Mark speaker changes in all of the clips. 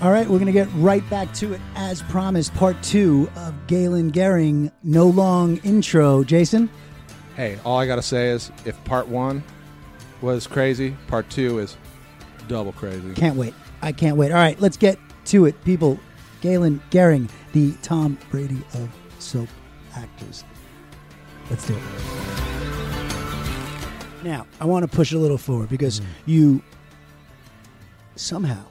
Speaker 1: All right, we're going to get right back to it as promised. Part two of Galen Gehring. No long intro, Jason.
Speaker 2: Hey, all I gotta say is if part one was crazy, part two is double crazy.
Speaker 1: Can't wait. I can't wait. All right, let's get to it, people. Galen Gehring, the Tom Brady of soap actors. Let's do it. Now, I want to push it a little forward because you somehow,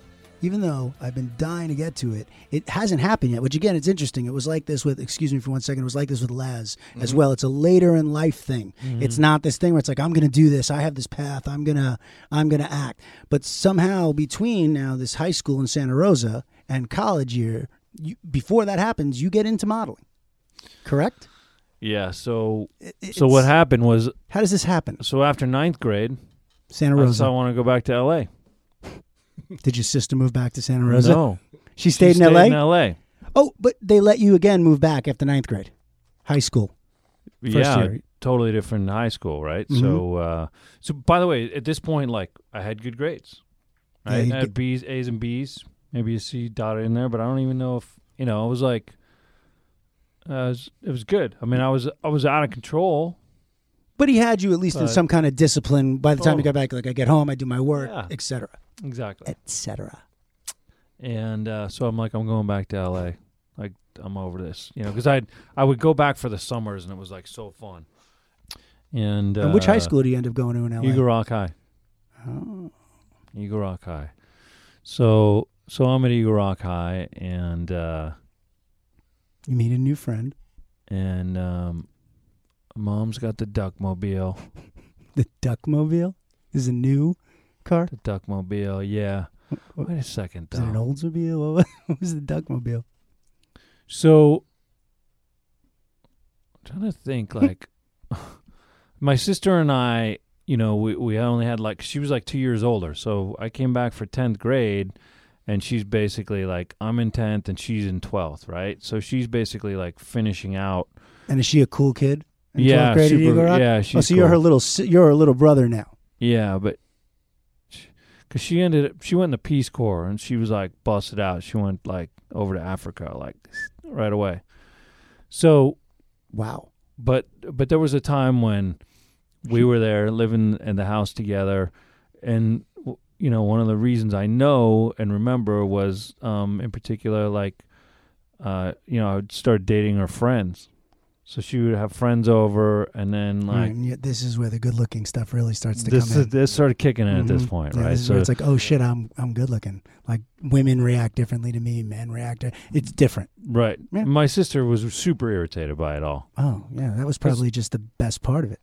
Speaker 1: even though I've been dying to get to it, it hasn't happened yet, which again, it's interesting. It was like this with, excuse me for one second, it was like this with Laz as well. It's a later in life thing. It's not this thing where it's like, I'm going to do this. I have this path. I'm going to, I'm going to act. But somehow between now this high school in Santa Rosa and college year, you, before that happens, you get into modeling, correct?
Speaker 3: Yeah. So
Speaker 1: It-
Speaker 3: so what
Speaker 1: it's-
Speaker 3: happened was
Speaker 1: How does this happen?
Speaker 3: so after ninth grade,
Speaker 1: Santa
Speaker 3: I said I
Speaker 1: Rosa.
Speaker 3: want to go back to L.A.
Speaker 1: Did your sister move back to Santa Rosa?
Speaker 3: No,
Speaker 1: She stayed,
Speaker 3: She
Speaker 1: in, LA?
Speaker 3: In L.A.
Speaker 1: Oh, but they let you again move back after ninth grade, high school.
Speaker 3: yeah,
Speaker 1: year.
Speaker 3: totally different in high school, right?
Speaker 1: Mhm.
Speaker 3: So uh, so by the way, at this point, like I had good grades.
Speaker 1: Yeah,
Speaker 3: Right?
Speaker 1: you
Speaker 3: I
Speaker 1: did.
Speaker 3: had B's, A's, and B's. Maybe a C dotted in there, but I don't even know if you know. I was like, uh, it was, it was good. I mean, I was I was out of control.
Speaker 1: But he had you at least in
Speaker 3: But-
Speaker 1: some kind of discipline by the time you
Speaker 3: Oh.
Speaker 1: got back. Like, I get home, I do my work,
Speaker 3: Yeah.
Speaker 1: et cetera,
Speaker 3: Exactly.
Speaker 1: et cetera.
Speaker 3: and uh, so I'm like, I'm going back to LA. Like I'm over this, you know, because I I would go back for the summers and it was like so fun. And, uh,
Speaker 1: and which high school do you end up going to in LA?
Speaker 3: Eagle Rock High.
Speaker 1: Oh.
Speaker 3: Eagle Rock High. So so I'm at Eagle Rock High and uh,
Speaker 1: You meet a new friend,
Speaker 3: and um, mom's got the duckmobile.
Speaker 1: the Duckmobile. Is a new car.
Speaker 3: The duckmobile, yeah.
Speaker 1: What-
Speaker 3: Wait a second
Speaker 1: Is it an
Speaker 3: though.
Speaker 1: Oldsmobile? What was- What was the Duckmobile?
Speaker 3: So I'm trying to think like my sister and I, you know, we, we only had like she was like two years older. So I came back for tenth grade and she's basically like I'm in tenth and she's in twelfth, right? So she's basically like finishing out
Speaker 1: And is she a cool kid? In 12th
Speaker 3: Yeah,
Speaker 1: grade at
Speaker 3: super-
Speaker 1: Eagle Rock?
Speaker 3: yeah,
Speaker 1: Oh,
Speaker 3: she's
Speaker 1: so you're her
Speaker 3: cool.
Speaker 1: little, si- you're her little brother now.
Speaker 3: Yeah, but because she ended up, she went in the Peace Corps and she was like busted out. She went like over to Africa, like right away. So,
Speaker 1: Wow.
Speaker 3: but but there was a time when we were there living in the house together, and w- you know one of the reasons I know and remember was um, in particular like uh, you know I would start dating her friends. So she would have friends over, and then
Speaker 1: Right,
Speaker 3: like
Speaker 1: and yet Mm, this is where the good looking stuff really starts to
Speaker 3: this
Speaker 1: come in.
Speaker 3: is, this started kicking in at this
Speaker 1: Mhm.
Speaker 3: point,
Speaker 1: Yeah,
Speaker 3: right?
Speaker 1: this is where it's like, oh shit, I'm I'm good looking. Like women react differently to me, men react. It's different.
Speaker 3: Right.
Speaker 1: Yeah.
Speaker 3: My sister was super irritated by it all.
Speaker 1: Oh yeah, that was probably just the best part of it.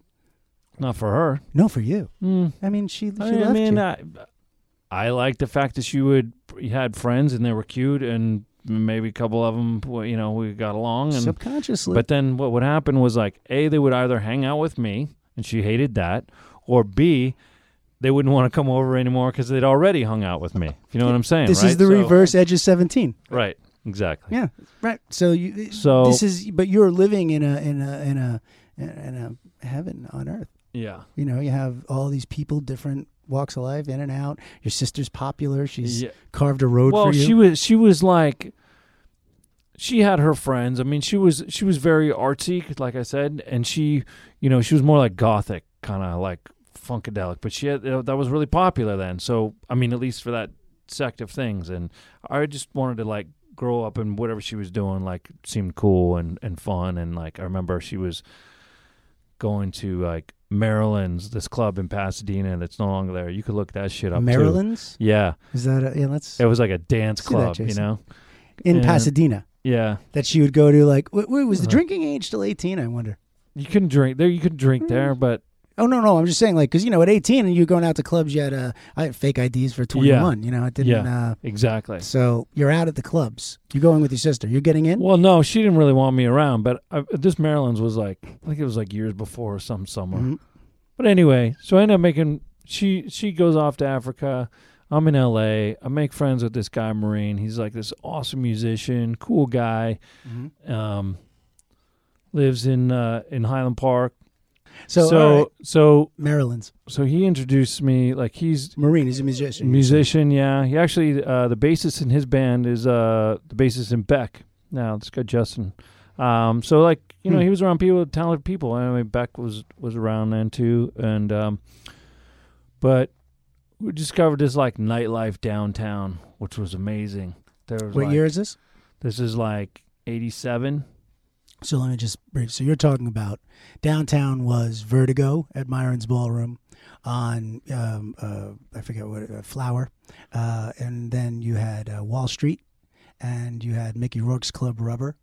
Speaker 3: Not for her.
Speaker 1: No, for you.
Speaker 3: Mm.
Speaker 1: I mean, she she
Speaker 3: I
Speaker 1: left
Speaker 3: mean,
Speaker 1: you.
Speaker 3: I, I liked the fact that she would had friends and they were cute and maybe a couple of them, you know, we got along. And
Speaker 1: subconsciously.
Speaker 3: but then what would happen was like a they would either hang out with me and she hated that, or b they wouldn't want to come over anymore because they'd already hung out with me. If you know what I'm saying?
Speaker 1: this is
Speaker 3: right?
Speaker 1: the
Speaker 3: So-
Speaker 1: reverse edge of seventeen.
Speaker 3: Right. Exactly.
Speaker 1: Yeah, right. So you
Speaker 3: So-
Speaker 1: this is but you're living in a in a in a in a heaven on earth.
Speaker 3: Yeah.
Speaker 1: You know, you have all these people, different walks of life, in and out. Your sister's popular. She's
Speaker 3: Yeah.
Speaker 1: carved a road
Speaker 3: well
Speaker 1: for you.
Speaker 3: she was she was like she had her friends i mean she was she was very artsy 'cause like i said and she you know she was more like gothic kind of like funkadelic but she had you know, that was really popular then so i mean at least for that sect of things and i just wanted to like grow up and whatever she was doing like seemed cool and and fun and like i remember she was going to like maryland's this club in pasadena that's no longer there you could look that shit up too.
Speaker 1: Maryland's
Speaker 3: yeah
Speaker 1: is that a, yeah? Let's
Speaker 3: it was like a dance
Speaker 1: See that,
Speaker 3: club you
Speaker 1: Jason?
Speaker 3: know
Speaker 1: in
Speaker 3: and-
Speaker 1: Pasadena.
Speaker 3: yeah
Speaker 1: that she would go to like wait, wait, was the
Speaker 3: Uh-huh.
Speaker 1: drinking age till 18 i wonder
Speaker 3: You couldn't drink there. You could drink there, but
Speaker 1: oh no no i'm just saying like because you know at 18 and you're going out to clubs you had uh i had fake ids for 21 you know it didn't
Speaker 3: Yeah.
Speaker 1: uh
Speaker 3: exactly.
Speaker 1: so you're out at the clubs you're going with your sister you're getting in
Speaker 3: Well, no, she didn't really want me around. But I, this Maryland's was like, I think it was like years before or some summer.
Speaker 1: Mhm.
Speaker 3: But anyway, so I end up making. She she goes off to Africa. I'm in L.A. I make friends with this guy Marine. He's like this awesome musician, cool
Speaker 1: Mm-hmm.
Speaker 3: guy. Um, lives in uh, in Highland Park.
Speaker 1: So,
Speaker 3: so
Speaker 1: all right.
Speaker 3: so
Speaker 1: Maryland's
Speaker 3: so he introduced me like he's
Speaker 1: Marine. He's a musician.
Speaker 3: musician yeah he actually uh, the bassist in his band is uh, the bassist in beck now this guy justin um, so like you know
Speaker 1: Hmm.
Speaker 3: he was around people talented people i mean beck was was around then too and um, but we discovered this like nightlife downtown which was amazing there was
Speaker 1: What
Speaker 3: like,
Speaker 1: year is this?
Speaker 3: this is like 87
Speaker 1: So let me just brief. So you're talking about downtown was Vertigo at Myron's Ballroom on um, uh, I forget what uh, Flower, uh, and then you had uh, Wall Street, and you had Mickey Rourke's Club Rubber,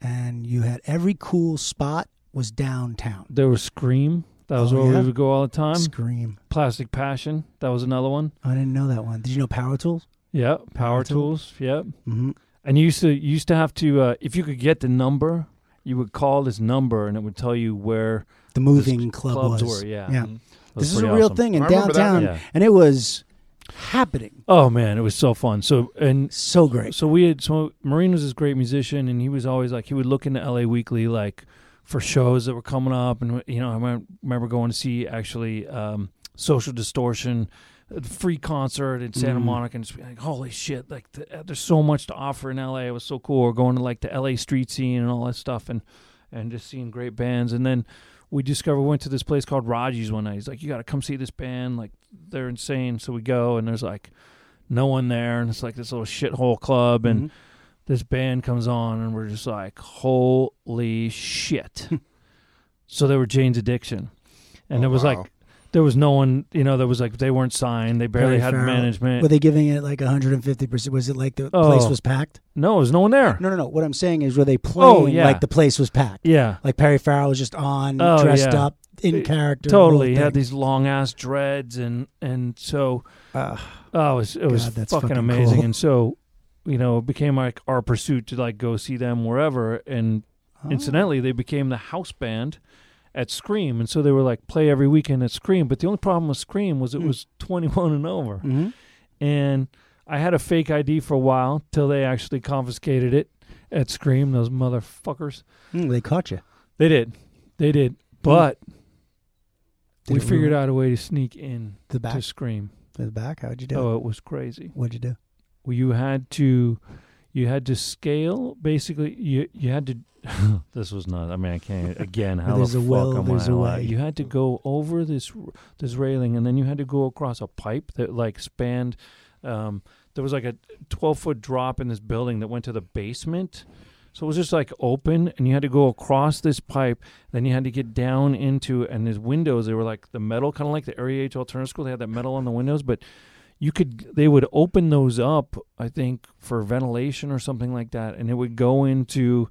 Speaker 1: and you had every cool spot was downtown.
Speaker 3: there was scream that was
Speaker 1: Oh,
Speaker 3: where
Speaker 1: yeah?
Speaker 3: we would go all the time
Speaker 1: Scream!
Speaker 3: plastic passion that was another one
Speaker 1: I didn't know that one. Did you know Power Tools?
Speaker 3: yeah power,
Speaker 1: Power Tool.
Speaker 3: tools yep
Speaker 1: Mm-hmm.
Speaker 3: And you used to you used to have to uh, if you could get the number, you would call this number and it would tell you where
Speaker 1: The moving club
Speaker 3: clubs
Speaker 1: was.
Speaker 3: were. Yeah,
Speaker 1: Yeah.
Speaker 2: Mhm.
Speaker 3: That was
Speaker 1: This is a
Speaker 3: pretty
Speaker 1: real
Speaker 3: awesome.
Speaker 1: thing in
Speaker 2: I remember that
Speaker 1: downtown,
Speaker 2: one.
Speaker 3: Yeah.
Speaker 1: and it was happening.
Speaker 3: Oh man, it was so fun. So and
Speaker 1: So great.
Speaker 3: so we had so Marine was this great musician and he was always like he would look into L.A. Weekly like for shows that were coming up and you know I remem- remember going to see actually um, Social Distortion. a Free concert in Santa
Speaker 1: Mm.
Speaker 3: Monica, and just be like, holy shit! Like, the, uh, there's so much to offer in LA. It was so cool. Or going to like the LA street scene and all that stuff, and and just seeing great bands. And then we discovered we went to this place called Raji's one night. He's like, you got to come see this band. Like they're insane. So we go and there's like no one there, and it's like this little shithole club, and
Speaker 1: Mhm.
Speaker 2: Mm-hmm.
Speaker 3: this band comes on, and we're just like, holy shit. so they were Jane's Addiction, and
Speaker 2: Oh,
Speaker 3: there was
Speaker 2: wow.
Speaker 3: like. There was no one, you know. There was like they weren't signed. They barely
Speaker 1: Perry
Speaker 3: had
Speaker 1: Farrell.
Speaker 3: management.
Speaker 1: Were they giving it like 150%? Was it like the
Speaker 3: Eh. Oh.
Speaker 1: place was packed?
Speaker 3: no, there was no one there.
Speaker 1: No, no, no. What I'm saying is, were they playing
Speaker 3: yeah.
Speaker 1: like the place was packed?
Speaker 3: Yeah,
Speaker 1: Like Perry Farrell was just on,
Speaker 3: Oh,
Speaker 1: dressed
Speaker 3: yeah.
Speaker 1: up, in
Speaker 3: It-
Speaker 1: character. the whole
Speaker 3: totally. He had
Speaker 1: thing.
Speaker 3: these long ass dreads, and and so
Speaker 1: Ah,
Speaker 3: Oh, it was, it was
Speaker 1: God, that's
Speaker 3: fucking,
Speaker 1: fucking
Speaker 3: amazing.
Speaker 1: cool.
Speaker 3: And so, you know, it became like our pursuit to like go see them wherever. And
Speaker 1: oh.
Speaker 3: incidentally, they became the house band at Scream. And so they were like play every weekend at Scream. But the only problem with Scream was it
Speaker 1: Hmm.
Speaker 3: was 21 and over.
Speaker 1: Mhm.
Speaker 3: And I had a fake ID for a while till they actually confiscated it at Scream, those motherfuckers.
Speaker 1: Mm, they caught you.
Speaker 3: They did. They did.
Speaker 1: Hmm.
Speaker 3: But we figured
Speaker 1: out
Speaker 3: out a way to sneak in
Speaker 1: the back.
Speaker 3: to Scream.
Speaker 1: to the back. How'd you do? it?
Speaker 3: Oh, it was crazy.
Speaker 1: What'd you do?
Speaker 3: Well, you had to you had to scale basically you you had to this was not I mean I can't again how
Speaker 1: There's
Speaker 3: the
Speaker 1: a
Speaker 3: fuck
Speaker 1: will,
Speaker 3: am
Speaker 1: there's
Speaker 3: I
Speaker 1: a
Speaker 3: alive?
Speaker 1: way.
Speaker 3: you had to go over this r- this railing and then you had to go across a pipe that like spanned um there was like a 12 foot drop in this building that went to the basement so it was just like open and you had to go across this pipe then you had to get down into and there's windows they were like the metal kind of like the area H alternative school they had that metal on the windows but you could they would open those up i think for ventilation or something like that and it would go into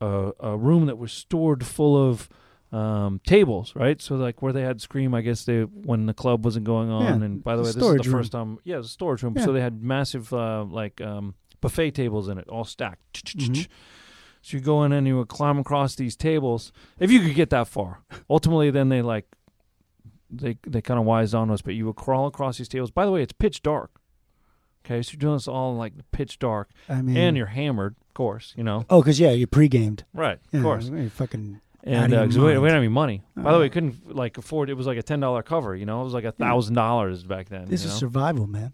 Speaker 3: a, a room that was stored full of um, tables right so like where they had scream i guess they when the club wasn't going on
Speaker 1: Yeah,
Speaker 3: and by the
Speaker 1: it's a
Speaker 3: way this is the
Speaker 1: storage room.
Speaker 3: first time yeah it was a storage room
Speaker 1: Yeah.
Speaker 3: so they had massive uh, like um, buffet tables in it all stacked
Speaker 1: Mhm.
Speaker 3: so you go in and you would climb across these tables if you could get that far ultimately then they like they they kind of wised on us but you would crawl across these tables by the way it's pitch dark okay so you're doing this all in like the pitch dark
Speaker 1: I mean,
Speaker 3: and you're hammered of course you know
Speaker 1: oh, because yeah, you pre-gamed.
Speaker 3: right
Speaker 1: Yeah,
Speaker 3: of course
Speaker 1: you fucking out of
Speaker 3: and
Speaker 1: your
Speaker 3: uh, 'cause we, we
Speaker 1: mind.
Speaker 3: didn't have any money by the
Speaker 1: Oh.
Speaker 3: way we couldn't like afford it was like a ten dollar cover you know it was like a thousand dollars back then
Speaker 1: this
Speaker 3: you
Speaker 1: is
Speaker 3: know?
Speaker 1: survival, man.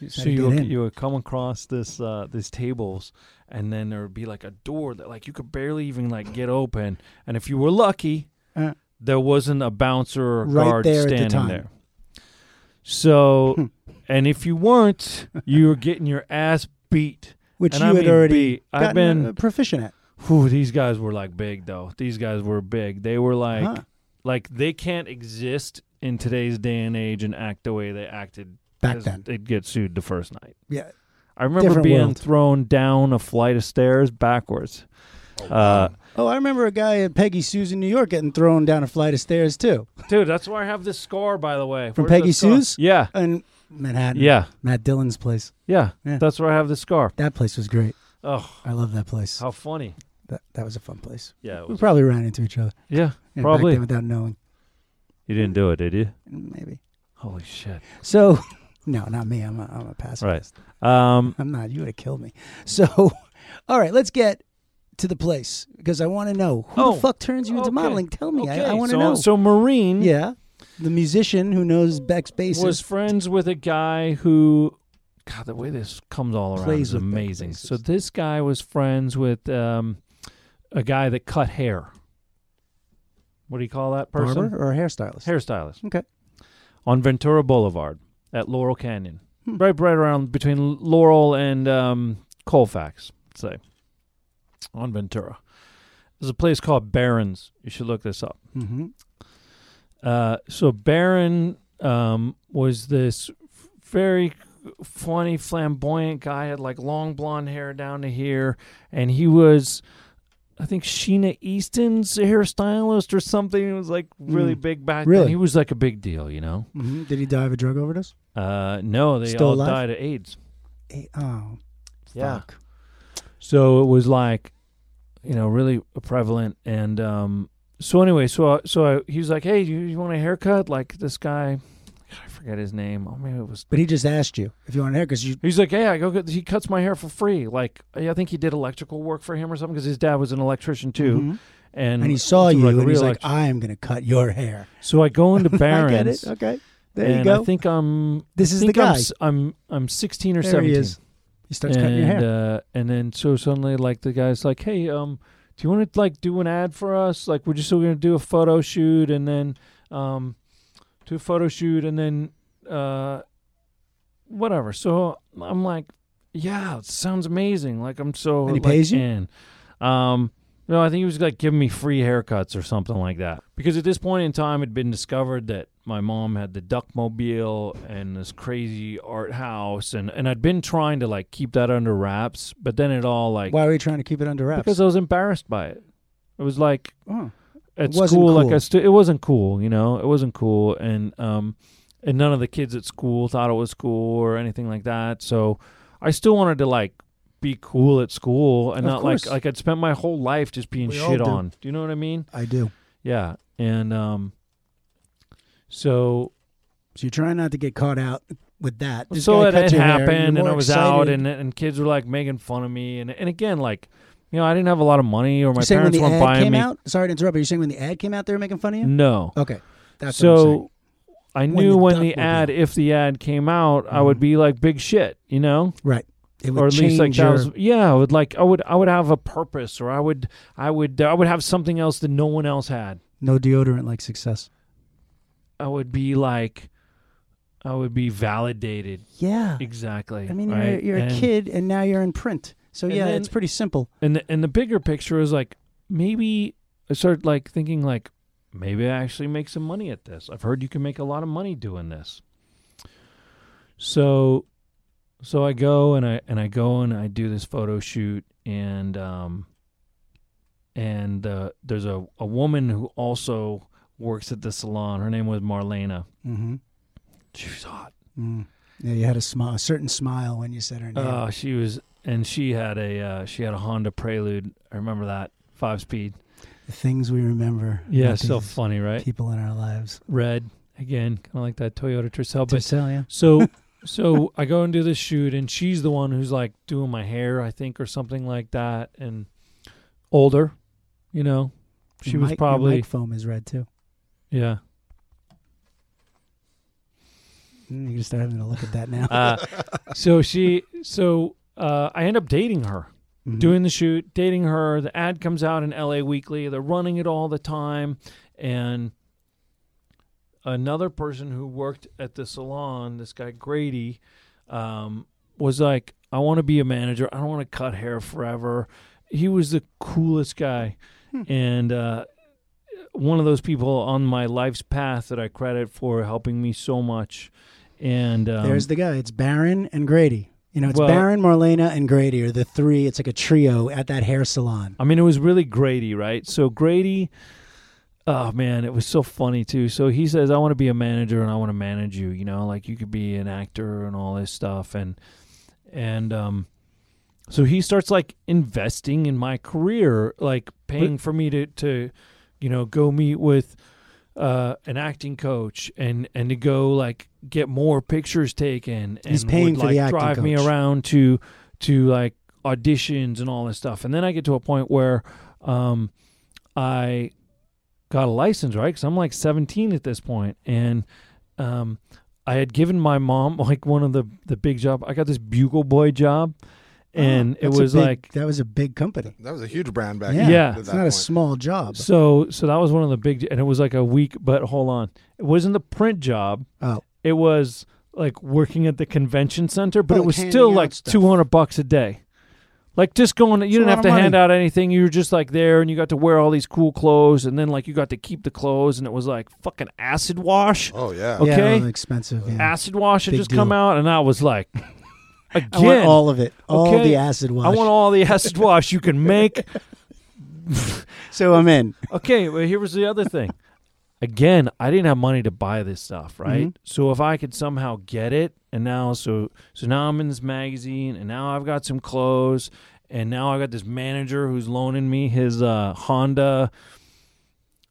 Speaker 1: just
Speaker 3: so
Speaker 1: had to
Speaker 3: you
Speaker 1: get
Speaker 3: would,
Speaker 1: in.
Speaker 3: you would come across this uh these tables and then there would be like a door that like you could barely even like get open and if you were lucky
Speaker 1: Uh.
Speaker 3: there wasn't a bouncer or a
Speaker 1: Right
Speaker 3: guard
Speaker 1: there at the
Speaker 3: standing
Speaker 1: time.
Speaker 3: there so and if you weren't you were getting your ass beat
Speaker 1: Which
Speaker 3: and
Speaker 1: you
Speaker 3: I
Speaker 1: had
Speaker 3: mean
Speaker 1: already
Speaker 3: beat. i've
Speaker 1: gotten,
Speaker 3: been
Speaker 1: uh, proficient at.
Speaker 3: whew, these guys were like big though these guys were big they were like
Speaker 1: Huh.
Speaker 3: like they can't exist in today's day and age and act the way they acted
Speaker 1: Back
Speaker 3: 'cause
Speaker 1: then,
Speaker 3: they'd get sued the first night
Speaker 1: yeah,
Speaker 3: I remember
Speaker 1: Different
Speaker 3: being
Speaker 1: world.
Speaker 3: thrown down a flight of stairs backwards. Uh,
Speaker 1: Oh, I remember a guy at Peggy Sue's in New York getting thrown down a flight of stairs too,
Speaker 3: dude, that's where I have this scar, by the way.
Speaker 1: From
Speaker 3: Where's the
Speaker 1: Peggy
Speaker 3: scar?
Speaker 1: Sue's?
Speaker 3: Yeah.
Speaker 1: in Manhattan.
Speaker 3: yeah,
Speaker 1: Matt Dillon's place.
Speaker 3: yeah,
Speaker 1: Yeah.
Speaker 3: That's where I have the scar.
Speaker 1: That place was great.
Speaker 3: Oh,
Speaker 1: I love that place.
Speaker 3: how funny.
Speaker 1: That that was a fun place.
Speaker 3: Yeah, it
Speaker 1: We
Speaker 3: was,
Speaker 1: probably ran into each other.
Speaker 3: yeah.
Speaker 1: Yeah, back
Speaker 3: Probably.
Speaker 1: then without knowing.
Speaker 3: You didn't do it, did you?
Speaker 1: Maybe.
Speaker 3: Holy shit!
Speaker 1: So, no, not me. I'm a, I'm a pacifist.
Speaker 3: Um,
Speaker 1: I'm not. You would have killed me. So, all right, let's get to the place because I want to know who
Speaker 3: Oh,
Speaker 1: the fuck turns you into
Speaker 3: okay,
Speaker 1: modeling. Tell me,
Speaker 3: Okay,
Speaker 1: I, I want to
Speaker 3: so,
Speaker 1: know.
Speaker 3: So Marine
Speaker 1: yeah, the musician who knows Beck's bassist
Speaker 3: was friends with a guy who, God, the way this comes all around
Speaker 1: Plays
Speaker 3: is
Speaker 1: with Beck's
Speaker 3: amazing. So
Speaker 1: bassist.
Speaker 3: this guy was friends with um, a guy that cut hair. What do you call that person?
Speaker 1: barber or a hairstylist.
Speaker 3: Hairstylist.
Speaker 1: Okay.
Speaker 3: On Ventura Boulevard at Laurel Canyon,
Speaker 1: Hmm.
Speaker 3: right, right around between Laurel and um, Colfax, say, on Ventura. There's a place called Barron's. You should look this up.
Speaker 1: Mm-hmm.
Speaker 3: Uh, so Baron um, was this very funny, flamboyant guy. Had like long blonde hair down to here, and he was, I think, Sheena Easton's hairstylist or something. It was like really
Speaker 1: Mm.
Speaker 3: big back
Speaker 1: Really?
Speaker 3: then. He was like a big deal, you know.
Speaker 1: Mm-hmm. Did he die of a drug overdose?
Speaker 3: Uh, no, they
Speaker 1: Still
Speaker 3: all
Speaker 1: alive?
Speaker 3: died of AIDS.
Speaker 1: Eh, Oh,
Speaker 3: Yeah.
Speaker 1: fuck.
Speaker 3: So it was like, you know, really prevalent. And um, so anyway, so I, so I, he was like, "Hey, you, you want a haircut?" Like this guy, God, I forget his name. Oh man, it was.
Speaker 1: But he just asked you if you want a hair because you.
Speaker 3: He's like, "Hey, I go get." He cuts my hair for free. Like I think he did electrical work for him or something because his dad was an electrician too.
Speaker 1: Mhm.
Speaker 3: And
Speaker 1: And he saw
Speaker 3: so,
Speaker 1: you,
Speaker 3: like, a
Speaker 1: and he's
Speaker 3: real
Speaker 1: like,
Speaker 3: elect-
Speaker 1: "I am going to cut your hair."
Speaker 3: so I go
Speaker 1: I
Speaker 3: into
Speaker 1: get
Speaker 3: Barron's.
Speaker 1: it. Okay, there
Speaker 3: and
Speaker 1: you go.
Speaker 3: I think I'm.
Speaker 1: this is
Speaker 3: think
Speaker 1: the
Speaker 3: I'm
Speaker 1: guy.
Speaker 3: s- I'm I'm 16 or
Speaker 1: there
Speaker 3: 17.
Speaker 1: he is. He starts cutting your hair.
Speaker 3: Uh, and then so suddenly, like the guy's like, "Hey, um, do you want to like do an ad for us? Like, we're just going to do a photo shoot, and then um, do a photo shoot, and then uh, whatever." So I'm like, "Yeah, it sounds amazing." Like I'm so
Speaker 1: And he
Speaker 3: like,
Speaker 1: pays you?
Speaker 3: in. Um, no, I think he was like giving me free haircuts or something like that. Because at this point in time, it'd been discovered that my mom had the duckmobile and this crazy art house, and and I'd been trying to like keep that under wraps, but then it all like
Speaker 1: Why are we trying to keep it under wraps?
Speaker 3: uh, because I was embarrassed by it. It was like
Speaker 1: oh.
Speaker 3: at
Speaker 1: It wasn't
Speaker 3: school, like
Speaker 1: cool.
Speaker 3: I stu- it wasn't cool, you know, it wasn't cool, and um, and none of the kids at school thought it was cool or anything like that. So I still wanted to like be cool at school and
Speaker 1: Of
Speaker 3: not
Speaker 1: course.
Speaker 3: like like I'd spent my whole life just being
Speaker 1: We all
Speaker 3: shit
Speaker 1: do.
Speaker 3: on. Do you know what I mean?
Speaker 1: I do.
Speaker 3: Yeah, and um, so
Speaker 1: So you're trying not to get caught out with that. This
Speaker 3: so
Speaker 1: guy
Speaker 3: it,
Speaker 1: cut
Speaker 3: it
Speaker 1: your hair,
Speaker 3: happened,
Speaker 1: you're
Speaker 3: and
Speaker 1: more
Speaker 3: I was
Speaker 1: excited.
Speaker 3: out, and and kids were like making fun of me, and and again like. You know, I didn't have a lot of money, or my
Speaker 1: You're saying when
Speaker 3: parents
Speaker 1: the
Speaker 3: weren't
Speaker 1: ad
Speaker 3: buying
Speaker 1: came
Speaker 3: me.
Speaker 1: out. Sorry to interrupt. But you're saying when the ad came out, they were making fun of you.
Speaker 3: No,
Speaker 1: Okay, that's what I'm saying.
Speaker 3: so I
Speaker 1: When
Speaker 3: knew
Speaker 1: the
Speaker 3: when
Speaker 1: duck
Speaker 3: the
Speaker 1: will be
Speaker 3: ad, if the ad came out, I would
Speaker 1: Mhm.
Speaker 3: be like big shit, you know,
Speaker 1: It would
Speaker 3: or at least like
Speaker 1: change
Speaker 3: that
Speaker 1: your-
Speaker 3: was, yeah, I would like I would I would have a purpose, or I would I would I would have something else that no one else had.
Speaker 1: no deodorant like success.
Speaker 3: I would be like, I would be validated
Speaker 1: Yeah,
Speaker 3: exactly.
Speaker 1: I mean
Speaker 3: right?
Speaker 1: you're, you're
Speaker 3: And-
Speaker 1: a kid, and now you're in print. So
Speaker 3: And
Speaker 1: yeah,
Speaker 3: then-
Speaker 1: it's pretty simple.
Speaker 3: and the, and the bigger picture is like maybe I started like thinking like maybe I actually make some money at this. I've heard you can make a lot of money doing this. So so I go and I and I go and I do this photo shoot and um and uh, there's a, a woman who also works at the salon. Her name was Marlena.
Speaker 1: Mm-hmm.
Speaker 3: She was hot.
Speaker 1: Mm. Yeah, you had a smile, a certain smile when you said her name.
Speaker 3: Oh, she was and she had a uh, she had a Honda Prelude. I remember that. Five speed.
Speaker 1: the things we remember.
Speaker 3: Yeah,
Speaker 1: about
Speaker 3: so
Speaker 1: these
Speaker 3: funny, right?
Speaker 1: people in our lives.
Speaker 3: red again, kind of like that Toyota Tercel.
Speaker 1: To
Speaker 3: But
Speaker 1: sell you.
Speaker 3: so, so I go and do this shoot, and she's the one who's like doing my hair, I think, or something like that, and older, you know. She
Speaker 1: Your
Speaker 3: was
Speaker 1: mic- your
Speaker 3: probably
Speaker 1: mic foam is red too.
Speaker 3: yeah.
Speaker 1: Mm, You're starting to look at that now.
Speaker 3: Uh, so she, so uh, I end up dating her.
Speaker 1: Mhm.
Speaker 3: doing the shoot, dating her. The ad comes out in LA Weekly. They're running it all the time. And another person who worked at the salon, this guy Grady, um, was like, I want to be a manager. I don't want to cut hair forever. He was the coolest guy.
Speaker 1: Hmm.
Speaker 3: And, uh, one of those people on my life's path that I credit for helping me so much, and um,
Speaker 1: There's the guy. It's Baron and Grady. You know, it's
Speaker 3: Well-
Speaker 1: Baron, Marlena, and Grady are the three. It's like a trio at that hair salon.
Speaker 3: I mean, it was really Grady, right? So Grady, oh man, it was so funny too. So he says, "I want to be a manager and I want to manage you. You know, like you could be an actor and all this stuff." And and um, so he starts like investing in my career, like paying for me to to, you know, go meet with uh an acting coach and and to go like get more pictures taken and
Speaker 1: He's paying
Speaker 3: would,
Speaker 1: for the
Speaker 3: like
Speaker 1: acting
Speaker 3: drive me
Speaker 1: coach.
Speaker 3: around to to like auditions and all this stuff. And then I get to a point where um, I got a license, right? Because I'm like 17 at this point, and um, I had given my mom like one of the the big job. I got this bugle boy job, and
Speaker 1: Ah,
Speaker 3: it
Speaker 1: Oh, That's a
Speaker 3: was
Speaker 1: big-
Speaker 3: like
Speaker 1: that was a big company.
Speaker 2: That was a huge brand back
Speaker 1: Yeah.
Speaker 2: then.
Speaker 3: Yeah.
Speaker 2: at
Speaker 1: It's
Speaker 2: that
Speaker 1: not a
Speaker 2: point.
Speaker 1: small job.
Speaker 3: so so that was one of the big and it was like a week. But hold on, it wasn't the print job.
Speaker 1: Oh,
Speaker 3: It was like working at the convention center, but
Speaker 1: Oh,
Speaker 3: it was
Speaker 1: handing
Speaker 3: still
Speaker 1: out
Speaker 3: like
Speaker 1: stuff.
Speaker 3: 200 bucks a day. Like just going, you
Speaker 1: a
Speaker 3: didn't
Speaker 1: lot
Speaker 3: have
Speaker 1: of
Speaker 3: to
Speaker 1: money.
Speaker 3: hand out anything. You were just like there, and you got to wear all these cool clothes, and then like you got to keep the clothes, and it was like fucking acid wash.
Speaker 2: oh yeah.
Speaker 3: Okay.
Speaker 1: yeah, expensive. Yeah.
Speaker 3: acid wash had
Speaker 1: Big
Speaker 3: just come
Speaker 1: deal.
Speaker 3: out, and that was like, again,
Speaker 1: I want all of it, all
Speaker 3: Okay.
Speaker 1: the acid wash.
Speaker 3: I want all the acid wash you can make.
Speaker 1: so I'm in.
Speaker 3: Okay, well, here was the other thing. Again, I didn't have money to buy this stuff, right?
Speaker 1: Mhm.
Speaker 3: So if I could somehow get it, and now so so now I'm in this magazine, and now I've got some clothes, and now I got this manager who's loaning me his uh, Honda.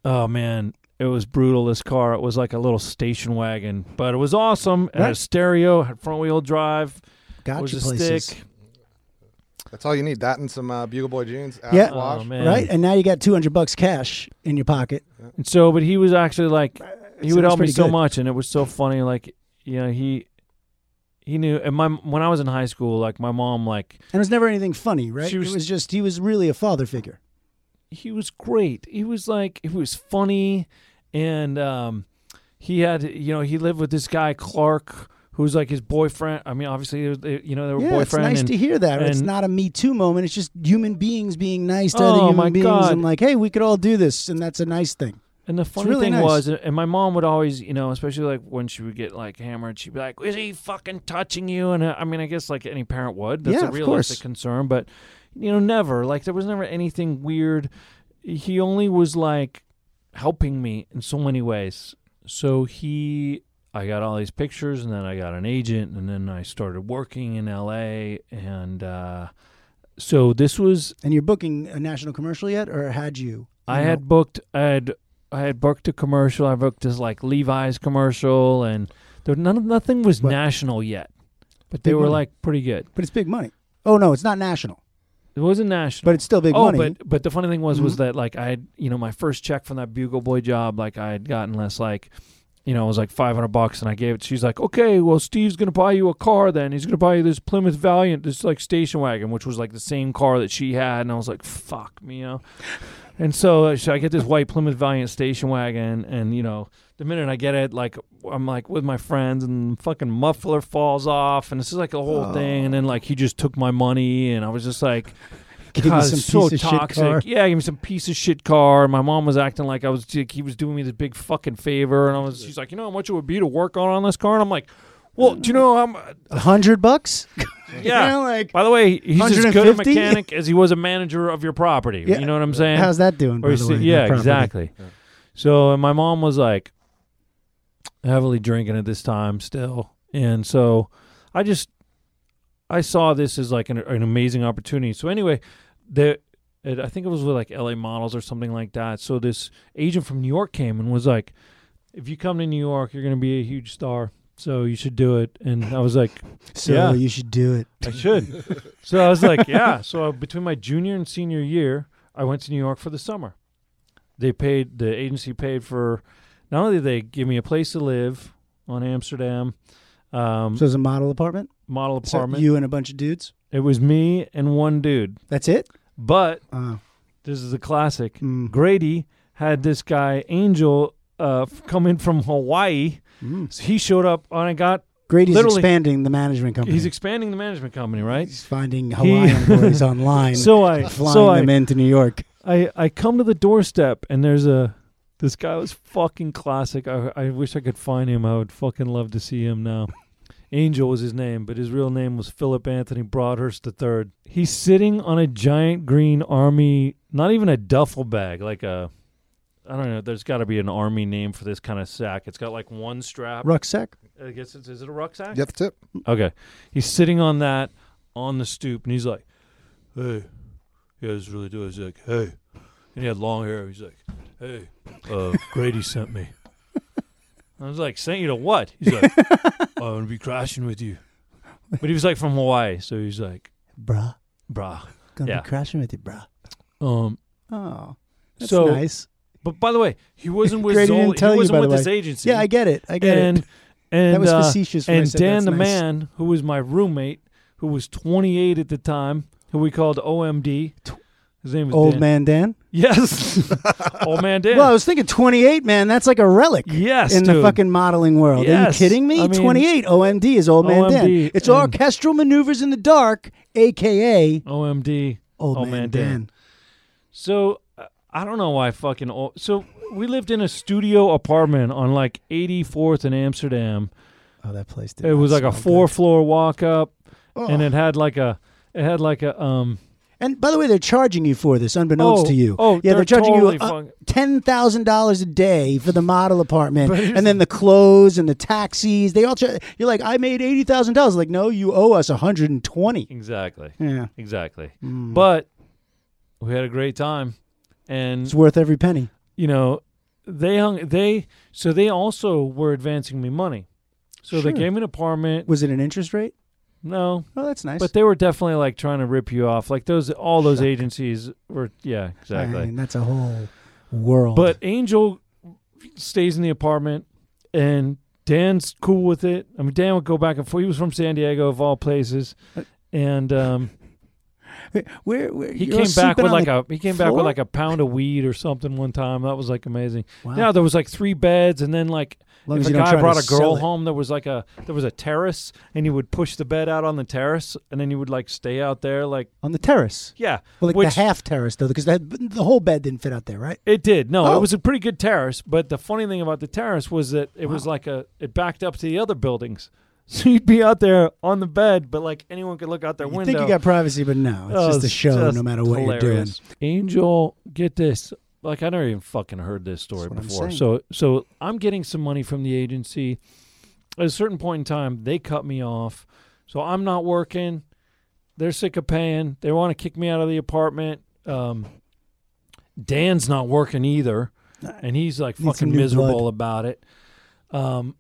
Speaker 3: Oh man, it was brutal. This car, it was like a little station wagon, but it was awesome. It had a
Speaker 1: Right.
Speaker 3: stereo, had front wheel drive,
Speaker 1: Gotcha
Speaker 3: was a
Speaker 1: places.
Speaker 3: stick.
Speaker 2: That's all you need. That and some uh, Bugle Boy jeans. acid
Speaker 1: Yeah.
Speaker 2: wash.
Speaker 3: Oh, man.
Speaker 1: Right, and now you got 200 bucks cash in your pocket.
Speaker 3: And so, but he was actually like, he
Speaker 1: sounds
Speaker 3: would help me
Speaker 1: Uh, pretty
Speaker 3: so
Speaker 1: good.
Speaker 3: much, and it was so funny. Like, you know, he he knew. And my when I was in high school, like my mom, like
Speaker 1: And it was never anything funny, right?
Speaker 3: She was-
Speaker 1: it was just he was really a father figure.
Speaker 3: he was great. He was like he was funny, and um, he had you know he lived with this guy Clark, who's like his boyfriend. I mean, obviously, they- they- you know, they were
Speaker 1: Yeah, it's
Speaker 3: boyfriend.
Speaker 1: nice
Speaker 3: and,
Speaker 1: to hear that. it's
Speaker 3: and-
Speaker 1: not a Me Too moment. It's just human beings being nice to
Speaker 3: Oh,
Speaker 1: other human
Speaker 3: my
Speaker 1: beings
Speaker 3: God.
Speaker 1: and like, hey, we could all do this, and that's a nice thing.
Speaker 3: And the funny
Speaker 1: really
Speaker 3: thing
Speaker 1: nice.
Speaker 3: was, and my mom would always, you know, especially like when she would get like hammered, she'd be like, "Is he fucking touching you?" And uh, I mean, I guess like any parent would. That's
Speaker 1: Yeah,
Speaker 3: a
Speaker 1: of
Speaker 3: realistic
Speaker 1: course.
Speaker 3: concern, but you know, never like there was never anything weird. He only was like helping me in so many ways. So he, I got all these pictures, and then I got an agent, and then I started working in L.A. And uh, so this was
Speaker 1: And you're booking a national commercial yet, or had you? you
Speaker 3: I
Speaker 1: know?
Speaker 3: had booked I had I had booked a commercial. I booked this like Levi's commercial, and there none of- nothing was
Speaker 1: But-
Speaker 3: national yet, but they
Speaker 1: Big
Speaker 3: were
Speaker 1: money.
Speaker 3: like pretty good.
Speaker 1: but it's big money. Oh no, it's not national,
Speaker 3: It wasn't national,
Speaker 1: but it's still big
Speaker 3: oh,
Speaker 1: money. Mm-hmm.
Speaker 3: but but the funny thing was was that like I had you know my first check from that Bugle Boy job, like I had gotten less like. You know, it was like five hundred bucks, and I gave it. She's like, "Okay, well, Steve's gonna buy you a car. Then he's gonna buy you this Plymouth Valiant, this like station wagon, which was like the same car that she had." And I was like, "Fuck me, you know." And so, uh, so I get this white Plymouth Valiant station wagon, and you know, the minute I get it, like I'm like with my friends, and fucking muffler falls off, and this is like a
Speaker 1: Oh.
Speaker 3: whole thing. And then like he just took my money, and I was just like,
Speaker 1: Gave you
Speaker 3: God,
Speaker 1: some
Speaker 3: it's so
Speaker 1: piece of shit
Speaker 3: toxic.
Speaker 1: car.
Speaker 3: Yeah, give me some piece of shit car. My mom was acting like I was like, he was doing me this big fucking favor, and I was she's like, you know how much it would be to work on on this car, and I'm like, well, do you know I'm
Speaker 1: A hundred bucks?
Speaker 3: yeah.
Speaker 1: You know, like
Speaker 3: By the way, he's as good a
Speaker 1: 150?
Speaker 3: mechanic as he was a manager of your property.
Speaker 1: Yeah.
Speaker 3: You know what I'm saying?
Speaker 1: how's that doing?
Speaker 3: Or
Speaker 1: by
Speaker 3: you
Speaker 1: the
Speaker 3: see-
Speaker 1: way,
Speaker 3: yeah,
Speaker 1: that property?
Speaker 3: exactly. So and my mom was like heavily drinking at this time still, and so I just I saw this as like an, an amazing opportunity. So anyway, the it, I think it was with like LA models or something like that. So this agent from New York came and was like, "If you come to New York, you're going to be a huge star." So you should do it, and I was like,
Speaker 1: So
Speaker 3: Yeah.
Speaker 1: you should do it.
Speaker 3: I should. so I was like, yeah. So between my junior and senior year, I went to New York for the summer. They paid the agency paid for not only did they give me a place to live on Amsterdam, um,
Speaker 1: So it's a model apartment.
Speaker 3: model
Speaker 1: So
Speaker 3: apartment.
Speaker 1: you and a bunch of dudes.
Speaker 3: it was me and one dude.
Speaker 1: That's it.
Speaker 3: But
Speaker 1: Oh.
Speaker 3: this is a classic.
Speaker 1: Mm.
Speaker 3: Grady had this guy Angel uh, f- come in from Hawaii.
Speaker 1: Mm.
Speaker 3: So he showed up, and I got.
Speaker 1: Grady's
Speaker 3: Literally-
Speaker 1: expanding the management company.
Speaker 3: He's expanding the management company, right?
Speaker 1: He's finding Hawaiian boys online,
Speaker 3: So I,
Speaker 1: flying
Speaker 3: so I,
Speaker 1: them into New York.
Speaker 3: I I come to the doorstep and there's a this guy was fucking classic. I I wish I could find him. I would fucking love to see him now. Angel was his name, but his real name was Philip Anthony Broadhurst III. He's sitting on a giant green army, not even a duffel bag, like a I don't know. There's got to be an army name for this kind of sack. It's got like one strap.
Speaker 1: Rucksack.
Speaker 3: I guess it's is it a rucksack?
Speaker 2: You have the tip.
Speaker 3: Okay. He's sitting on that on the stoop and he's like, Hey, yeah, this is really dope. He's like, Hey. And he had long hair. He's like, Hey, uh, Grady sent me. I was like, Sent you to what? He's like, I'm going to be crashing with you. But he was like from Hawaii. So he's like,
Speaker 1: Bruh.
Speaker 3: brah.
Speaker 1: Gonna
Speaker 3: Yeah.
Speaker 1: be crashing with you, bruh.
Speaker 3: Um,
Speaker 1: Oh, that's
Speaker 3: So-
Speaker 1: nice.
Speaker 3: but by the way, he wasn't with
Speaker 1: Great, he
Speaker 3: Zoll-
Speaker 1: didn't tell
Speaker 3: he
Speaker 1: you,
Speaker 3: wasn't
Speaker 1: by
Speaker 3: with
Speaker 1: the
Speaker 3: this agency.
Speaker 1: Yeah, I get it. I get
Speaker 3: and
Speaker 1: it.
Speaker 3: and
Speaker 1: That was
Speaker 3: uh,
Speaker 1: facetious. when I
Speaker 3: and
Speaker 1: said
Speaker 3: Dan
Speaker 1: that's
Speaker 3: the
Speaker 1: nice.
Speaker 3: man, who was my roommate, who was 28 at the time, who we called OMD. His name was
Speaker 1: old
Speaker 3: Dan.
Speaker 1: man Dan.
Speaker 3: Yes, old man Dan.
Speaker 1: Well, I was thinking 28, man. That's like a relic.
Speaker 3: yes,
Speaker 1: in the
Speaker 3: dude.
Speaker 1: fucking modeling world. Are you
Speaker 3: Yes.
Speaker 1: kidding me?
Speaker 3: I mean-
Speaker 1: 28 OMD is old man Dan.
Speaker 3: OMD,
Speaker 1: It's
Speaker 3: and-
Speaker 1: orchestral maneuvers in the dark, aka
Speaker 3: OMD.
Speaker 1: old,
Speaker 3: Old
Speaker 1: man,
Speaker 3: Man
Speaker 1: Dan.
Speaker 3: Dan. So uh, I don't know why fucking. o so we lived in a studio apartment on like 84th in Amsterdam.
Speaker 1: Oh, that place did.
Speaker 3: It was like a four floor walk up, and
Speaker 1: And,
Speaker 3: it had like a. It had like a um.
Speaker 1: Oh. and by the way, they're charging you for this, unbeknownst
Speaker 3: oh,
Speaker 1: to you.
Speaker 3: Oh,
Speaker 1: yeah, they're, charging
Speaker 3: totally
Speaker 1: you uh,
Speaker 3: fuck-
Speaker 1: ten thousand dollars a day for the model apartment,
Speaker 3: But here's
Speaker 1: and then the clothes and the taxis. They all char- you're like, I made eighty thousand dollars. Like, no, you owe us a hundred and twenty.
Speaker 3: exactly,
Speaker 1: Yeah,
Speaker 3: exactly.
Speaker 1: Mm.
Speaker 3: But we had a great time, and
Speaker 1: it's worth every penny.
Speaker 3: you know, they hung they so they also were advancing me money. So
Speaker 1: Sure.
Speaker 3: they gave me an apartment.
Speaker 1: Was it an interest rate?
Speaker 3: No,
Speaker 1: Oh, that's nice.
Speaker 3: But they were definitely like trying to rip you off. Like those, all those
Speaker 1: Shuck.
Speaker 3: agencies were. Yeah, exactly.
Speaker 1: and that's a whole world.
Speaker 3: But Angel stays in the apartment, and Dan's cool with it. I mean, Dan would go back and forth. He was from San Diego, of all places,
Speaker 1: Uh,
Speaker 3: and um,
Speaker 1: where, where
Speaker 3: he
Speaker 1: you're
Speaker 3: came back
Speaker 1: sleeping
Speaker 3: with
Speaker 1: on
Speaker 3: like
Speaker 1: the-
Speaker 3: a he came back
Speaker 1: floor?
Speaker 3: with like a pound of weed or something one time. That was like amazing.
Speaker 1: Wow.
Speaker 3: Yeah, there was like three beds, and then like
Speaker 1: As long
Speaker 3: if
Speaker 1: as
Speaker 3: a
Speaker 1: you don't
Speaker 3: guy
Speaker 1: try
Speaker 3: brought
Speaker 1: to
Speaker 3: a girl
Speaker 1: sell it.
Speaker 3: home, there was like a there was a terrace, and he would push the bed out on the terrace, and then he would like stay out there, like
Speaker 1: on the terrace.
Speaker 3: yeah,
Speaker 1: Well, like
Speaker 3: which
Speaker 1: the half terrace though, because that the whole bed didn't fit out there, right?
Speaker 3: it did. No,
Speaker 1: Oh.
Speaker 3: it was a pretty good terrace, but the funny thing about the terrace was that it was
Speaker 1: Wow.
Speaker 3: like a it backed up to the other buildings, so you'd be out there on the bed, but like anyone could look out their
Speaker 1: You
Speaker 3: window.
Speaker 1: think you got privacy, but no, it's
Speaker 3: Oh,
Speaker 1: just a show.
Speaker 3: just
Speaker 1: no matter what you're doing,
Speaker 3: hilarious. Angel, get this. Like I never even fucking heard this story
Speaker 1: That's what I'm
Speaker 3: before.
Speaker 1: saying.
Speaker 3: So so I'm getting some money from the agency. At a certain point in time, they cut me off. So I'm not working. They're sick of paying. They want to kick me out of the apartment. Um, Dan's not working either, and he's like
Speaker 1: Need some
Speaker 3: fucking
Speaker 1: new
Speaker 3: miserable
Speaker 1: blood.
Speaker 3: about it. Um,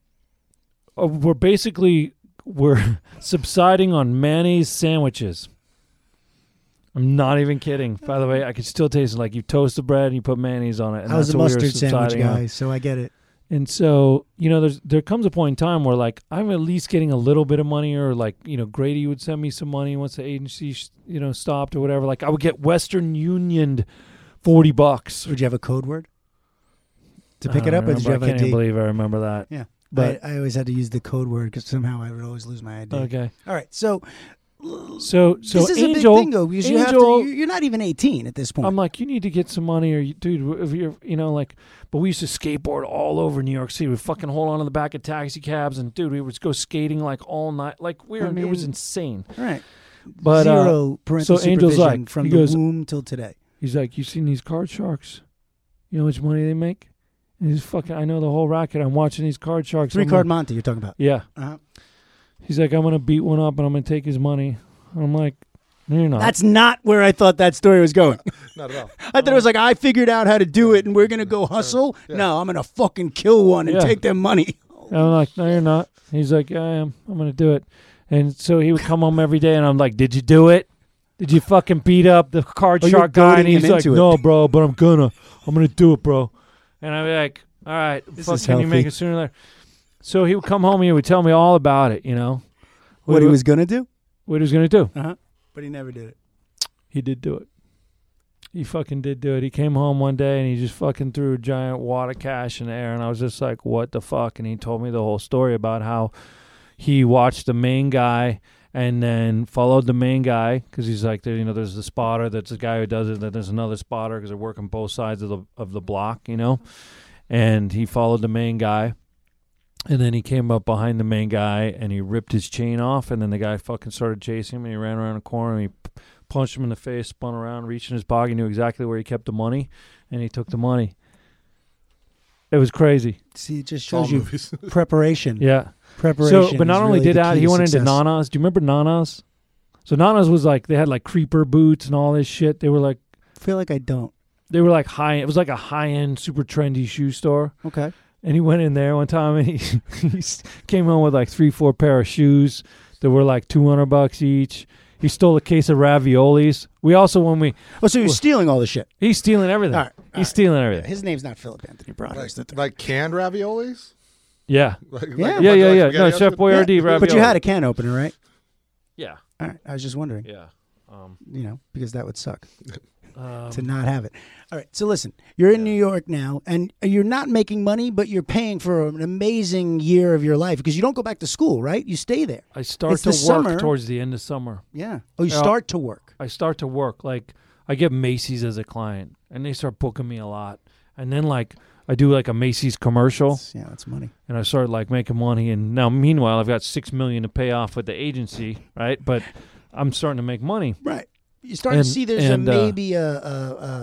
Speaker 3: uh, we're basically we're subsiding on mayonnaise sandwiches. I'm not even kidding. By the way, I could still taste it. Like you toast the bread and you put mayonnaise on it. And
Speaker 1: I was
Speaker 3: that's
Speaker 1: a
Speaker 3: what we were
Speaker 1: mustard sandwich
Speaker 3: subsiding on.
Speaker 1: guy, so I get it.
Speaker 3: And so, you know, there's there comes a point in time where like I'm at least getting a little bit of money, or like you know, Grady would send me some money once the agency sh- you know stopped or whatever. Like I would get Western Union forty bucks
Speaker 1: Would you have a code word to pick
Speaker 3: I
Speaker 1: it up,
Speaker 3: don't
Speaker 1: or did you have
Speaker 3: remember. I can't
Speaker 1: ID?
Speaker 3: even believe I remember that.
Speaker 1: Yeah,
Speaker 3: but
Speaker 1: I, I always had to use the code word because somehow I would always lose my ID.
Speaker 3: okay.
Speaker 1: All right, so
Speaker 3: So so
Speaker 1: this is
Speaker 3: Angel,
Speaker 1: a big thing though because you have
Speaker 3: Angel- Um,
Speaker 1: to. You're, you're not even 18 at this point.
Speaker 3: I'm like, you need to get some money, or you, dude, if you're, you know, like, but we used to skateboard all over New York City. We fucking hold on to the back of taxi cabs, and dude, we would go skating like all night, like we
Speaker 1: I
Speaker 3: were, it was
Speaker 1: mean-
Speaker 3: insane.
Speaker 1: All right,
Speaker 3: But uh,
Speaker 1: zero parental
Speaker 3: so Angel's
Speaker 1: supervision
Speaker 3: like-
Speaker 1: from
Speaker 3: he
Speaker 1: the
Speaker 3: goes-
Speaker 1: womb till today.
Speaker 3: he's like, you seen these card sharks? You know how much money they make? And he's fucking. I know the whole racket. I'm watching these card sharks.
Speaker 1: Three
Speaker 3: I'm
Speaker 1: card
Speaker 3: Like,
Speaker 1: Monte, you're talking about.
Speaker 3: yeah.
Speaker 1: Uh-huh.
Speaker 3: He's like, I'm gonna beat one up, and I'm gonna take his money. I'm like, no, you're not.
Speaker 1: That's not where I thought that story was going.
Speaker 2: Not at all.
Speaker 1: I thought it was like I figured out how to do it, and we're gonna go hustle.
Speaker 2: Yeah.
Speaker 1: No, I'm gonna fucking kill one and
Speaker 3: Yeah.
Speaker 1: take their money.
Speaker 3: And I'm like, no, you're not. He's like, yeah, I am. I'm gonna do it. And so he would come home every day, and I'm like, did you do it? Did you fucking beat up the card
Speaker 1: Oh, you're
Speaker 3: shark guy? And
Speaker 1: goading him
Speaker 3: he's like,
Speaker 1: into it.
Speaker 3: no, bro, but I'm gonna, I'm gonna do it, bro. And I'm like, all right, fuck,
Speaker 1: is
Speaker 3: can you make
Speaker 1: healthy.
Speaker 3: it sooner or later? So he would come home and he would tell me all about it, you know,
Speaker 1: What, he was gonna do,
Speaker 3: what he was gonna do.
Speaker 1: but he never did it.
Speaker 3: He did do it. He fucking did do it. He came home one day and he just fucking threw a giant wad of cash in the air, and I was just like, "What the fuck?" And he told me the whole story about how he watched the main guy and then followed the main guy because he's like, there- you know, there's the spotter, that's the guy who does it, then there's another spotter because they're working both sides of the of the block, you know, and he followed the main guy. And then he came up behind the main guy and he ripped his chain off. And then the guy fucking started chasing him and he ran around a corner and he punched him in the face, spun around, reached in his pocket, knew exactly where he kept the money, and he took the money. It was crazy.
Speaker 1: See, it just
Speaker 2: All
Speaker 1: shows you
Speaker 2: movies.
Speaker 1: preparation.
Speaker 3: Yeah.
Speaker 1: Preparation.
Speaker 3: So, but not
Speaker 1: is
Speaker 3: only
Speaker 1: really
Speaker 3: did
Speaker 1: the
Speaker 3: that,
Speaker 1: key
Speaker 3: he
Speaker 1: to
Speaker 3: went into
Speaker 1: success.
Speaker 3: Nana's. Do you remember Nana's? So Nana's was like they had like creeper boots and all this shit. They were like
Speaker 1: I feel like I don't.
Speaker 3: they were like high. It was like a high end, super trendy shoe store.
Speaker 1: Okay.
Speaker 3: And he went in there one time and he, he s- came home with like three, four pair of shoes that were like 200 bucks each. He stole a case of raviolis. We also when we
Speaker 1: Oh, so you're stealing all the shit.
Speaker 3: he's stealing everything.
Speaker 1: All right, all
Speaker 3: he's
Speaker 1: right.
Speaker 3: stealing everything.
Speaker 1: His name's not Philip Anthony Brown.
Speaker 4: Like,
Speaker 1: It's the thing.
Speaker 4: like canned raviolis?
Speaker 3: Yeah.
Speaker 4: Like, like-
Speaker 1: Yeah,
Speaker 4: like-
Speaker 3: Yeah, yeah,
Speaker 4: like
Speaker 3: yeah. No,
Speaker 4: spaghetti
Speaker 3: Chef
Speaker 4: with-
Speaker 3: Boyardee ravioli.
Speaker 1: but you had a can opener, right?
Speaker 3: Yeah.
Speaker 1: All right. I was just wondering,
Speaker 3: Yeah. Um,
Speaker 1: you know, because that would suck
Speaker 3: um,
Speaker 1: to not have it. All right. So listen, you're in
Speaker 3: Yeah.
Speaker 1: New York now, and you're not making money, but you're paying for an amazing year of your life because you don't go back to school, right? You stay there.
Speaker 3: I start
Speaker 1: It's
Speaker 3: to
Speaker 1: the
Speaker 3: work
Speaker 1: summer.
Speaker 3: towards the end of summer.
Speaker 1: Yeah. Oh, you
Speaker 3: Yeah.
Speaker 1: start to work.
Speaker 3: I start to work. Like I get Macy's as a client, and they start booking me a lot. And then like I do like a Macy's commercial,
Speaker 1: It's- Yeah, that's money.
Speaker 3: and I start like making money. And now meanwhile, I've got six million to pay off with the agency, right? But I'm starting to make money.
Speaker 1: Right. You start
Speaker 3: And-
Speaker 1: to see there's
Speaker 3: and,
Speaker 1: a
Speaker 3: uh,
Speaker 1: maybe a, a,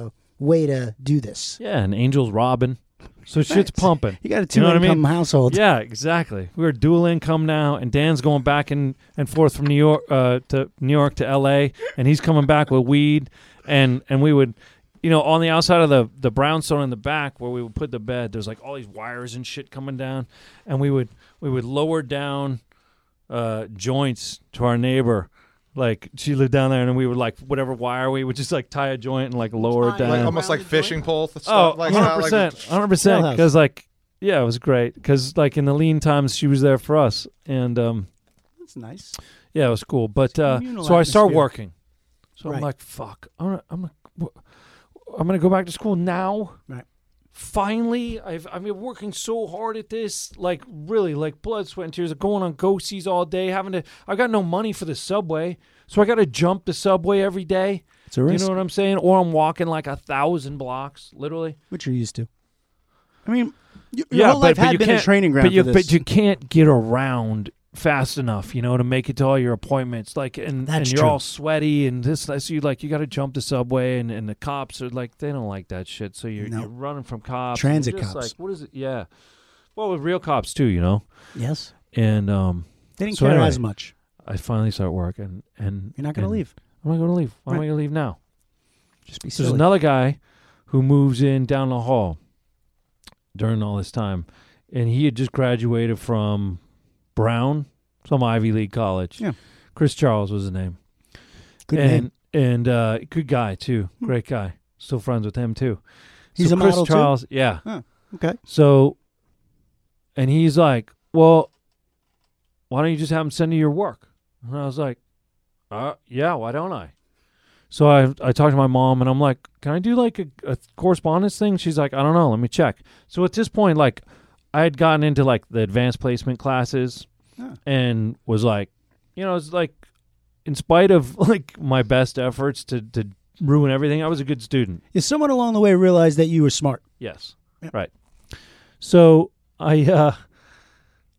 Speaker 1: a way to do this.
Speaker 3: Yeah, and Angel's robbing, so shit's pumping.
Speaker 1: You got a two
Speaker 3: You know what I
Speaker 1: income
Speaker 3: mean?
Speaker 1: household.
Speaker 3: Yeah, exactly. We're dual income now, and Dan's going back and, and forth from New York uh, to New York to L.A., and he's coming back with weed, and and we would, you know, on the outside of the the brownstone in the back where we would put the bed, there's like all these wires and shit coming down, and we would we would lower down uh, joints to our neighbor. Like she lived down there, and we would like whatever wire we would just like tie a joint and like lower it
Speaker 5: Tie it.
Speaker 3: down.
Speaker 4: Like,
Speaker 5: Yeah.
Speaker 4: almost like
Speaker 5: Around the joint.
Speaker 4: fishing pole. th-
Speaker 3: Oh,
Speaker 4: stuff, like,
Speaker 3: 100 percent,
Speaker 4: Like,
Speaker 3: hundred percent.
Speaker 1: Jailhouse.
Speaker 3: Because like, yeah, it was great. Because like in the lean times, she was there for us, and um,
Speaker 1: That's nice.
Speaker 3: yeah, it was cool. But uh,
Speaker 1: communal
Speaker 3: so I start
Speaker 1: atmosphere.
Speaker 3: working. So I'm
Speaker 1: Right.
Speaker 3: like, fuck, I'm gonna, I'm gonna, wh- I'm gonna go back to school now.
Speaker 1: Right.
Speaker 3: Finally, I've I've been working so hard at this, like really, like blood, sweat, and tears. Going on go sees all day, having to. I got no money for the subway, so I got to jump the subway every day.
Speaker 1: It's a
Speaker 3: You
Speaker 1: risk,
Speaker 3: know what I'm saying? Or I'm walking like a thousand blocks, literally.
Speaker 1: which you're used to. I mean, your
Speaker 3: Yeah,
Speaker 1: whole life
Speaker 3: but- but you
Speaker 1: had been a
Speaker 3: can't-
Speaker 1: training ground
Speaker 3: but you
Speaker 1: for this.
Speaker 3: but you can't get around fast enough, you know, to make it to all your appointments. Like and, and
Speaker 1: That's
Speaker 3: you're
Speaker 1: true.
Speaker 3: all sweaty and this that. so you like you gotta jump the subway and, and the cops are like they don't like that shit. So you're
Speaker 1: No.
Speaker 3: you're running from cops. and
Speaker 1: Transit
Speaker 3: you're just
Speaker 1: cops.
Speaker 3: Like, what is it? Yeah. Well with real cops too, you know?
Speaker 1: yes,
Speaker 3: And um
Speaker 1: they didn't
Speaker 3: So
Speaker 1: care
Speaker 3: anyway.
Speaker 1: as much.
Speaker 3: I finally start working and
Speaker 1: You're not going to
Speaker 3: and
Speaker 1: leave.
Speaker 3: I'm not gonna leave. Why am I
Speaker 1: Right.
Speaker 3: gonna leave now?
Speaker 1: Just be
Speaker 3: There's
Speaker 1: silly.
Speaker 3: another guy who moves in down the hall during all this time, and he had just graduated from Brown, some Ivy League college.
Speaker 1: Yeah.
Speaker 3: Chris Charles was his name,
Speaker 1: Good
Speaker 3: and
Speaker 1: name.
Speaker 3: and uh, good guy too,
Speaker 1: Hmm.
Speaker 3: great guy. Still friends with him too.
Speaker 1: He's
Speaker 3: so
Speaker 1: a
Speaker 3: Chris
Speaker 1: model too?
Speaker 3: Charles, yeah.
Speaker 1: Okay.
Speaker 3: So, and he's like, "Well, why don't you just have him send you your work?" And I was like, "Uh, yeah, why don't I?" So I I talked to my mom and I'm like, "Can I do like a, a correspondence thing?" She's like, "I don't know, let me check." So at this point, like, I had gotten into like the advanced placement classes,
Speaker 1: Yeah.
Speaker 3: and was like, you know, it's like, in spite of like my best efforts to to ruin everything, I was a good student.
Speaker 1: If someone along the way realized that you were smart,
Speaker 3: Yes.
Speaker 1: Yeah.
Speaker 3: Right. So I uh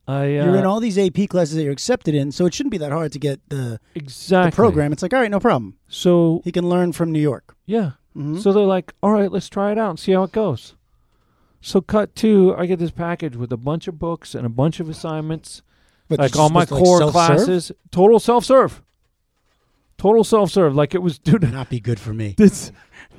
Speaker 3: I uh,
Speaker 1: you're in all these AP classes that you're accepted in, so it shouldn't be that hard to get the,
Speaker 3: exactly
Speaker 1: the program. It's like, all right, no problem.
Speaker 3: So
Speaker 1: He can learn from New York.
Speaker 3: yeah.
Speaker 1: Mhm.
Speaker 3: So they're like, "All right, let's try it out and see how it goes." So cut two, I get this package with a bunch of books and a bunch of assignments,
Speaker 1: But
Speaker 3: like
Speaker 1: you're
Speaker 3: all my
Speaker 1: supposed to, like,
Speaker 3: core
Speaker 1: self-serve?
Speaker 3: classes, total self-serve. Total self-serve, like it was dude.
Speaker 1: Would Not be good for me.
Speaker 3: This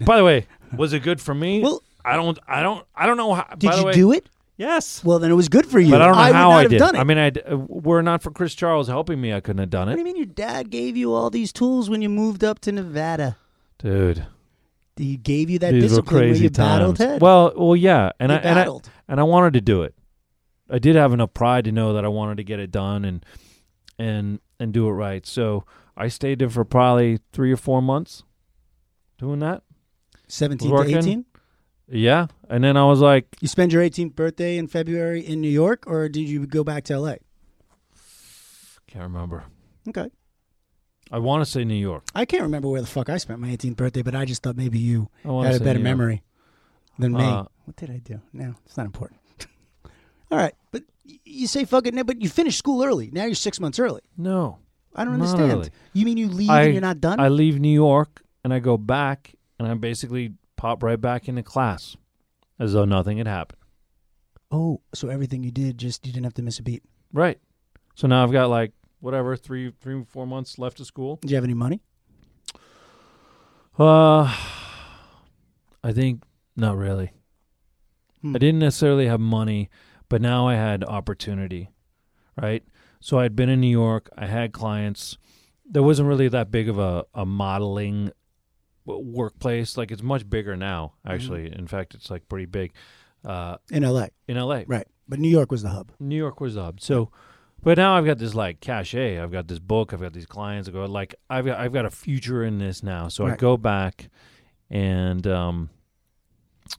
Speaker 3: By the way, was it good for me?
Speaker 1: Well-
Speaker 3: I don't I don't I don't know how
Speaker 1: Did
Speaker 3: by
Speaker 1: you
Speaker 3: the way,
Speaker 1: do it?
Speaker 3: Yes.
Speaker 1: Well, then it was good for you.
Speaker 3: But I don't know
Speaker 1: would
Speaker 3: how
Speaker 1: not
Speaker 3: I
Speaker 1: have
Speaker 3: did.
Speaker 1: done it.
Speaker 3: I mean, I uh, were it not for Chris Charles helping me, I couldn't have done
Speaker 1: what do
Speaker 3: it,
Speaker 1: you mean your dad gave you all these tools when you moved up to Nevada?
Speaker 3: dude.
Speaker 1: He gave you that
Speaker 3: these were
Speaker 1: discipline where
Speaker 3: crazy
Speaker 1: you battled
Speaker 3: times.
Speaker 1: Ted.
Speaker 3: Well, well, yeah, and
Speaker 1: You
Speaker 3: I, and I
Speaker 1: battled.
Speaker 3: and I wanted to do it. I did have enough pride to know that I wanted to get it done and and and do it right. So I stayed there for probably three or four months doing that.
Speaker 1: 17
Speaker 3: working.
Speaker 1: to 18?
Speaker 3: Yeah, and then I was like,
Speaker 1: You spend your 18th birthday in February in New York, or did you go back to LA?
Speaker 3: can't remember.
Speaker 1: Okay.
Speaker 3: I want to say New York.
Speaker 1: I can't remember where the fuck I spent my 18th birthday, but I just thought maybe you
Speaker 3: I wanna
Speaker 1: had a
Speaker 3: say
Speaker 1: better
Speaker 3: New York.
Speaker 1: memory than me.
Speaker 3: Uh,
Speaker 1: what did I do? No, it's not important. All right. But y- you say fuck it, no, but you finished school early. Now you're six months early.
Speaker 3: No,
Speaker 1: I don't
Speaker 3: Not
Speaker 1: understand.
Speaker 3: early.
Speaker 1: You mean you leave
Speaker 3: I-
Speaker 1: and you're not done?
Speaker 3: I leave New York and I go back and I basically pop right back into class as though nothing had happened.
Speaker 1: oh, so everything you did, just you didn't have to miss a beat.
Speaker 3: Right. So now I've got like whatever three three four months left of school.
Speaker 1: Did you have any money?
Speaker 3: Uh, I think not really.
Speaker 1: Hmm.
Speaker 3: I didn't necessarily have money, but now I had opportunity, right? So I'd been in New York. I had clients. there wasn't really that big of a, a modeling w- workplace. Like it's much bigger now, actually. In fact, it's like pretty big uh,
Speaker 1: in L.A.
Speaker 3: in LA.
Speaker 1: Right, but New York was the hub.
Speaker 3: New York was up. So, but now I've got this like cachet. I've got this book. I've got these clients. I go like I've got I've got a future in this now. So I
Speaker 1: Right.
Speaker 3: go back, and um,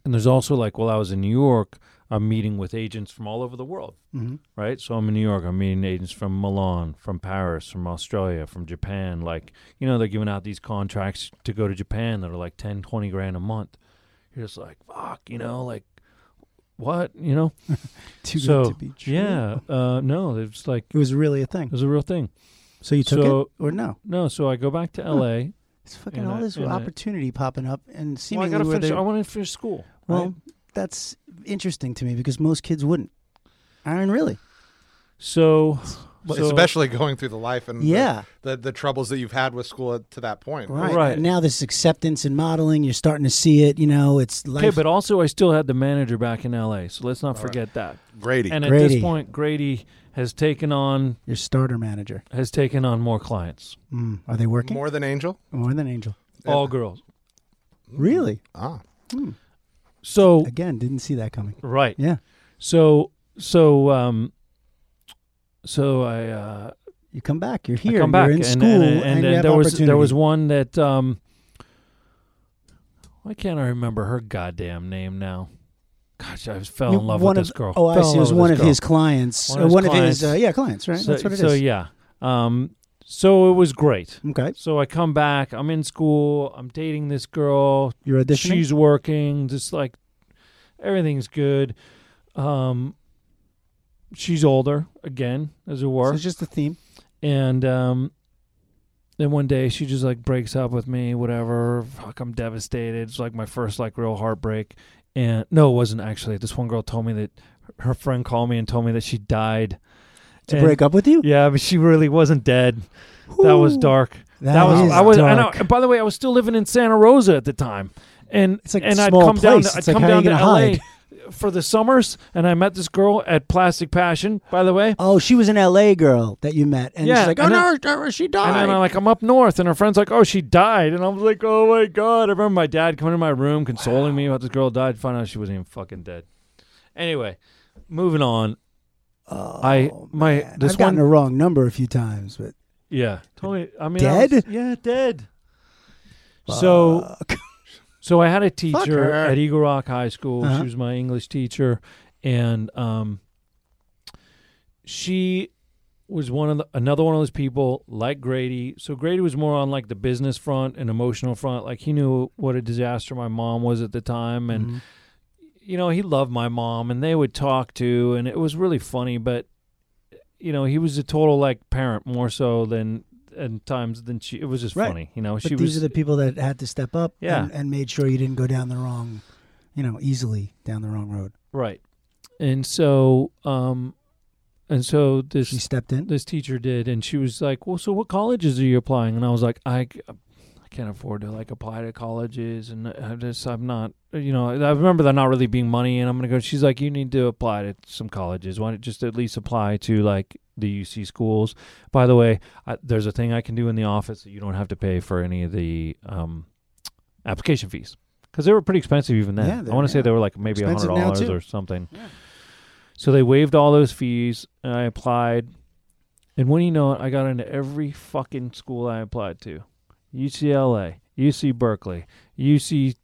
Speaker 3: and there's also like while I was in New York, I'm meeting with agents from all over the world.
Speaker 1: Mm-hmm.
Speaker 3: Right. So I'm in New York. I'm meeting agents from Milan, from Paris, from Australia, from Japan. Like you know, they're giving out these contracts to go to Japan that are like 10, 20 grand a month. You're just like fuck. You know, like what? You know.
Speaker 1: Too
Speaker 3: So,
Speaker 1: good to be true.
Speaker 3: Yeah. Uh, no, it's like
Speaker 1: it was really a
Speaker 3: it
Speaker 1: thing.
Speaker 3: was a real thing.
Speaker 1: So you took
Speaker 3: So-
Speaker 1: it or no?
Speaker 3: No, so I go back to L.A.
Speaker 1: It's fucking
Speaker 3: And
Speaker 1: all
Speaker 3: I-
Speaker 1: this
Speaker 3: and I-
Speaker 1: opportunity popping up and
Speaker 3: Well, I
Speaker 1: seemingly
Speaker 3: gotta
Speaker 1: where
Speaker 3: finish.
Speaker 1: they
Speaker 3: I want to finish school.
Speaker 1: Well,
Speaker 3: right?
Speaker 1: that's interesting to me because most kids wouldn't. I mean, really?
Speaker 3: so, so
Speaker 2: especially going through the life and the-
Speaker 1: Yeah.
Speaker 2: the, the troubles that you've had with school at- to that point.
Speaker 1: Right.
Speaker 3: Right.
Speaker 1: Now this acceptance and modeling, you're starting to see it. You know, it's life.
Speaker 3: Okay, but also I still had the manager back in L.A. So let's not forget that.
Speaker 2: Grady.
Speaker 3: And at this
Speaker 1: Grady.
Speaker 3: point, Grady has taken on
Speaker 1: your starter manager.
Speaker 3: has taken on more clients,
Speaker 1: Mm. Are they working? More,
Speaker 2: More than Angel?
Speaker 1: than Angel.
Speaker 3: all girls.
Speaker 1: Really?
Speaker 2: Ah.
Speaker 3: So
Speaker 1: Again, didn't see that coming.
Speaker 3: right.
Speaker 1: Yeah.
Speaker 3: So so um. So I. Uh,
Speaker 1: You come back. You're
Speaker 3: I
Speaker 1: here.
Speaker 3: come back
Speaker 1: you're in
Speaker 3: and,
Speaker 1: school,
Speaker 3: and,
Speaker 1: and,
Speaker 3: and,
Speaker 1: you
Speaker 3: then
Speaker 1: have
Speaker 3: there was
Speaker 1: opportunity.
Speaker 3: there was one that um why can't I remember her goddamn name now? Gosh, I fell
Speaker 1: You-
Speaker 3: in love with
Speaker 1: one of-
Speaker 3: this girl.
Speaker 1: Oh, I
Speaker 3: Fell in
Speaker 1: see. It
Speaker 3: love
Speaker 1: was
Speaker 3: with
Speaker 1: one
Speaker 3: this
Speaker 1: of
Speaker 3: girl.
Speaker 1: his clients.
Speaker 3: One
Speaker 1: uh,
Speaker 3: of his
Speaker 1: one of
Speaker 3: clients.
Speaker 1: his. Uh, yeah, clients. Right.
Speaker 3: So,
Speaker 1: That's what it is.
Speaker 3: so, yeah, um, so it was great.
Speaker 1: Okay.
Speaker 3: So I come back. I'm in school. I'm dating this girl.
Speaker 1: You're auditioning.
Speaker 3: She's working. Just like everything's good. Um, she's older again, as it
Speaker 1: so
Speaker 3: were.
Speaker 1: it's just a theme.
Speaker 3: And um, then one day she just like breaks up with me, whatever. Fuck, I'm devastated. It's like my first like real heartbreak. And no, it wasn't actually. This one girl told me that her friend called me and told me that she died.
Speaker 1: To break up with you.
Speaker 3: Yeah, but she really wasn't dead. That was
Speaker 1: Ooh.
Speaker 3: dark. That, was
Speaker 1: is
Speaker 3: I was
Speaker 1: dark.
Speaker 3: and I, by the way, I was still living in Santa Rosa at the time. And
Speaker 1: It's like
Speaker 3: and
Speaker 1: a
Speaker 3: I'd
Speaker 1: small
Speaker 3: come down
Speaker 1: place.
Speaker 3: to, I'd
Speaker 1: It's like,
Speaker 3: come
Speaker 1: how are
Speaker 3: down
Speaker 1: you
Speaker 3: to
Speaker 1: gonna
Speaker 3: LA for the summers and I met this girl at Plastic Passion, by the way.
Speaker 1: Oh, she was an LA girl that you met, and
Speaker 3: Yeah,
Speaker 1: she's like, "Oh
Speaker 3: and
Speaker 1: no, uh, she died."
Speaker 3: And then I'm like, I'm up north, and her friend's like, oh, she died, and I'm like, oh my god. I remember my dad coming to my room, consoling me about this girl died, found out she wasn't even fucking dead. Anyway, moving on.
Speaker 1: oh,
Speaker 3: I- my-
Speaker 1: man.
Speaker 3: this
Speaker 1: I've gotten
Speaker 3: one-
Speaker 1: the wrong number a few times, but
Speaker 3: Yeah, totally. I mean, I
Speaker 1: Dead?
Speaker 3: was- yeah, dead. So,
Speaker 1: Fuck.
Speaker 3: so I had a teacher
Speaker 1: her.
Speaker 3: at Eagle Rock High School. She
Speaker 1: Uh-huh.
Speaker 3: was my English teacher, and um, she was one of the, another one of those people like Grady. So Grady was more on like the business front and emotional front. Like he knew what a disaster my mom was at the time, and
Speaker 1: Mhm.
Speaker 3: you know, he loved my mom and they would talk to and it was really funny, but you know, he was a total like parent more so than and times than she it was just
Speaker 1: Right.
Speaker 3: funny. You know,
Speaker 1: but
Speaker 3: she
Speaker 1: these
Speaker 3: was
Speaker 1: are the people that had to step up,
Speaker 3: Yeah.
Speaker 1: and, and made sure you didn't go down the wrong, you know, easily down the wrong road.
Speaker 3: right. And so um and so this
Speaker 1: She stepped in.
Speaker 3: this teacher did and she was like, "Well, so what colleges are you applying?" And I was like, "I c- I can't afford to like apply to colleges and I just I'm not you know I remember there not really being money and I'm gonna go she's like you need to apply to some colleges why don't you just at least apply to like the UC schools by the way I, there's a thing I can do in the office that you don't have to pay for any of the um, application fees because they were pretty expensive even then
Speaker 1: Yeah,
Speaker 3: I
Speaker 1: they're-
Speaker 3: want to say
Speaker 1: yeah.
Speaker 3: they were like maybe a hundred
Speaker 1: Expensive now,
Speaker 3: dollars
Speaker 1: too.
Speaker 3: or something
Speaker 1: Yeah.
Speaker 3: so they waived all those fees and I applied and when you know it I got into every fucking school I applied to UCLA, UC Berkeley, UC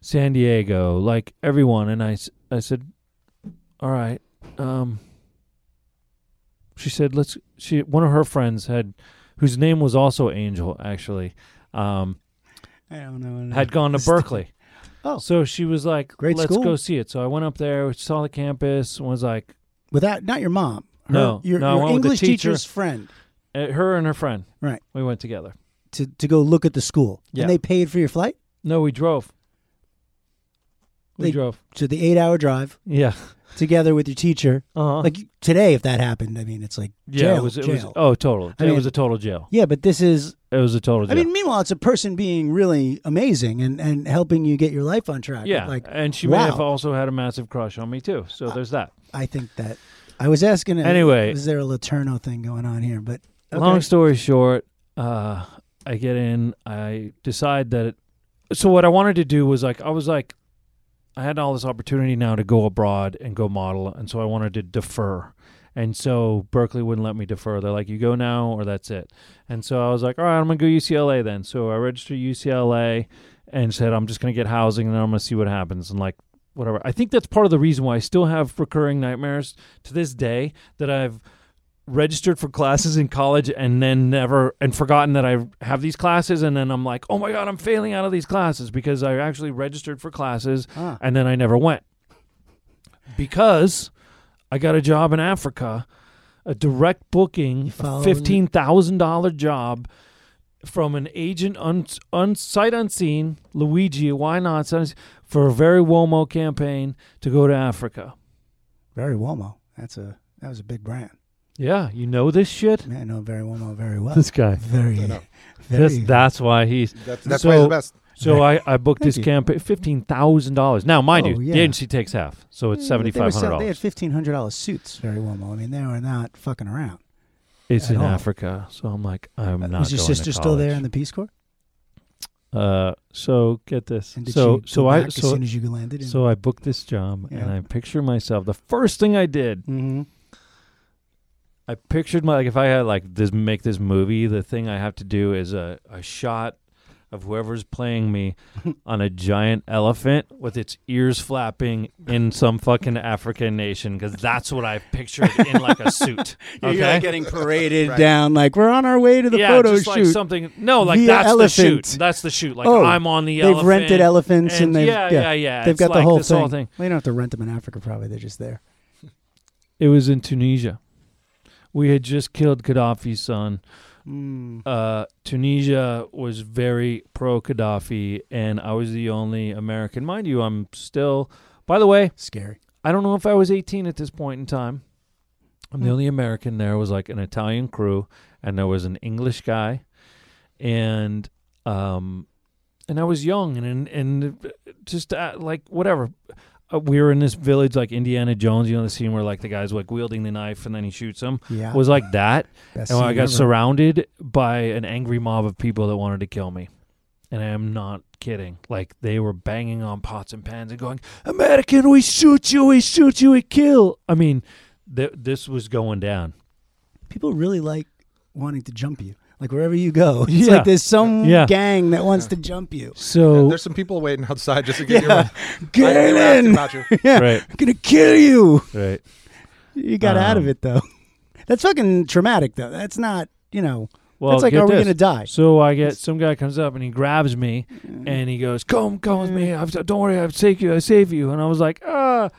Speaker 3: San Diego, like everyone. And I, s- I said, all right. Um, she said, let's, she, one of her friends had, whose name was also Angel, actually, um,
Speaker 1: I don't know. I don't know.
Speaker 3: had gone to
Speaker 1: This-
Speaker 3: Berkeley.
Speaker 1: Oh.
Speaker 3: So she was like,
Speaker 1: Great
Speaker 3: let's
Speaker 1: school.
Speaker 3: go see it. So I went up there, saw the campus, and was like,
Speaker 1: without not your mom. Her-
Speaker 3: No,
Speaker 1: your,
Speaker 3: no, I
Speaker 1: your
Speaker 3: went with the
Speaker 1: English
Speaker 3: teacher.
Speaker 1: teacher's friend
Speaker 3: eh, her and her friend.
Speaker 1: Right.
Speaker 3: We went together.
Speaker 1: to to go look at the school,
Speaker 3: Yeah.
Speaker 1: and they paid for your flight.
Speaker 3: No, we drove. We
Speaker 1: They-
Speaker 3: drove.
Speaker 1: So the eight-hour drive
Speaker 3: Yeah.
Speaker 1: together with your teacher.
Speaker 3: Uh-huh.
Speaker 1: Like today, if that happened, I mean, it's like
Speaker 3: Yeah,
Speaker 1: jail,
Speaker 3: it was. It was.
Speaker 1: jail.
Speaker 3: Oh, total.
Speaker 1: I
Speaker 3: it was
Speaker 1: mean-
Speaker 3: a total jail.
Speaker 1: yeah. But this is
Speaker 3: It was a total
Speaker 1: I
Speaker 3: jail.
Speaker 1: mean, meanwhile, it's a person being really amazing and, and helping you get your life on track.
Speaker 3: yeah,
Speaker 1: Like,
Speaker 3: and she may
Speaker 1: wow. Uh,
Speaker 3: have also had a massive crush on me too. So there's that.
Speaker 1: I think that I was asking.
Speaker 3: Anyway.
Speaker 1: Is there a Laterno thing going on here? But okay.
Speaker 3: Long story short, uh, I get in. I decide that. It, so what I wanted to do was like I was like, I had all this opportunity now to go abroad and go model, and so I wanted to defer. And so Berkeley wouldn't let me defer. They're like, you go now or that's it. And so I was like, all right, I'm gonna go UCLA then. So I registered UCLA and said I'm just gonna get housing and then I'm gonna see what happens and like whatever. I think that's part of the reason why I still have recurring nightmares to this day that I've registered for classes in college and then never and forgotten that I have these classes and then I'm like, "Oh my god, I'm failing out of these classes because I actually registered for classes
Speaker 1: Ah.
Speaker 3: and then I never went." Because I got a job in Africa, a direct booking,
Speaker 1: following-
Speaker 3: $15,000 job from an agent un, un sight unseen, Luigi, why not, sight unseen, for a very Womo campaign to go to Africa.
Speaker 1: Very Womo. That's a that was a big brand.
Speaker 3: Yeah, you know this shit?
Speaker 1: Man, I know Very Womo very well.
Speaker 3: This guy.
Speaker 1: very,
Speaker 2: I know.
Speaker 1: very.
Speaker 3: This- that's why he's.
Speaker 2: That's,
Speaker 3: That's why he's the
Speaker 2: best.
Speaker 3: So I, I booked
Speaker 1: Thank
Speaker 3: this
Speaker 1: you.
Speaker 3: campaign, $15,000. Now, mind
Speaker 1: Oh, yeah.
Speaker 3: you,
Speaker 1: Mm,
Speaker 3: the agency takes half, so it's
Speaker 1: But they were sell- They had
Speaker 3: $7,500.
Speaker 1: fifteen hundred dollars suits. Very Womo. I mean, they were not fucking around.
Speaker 3: It's
Speaker 1: at
Speaker 3: in
Speaker 1: all.
Speaker 3: Africa, so I'm like, I'm
Speaker 1: Uh,
Speaker 3: not
Speaker 1: was your
Speaker 3: going to
Speaker 1: sister still there
Speaker 3: college.
Speaker 1: in the Peace Corps?
Speaker 3: Uh, so get this.
Speaker 1: And did
Speaker 3: so
Speaker 1: she go
Speaker 3: so I
Speaker 1: back
Speaker 3: so
Speaker 1: as soon as you landed. In-
Speaker 3: So I booked this job and
Speaker 1: Yeah.
Speaker 3: I picture myself. The first thing I did,
Speaker 1: hmm
Speaker 3: I pictured my like if I had like this make this movie, the thing I have to do is a, a shot of whoever's playing me on a giant elephant with its ears flapping in some fucking African nation because that's what I pictured in like a suit. Okay.
Speaker 1: You're like getting paraded
Speaker 2: Right.
Speaker 1: down, like we're on our way to the
Speaker 3: yeah,
Speaker 1: photo
Speaker 3: just like
Speaker 1: shoot.
Speaker 3: something. No, like
Speaker 1: via
Speaker 3: that's
Speaker 1: elephant.
Speaker 3: the shoot. That's the shoot. Like
Speaker 1: Oh,
Speaker 3: I'm on the
Speaker 1: they've
Speaker 3: elephant.
Speaker 1: rented elephants and, they've
Speaker 3: yeah, yeah, yeah.
Speaker 1: they've
Speaker 3: It's
Speaker 1: got the
Speaker 3: like
Speaker 1: whole
Speaker 3: this
Speaker 1: thing.
Speaker 3: whole thing.
Speaker 1: Well, you don't have to rent them in Africa. Probably they're just there.
Speaker 3: It was in Tunisia. We had just killed Gaddafi's son.
Speaker 1: Mm.
Speaker 3: Uh, Tunisia was very pro Gaddafi, and I was the only American. Mind you, I'm still, by the way,
Speaker 1: Scary.
Speaker 3: I don't know if I was 18 at this point in time. I'm the
Speaker 1: Hmm.
Speaker 3: only American there. It was like an Italian crew, and there was an English guy, and um, and I was young and and, and just uh, like whatever. Uh, we were in this village like Indiana Jones, you know the scene where like the guy's like wielding the knife and then he shoots him.
Speaker 1: Yeah.
Speaker 3: Was like that,
Speaker 1: Best
Speaker 3: and I
Speaker 1: scene
Speaker 3: got
Speaker 1: ever.
Speaker 3: surrounded by an angry mob of people that wanted to kill me. And I am not kidding. Like they were banging on pots and pans and going, "American, we shoot you, we shoot you, we kill." I mean, th- this was going down.
Speaker 1: People really like wanting to jump you. Like wherever you go, it's
Speaker 3: Yeah.
Speaker 1: like there's some
Speaker 3: Yeah.
Speaker 1: gang that wants to jump you.
Speaker 3: So
Speaker 2: There's some people waiting outside just to get
Speaker 1: Yeah,
Speaker 2: your. I- they were
Speaker 1: get
Speaker 2: asking
Speaker 1: in.
Speaker 2: about you.
Speaker 1: Yeah,
Speaker 3: right,
Speaker 1: I'm gonna kill you.
Speaker 3: right.
Speaker 1: You got out of
Speaker 3: Um,
Speaker 1: it though. That's fucking traumatic though. That's not you know.
Speaker 3: Well,
Speaker 1: that's like
Speaker 3: get
Speaker 1: are we
Speaker 3: this.
Speaker 1: gonna die?
Speaker 3: So I get some guy comes up and he grabs me
Speaker 1: Mm-hmm.
Speaker 3: and he goes, "Come, come with me. I've, don't worry, I've saved you. I save you." And I was like, "Ah."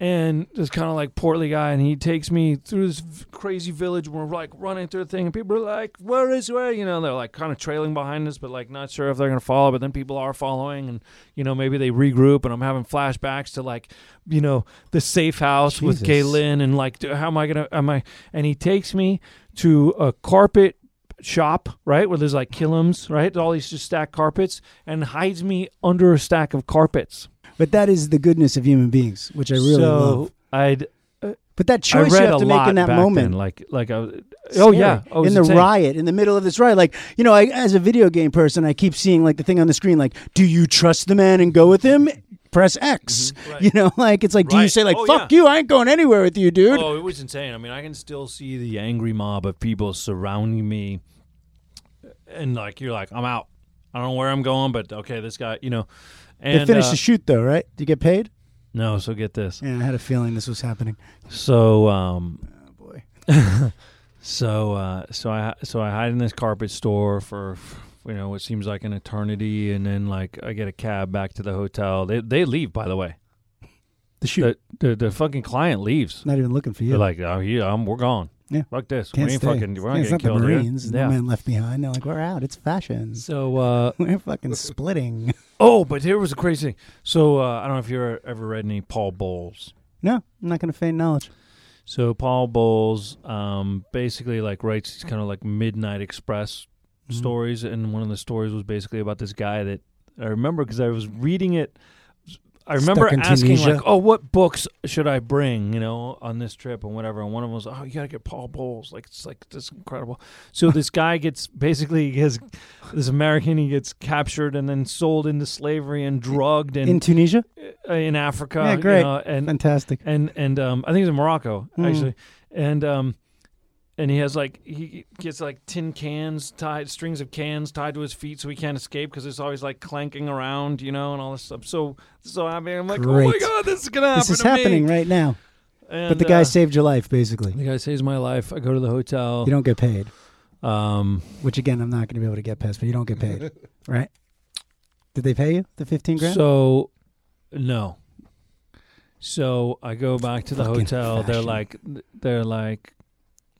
Speaker 3: And this kind of like portly guy, and he takes me through this v- crazy village. And we're like running through the thing, and people are like, "Where is where?" You know, they're like kind of trailing behind us, but like not sure if they're gonna follow. But then people are following, and you know maybe they regroup. And I'm having flashbacks to like, you know, the safe house with
Speaker 1: Jesus.
Speaker 3: Galen, and like, d- how am I gonna? Am I? And he takes me to a carpet shop, right, where there's like killums, right, all these just stacked carpets, and hides me under a stack of carpets.
Speaker 1: But that is the goodness of human beings, which I really
Speaker 3: so
Speaker 1: love.
Speaker 3: I'd
Speaker 1: But that
Speaker 3: I
Speaker 1: choice
Speaker 3: read
Speaker 1: you have
Speaker 3: a
Speaker 1: to make
Speaker 3: lot
Speaker 1: in that
Speaker 3: back
Speaker 1: moment.
Speaker 3: then, like like I, was- oh yeah,
Speaker 1: Scary.
Speaker 3: oh,
Speaker 1: in the riot, in the middle of this riot, like you know, I, as a video game person, I keep seeing like the thing on the screen, like, do you trust the man and go with him? Press X.
Speaker 3: Right.
Speaker 1: You know, like it's like, do you
Speaker 3: Right.
Speaker 1: say like,
Speaker 3: Oh,
Speaker 1: fuck
Speaker 3: yeah.
Speaker 1: you, I ain't going anywhere with you, dude.
Speaker 3: Oh, it was insane. I mean, I can still see the angry mob of people surrounding me, and like you're like, I'm out. I don't know where I'm going, but okay, this guy, you know. And
Speaker 1: they finished
Speaker 3: uh,
Speaker 1: the shoot though, right? Did you get paid?
Speaker 3: no, so get this.
Speaker 1: Yeah, I had a feeling this was happening.
Speaker 3: So um,
Speaker 1: Oh boy.
Speaker 3: So uh, so I so I hide in this carpet store for you know what seems like an eternity, and then like I get a cab back to the hotel. They they leave by the way.
Speaker 1: The shoot.
Speaker 3: The the, the fucking client leaves.
Speaker 1: Not even looking for you.
Speaker 3: They're like, oh yeah, I'm, we're gone.
Speaker 1: Yeah.
Speaker 3: fuck this.
Speaker 1: Can't
Speaker 3: we ain't
Speaker 1: stay.
Speaker 3: fucking. We're not
Speaker 1: it's
Speaker 3: getting
Speaker 1: not the
Speaker 3: killed here.
Speaker 1: Marines. No
Speaker 3: Yeah.
Speaker 1: man left behind. They're like, we're out. It's fashions.
Speaker 3: So uh,
Speaker 1: We're fucking splitting.
Speaker 3: oh, but here was a crazy thing. So uh, I don't know if you've ever read any Paul Bowles.
Speaker 1: No, I'm not going to feign knowledge.
Speaker 3: So Paul Bowles um, basically like writes these kind of like Midnight Express
Speaker 1: Mhm.
Speaker 4: Mm-hmm.
Speaker 3: stories, and one of the stories was basically about this guy that I remember because I was reading it. I remember
Speaker 1: Stuck in
Speaker 3: asking like,
Speaker 1: Tunisia.
Speaker 3: "Oh, what books should I bring?" You know, on this trip and whatever. And one of them was, "Oh, you got to get Paul Bowles. Like it's like this is incredible." So this guy gets basically he has this American. He gets captured and then sold into slavery and drugged and
Speaker 4: in
Speaker 3: in, uh,
Speaker 4: Tunisia.
Speaker 3: in Africa.
Speaker 4: Yeah,
Speaker 3: you
Speaker 4: great.
Speaker 3: know, and
Speaker 4: Fantastic.
Speaker 3: and and um, I think he's in Morocco
Speaker 1: Hmm.
Speaker 4: Mm.
Speaker 3: actually, and um, and he has like he gets like tin cans tied, strings of cans tied to his feet so he can't escape because it's always like clanking around, you know, and all this stuff. So so I mean, I'm like, oh my
Speaker 1: Great.
Speaker 3: god, this is gonna happen.
Speaker 1: This is
Speaker 3: to me."
Speaker 1: happening right now.
Speaker 3: And,
Speaker 1: But the guy
Speaker 3: uh,
Speaker 1: saved your life, basically.
Speaker 3: the guy saves my life. I go to the hotel.
Speaker 1: You don't get paid,
Speaker 3: um,
Speaker 1: which again, I'm not going to be able to get past, but you don't get paid, right? Did they pay you the 15 grand?
Speaker 3: so no. So I go back to the
Speaker 1: Fucking
Speaker 3: hotel. They're
Speaker 1: fashion.
Speaker 3: like, they're like,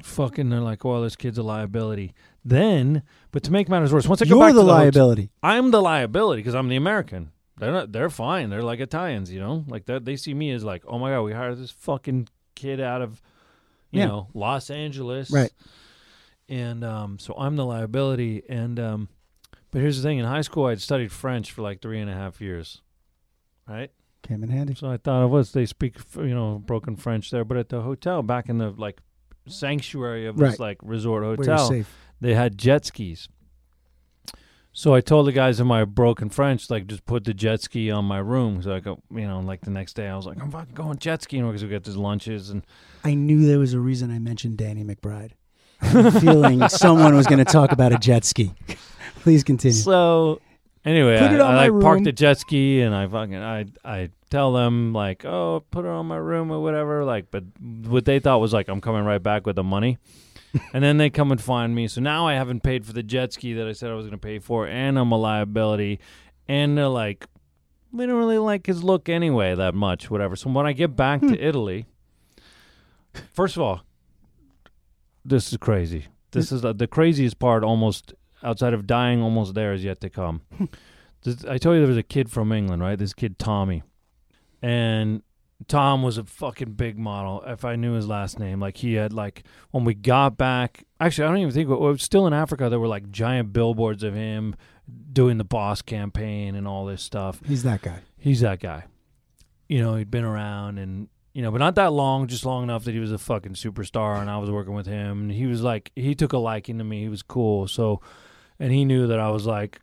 Speaker 3: fucking. They're like, well, this kid's a liability. Then, but to make matters worse, once I go
Speaker 1: You're
Speaker 3: back
Speaker 1: the
Speaker 3: to the hotel-
Speaker 1: liability.
Speaker 3: I'm the liability because I'm the American. They're not. They're fine. They're like Italians, you know. Like that, they see me as like, oh my god, we hired this fucking kid out of, you
Speaker 1: Yeah.
Speaker 3: know, Los Angeles,
Speaker 1: Right.
Speaker 3: And um, so I'm the liability. And um, but here's the thing: in high school, I'd studied French for like three and a half years, right?
Speaker 1: Came in handy.
Speaker 3: So I thought it was they speak, you know, broken French there. But at the hotel, back in the like sanctuary of this
Speaker 1: Right.
Speaker 3: like resort
Speaker 1: Where you're
Speaker 3: hotel,
Speaker 1: safe.
Speaker 3: they had jet skis. So I told the guys in my broken French, like, just put the jet ski on my room. So I go, you know, like the next day, I was like, I'm fucking going jet skiing because we got these lunches and
Speaker 1: I knew there was a reason I mentioned Danny McBride. I had a feeling someone was going to talk about a jet ski. Please continue.
Speaker 3: so. Anyway,
Speaker 4: Put
Speaker 3: I,
Speaker 4: it on
Speaker 3: I,
Speaker 4: my
Speaker 3: like, parked
Speaker 4: room.
Speaker 3: the jet ski and I fucking I I tell them like, oh, put it on my room or whatever. Like, but what they thought was like, I'm coming right back with the money. and then they come and find me. So now I haven't paid for the jet ski that I said I was going to pay for, and I'm a liability. And they're like, we don't really like his look anyway that much, whatever. So when I get back
Speaker 4: Hmm.
Speaker 3: to Italy, first of all, this is crazy.
Speaker 4: Hmm.
Speaker 3: This is uh, the craziest part. Almost outside of dying, almost there is yet to come. This- I told you there was a kid from England, right? This kid Tommy, and Tom was a fucking big model. If I knew his last name, like he had like when we got back. Actually, I don't even think we were still in Africa. There were like giant billboards of him doing the boss campaign and all this stuff
Speaker 1: He's that guy.
Speaker 3: he's that guy. You know, he'd been around and you know, but not that long, just long enough that he was a fucking superstar and I was working with him and he was like he took a liking to me. He was cool. So and he knew that I was like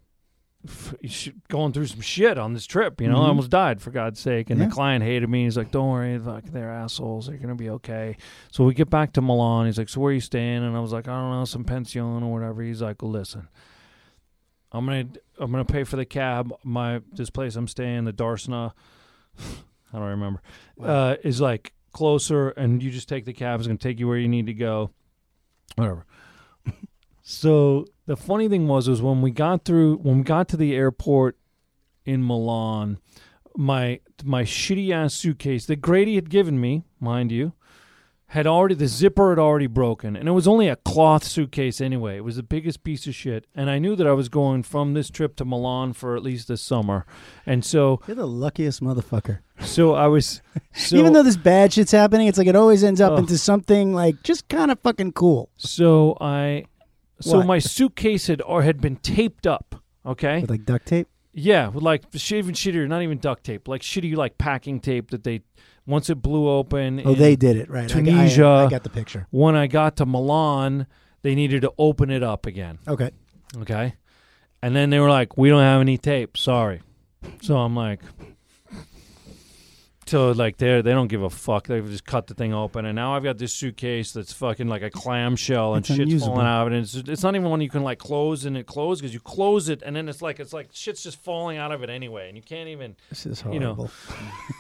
Speaker 3: f- sh- going through some shit on this trip, you know. I
Speaker 1: Mhm.
Speaker 3: almost died for God's sake. And
Speaker 1: Yeah.
Speaker 3: the client hated me. He's like, "Don't worry, fuck, they're assholes. They're gonna be okay." So we get back to Milan. He's like, "So where are you staying?" And I was like, "I don't know, some pension or whatever." He's like, "Listen, I'm gonna I'm gonna pay for the cab. My this place I'm staying, the Darsna, I don't remember, uh, is like closer, and you just take the cab. It's gonna take you where you need to go, whatever. so the funny thing was, was when we got through, when we got to the airport in Milan, my my shitty ass suitcase that Grady had given me, mind you, had already the zipper had already broken, and it was only a cloth suitcase anyway. It was the biggest piece of shit, and I knew that I was going from this trip to Milan for at least this summer, and so
Speaker 1: You're the luckiest motherfucker.
Speaker 3: so I was so
Speaker 1: Even though this bad shit's happening, it's like it always ends up
Speaker 3: Oh.
Speaker 1: into something like just kind of fucking cool.
Speaker 3: so I so
Speaker 1: What?
Speaker 3: my suitcase had or had been taped up. Okay,
Speaker 1: With like duct tape.
Speaker 3: Yeah, with like sh- even shittier, not even duct tape, like shitty like packing tape that they once it blew open.
Speaker 1: Oh,
Speaker 3: in-
Speaker 1: they did it, right. I- I-
Speaker 3: Tunisia.
Speaker 1: I, got the picture.
Speaker 3: When I got to Milan, they needed to open it up again.
Speaker 1: Okay.
Speaker 3: Okay, and then they were like, "We don't have any tape. Sorry." So I'm like, so like they they don't give a fuck. They've just cut the thing open, and now I've got this suitcase that's fucking like a clamshell and
Speaker 1: It's
Speaker 3: shit's
Speaker 1: unusable.
Speaker 3: falling out of it. It's, it's not even one you can like close and it close because you close it and then it's like it's like shit's just falling out of it anyway, and you can't even.
Speaker 1: This is
Speaker 3: You know.
Speaker 1: horrible.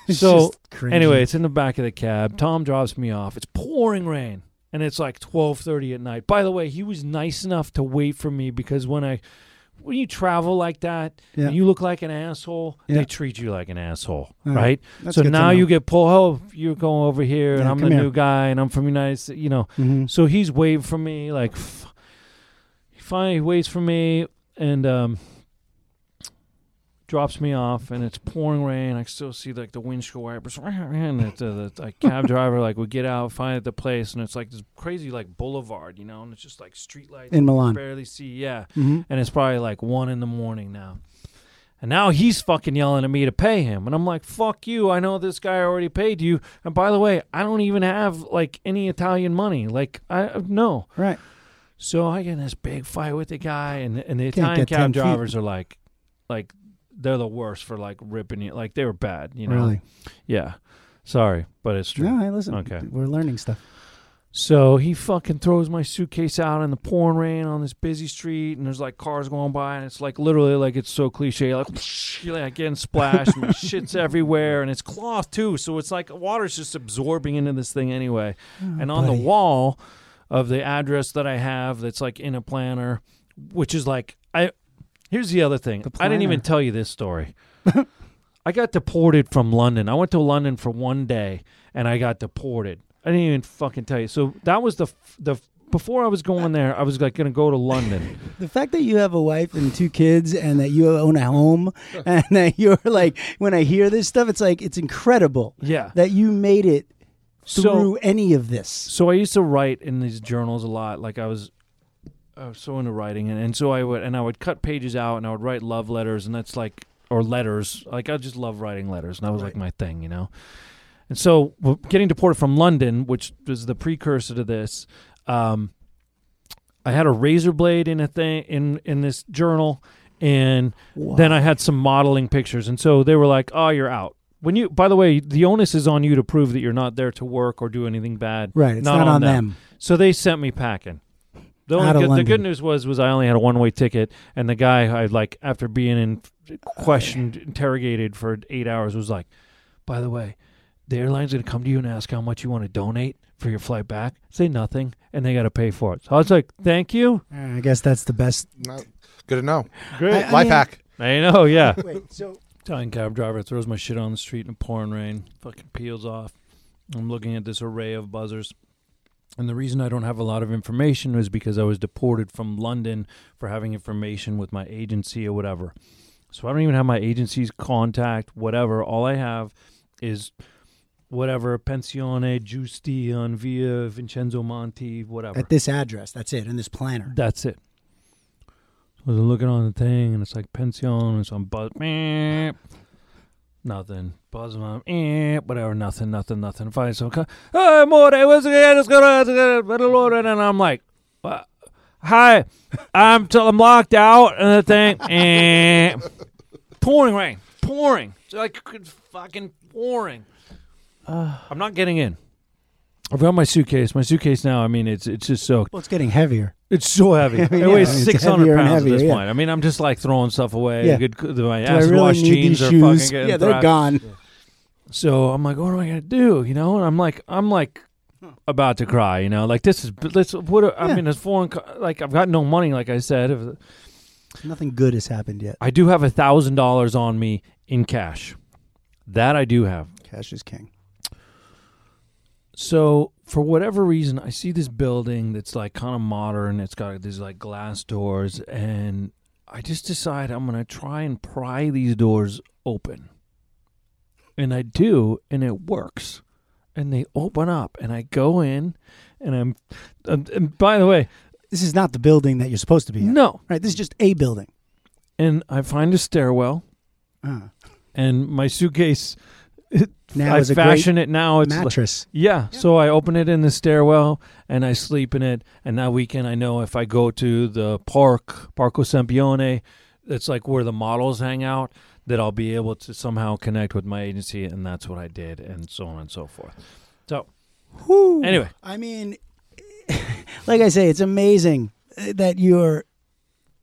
Speaker 3: So,
Speaker 1: cringy.
Speaker 3: Anyway, it's in the back of the cab. Tom drops me off. It's pouring rain, and it's like twelve thirty at night. By the way, he was nice enough to wait for me because when I when you travel like that
Speaker 1: Yeah.
Speaker 3: and you look like an asshole,
Speaker 1: Yeah.
Speaker 3: they treat you like an asshole,
Speaker 1: Yeah.
Speaker 3: right?
Speaker 1: That's
Speaker 3: so
Speaker 1: good to
Speaker 3: now
Speaker 1: know.
Speaker 3: you get pulled. Oh, you're going over here, and
Speaker 1: Yeah,
Speaker 3: I'm the
Speaker 1: come
Speaker 3: new
Speaker 1: here.
Speaker 3: guy, and I'm from United States. You know,
Speaker 1: Mhm.
Speaker 3: so he's waiting for me, like f- he finally waits for me and um drops me off and it's pouring rain. I still see like the windshield wipers and it's, uh, the like cab driver like we get out, find the place and it's like this crazy like boulevard, you know, and it's just like streetlights
Speaker 1: in Milan.
Speaker 3: barely see, yeah.
Speaker 1: Mhm.
Speaker 3: And it's probably like one in the morning now. And now he's fucking yelling at me to pay him. And I'm like, fuck you. I know this guy already paid you. And by the way, I don't even have like any Italian money. Like, I uh, no.
Speaker 1: Right.
Speaker 3: So I get in this big fight with the guy, and and the
Speaker 1: Can't
Speaker 3: Italian
Speaker 1: get 10
Speaker 3: cab
Speaker 1: feet.
Speaker 3: drivers are like, like they're the worst for like ripping you. Like they were bad, you know.
Speaker 1: Really?
Speaker 3: Yeah. Sorry, but it's true.
Speaker 1: No, hey, listen.
Speaker 3: Okay.
Speaker 1: We're learning stuff.
Speaker 3: So he fucking throws my suitcase out in the pouring rain on this busy street, and there's like cars going by, and it's like literally like it's so cliche, like you're like getting splashed, and shit's everywhere, and it's cloth too, so it's like water's just absorbing into this thing anyway. and on
Speaker 1: Oh, buddy.
Speaker 3: the wall of the address that I have, that's like in a planner, which is like I. Here's the other thing.
Speaker 1: The
Speaker 3: I didn't even
Speaker 1: planner.
Speaker 3: tell you this story. I got deported from London. I went to London for one day and I got deported. I didn't even fucking tell you. So that was the f- the f- before I was going there, I was like going to go to London.
Speaker 1: The fact that you have a wife and two kids and that you own a home and that you're like, when I hear this stuff, it's like, it's incredible
Speaker 3: yeah.
Speaker 1: that you made it through
Speaker 3: So
Speaker 1: any of this.
Speaker 3: so I used to write in these journals a lot. Like I was I was so into writing and, and so I would and I would cut pages out and I would write love letters and that's like or letters. Like I just love writing letters and that was like my thing, you know. And so w- getting deported from London, which was the precursor to this, um, I had a razor blade in a thing in in this journal, and then I had some modeling pictures, and so they were like, "Oh, you're out." When you, by the way, the onus is on you to prove that you're not there to work or do anything bad.
Speaker 1: Right. It's not, on them.
Speaker 3: So they sent me packing. The, only
Speaker 1: Out of
Speaker 3: good, the
Speaker 1: London.
Speaker 3: good news was was I only had a one way ticket, and the guy I like after being in questioned, interrogated for eight hours was like, "By the way, the airline's going to come to you and ask how much you want to donate for your flight back. Say nothing, and they got to pay for it." So I was like, "Thank you,
Speaker 1: Uh, I guess that's the best.
Speaker 4: No, good to know.
Speaker 1: I-
Speaker 3: great."
Speaker 1: I
Speaker 4: Life
Speaker 1: mean-
Speaker 4: hack.
Speaker 3: I know, yeah.
Speaker 1: Wait, so
Speaker 3: Italian cab driver throws my shit on the street in a pouring rain, fucking peels off. I'm looking at this array of buzzers. And the reason I don't have a lot of information is because I was deported from London for having information with my agency or whatever. So I don't even have my agency's contact, whatever. All I have is whatever Pensione Giustian via Vincenzo Monti, whatever.
Speaker 1: at this address, that's it, in this planner.
Speaker 3: That's it. So they're looking on the thing, and it's like pension, and so I'm buzz, meh, nothing, buzzing on, meh, whatever, nothing, nothing, nothing. Finally, so co- hey, more, what's it, what's good, what's good, and I'm like, "Wha- hi, I'm till I'm locked out, and the thing, eh, pouring rain, pouring, it's like it's fucking pouring. I'm not getting in. I've got my suitcase. My suitcase now. I mean, it's it's just soaked.
Speaker 1: Well, it's getting heavier.
Speaker 3: It's so heavy.
Speaker 1: I mean,
Speaker 3: it
Speaker 1: yeah,
Speaker 3: weighs
Speaker 1: it's
Speaker 3: six hundred
Speaker 1: heavier and
Speaker 3: pounds at this
Speaker 1: heavier, yeah.
Speaker 3: point. I mean, I'm just like throwing stuff away.
Speaker 1: Yeah.
Speaker 3: Good, my
Speaker 1: Do I
Speaker 3: acid
Speaker 1: really
Speaker 3: wash
Speaker 1: need
Speaker 3: jeans
Speaker 1: these
Speaker 3: are
Speaker 1: shoes?
Speaker 3: fucking getting
Speaker 1: yeah, they're
Speaker 3: thrashed.
Speaker 1: gone.
Speaker 3: So I'm like, what am I gonna do? You know, and I'm like, I'm like about to cry. You know, like this is this. What are,
Speaker 1: Yeah.
Speaker 3: I mean, it's foreign. co- Like I've got no money. Like I said, If-
Speaker 1: Nothing good has happened yet.
Speaker 3: I do have a thousand dollars on me in cash. That I do have.
Speaker 1: Cash is king.
Speaker 3: So for whatever reason, I see this building that's like kind of modern. It's got these like glass doors, and I just decide I'm gonna try and pry these doors open. And I do, and it works. And they open up, and I go in, and I'm. and- and by the way,
Speaker 1: This is not the building that you're supposed to be in.
Speaker 3: no.
Speaker 1: Right. This is just a building.
Speaker 3: And I find a stairwell,
Speaker 1: Uh,
Speaker 3: and my suitcase.
Speaker 1: now
Speaker 3: I
Speaker 1: is a great
Speaker 3: fashion it now. It's like-
Speaker 1: mattress.
Speaker 3: Yeah, So I open it in the stairwell and I sleep in it. And that weekend, I know if I go to the park, Parco Sempione, that's like where the models hang out, that I'll be able to somehow connect with my agency. And that's what I did, and so on and so forth. So,
Speaker 1: Whew.
Speaker 3: Anyway.
Speaker 1: I mean, like I say, it's amazing uh, that you're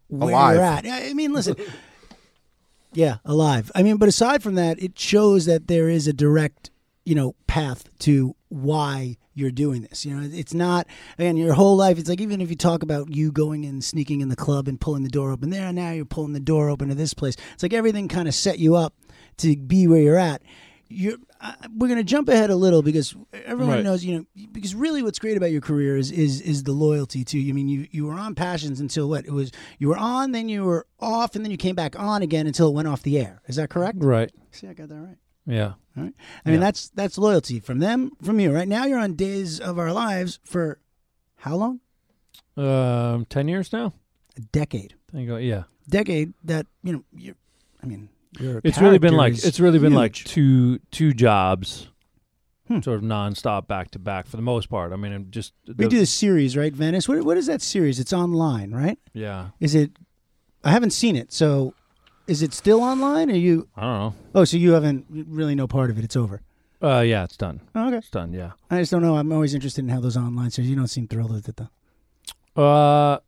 Speaker 1: where
Speaker 4: Alive.
Speaker 1: you're at. I I mean, listen. yeah, alive. I mean, but aside from that, it shows that there is a direct, you know, path to why you're doing this. You know, it's not again your whole life. It's like even if you talk about you going and sneaking in the club and pulling the door open there, now you're pulling the door open to this place. It's like everything kind of set you up to be where you're at. You're. I, we're gonna jump ahead a little because everyone
Speaker 3: Right.
Speaker 1: knows because, you know because really what's great about your career is is is the loyalty to you i mean you you were on passions until what it was you were on then you were off and then you came back on again until it went off the air is that correct
Speaker 3: right.
Speaker 1: see i got that right
Speaker 3: Yeah.
Speaker 1: all right i mean
Speaker 3: Yeah.
Speaker 1: that's that's loyalty from them from you right now you're on days of our lives for how long
Speaker 3: Um, 10 years now?
Speaker 1: a decade
Speaker 3: There you go. Yeah.
Speaker 1: decade that you know you're I mean, your
Speaker 3: It's really been
Speaker 1: character
Speaker 3: like
Speaker 1: is
Speaker 3: it's really been like
Speaker 1: huge.
Speaker 3: two two jobs,
Speaker 1: Hmm.
Speaker 3: sort of nonstop back to back for the most part. I mean, I'm just the,
Speaker 1: we do this series, right, Venice? What what is that series? It's online, right?
Speaker 3: yeah.
Speaker 1: Is it? I haven't seen it, so is it still online? Are you?
Speaker 3: I don't
Speaker 1: Oh, so you haven't really no part of it. It's over.
Speaker 3: know. Uh, yeah, it's done.
Speaker 1: Oh, okay.
Speaker 3: It's done. Yeah.
Speaker 1: I just don't know. I'm always interested in how those online series. You don't seem thrilled with it though.
Speaker 3: Uh,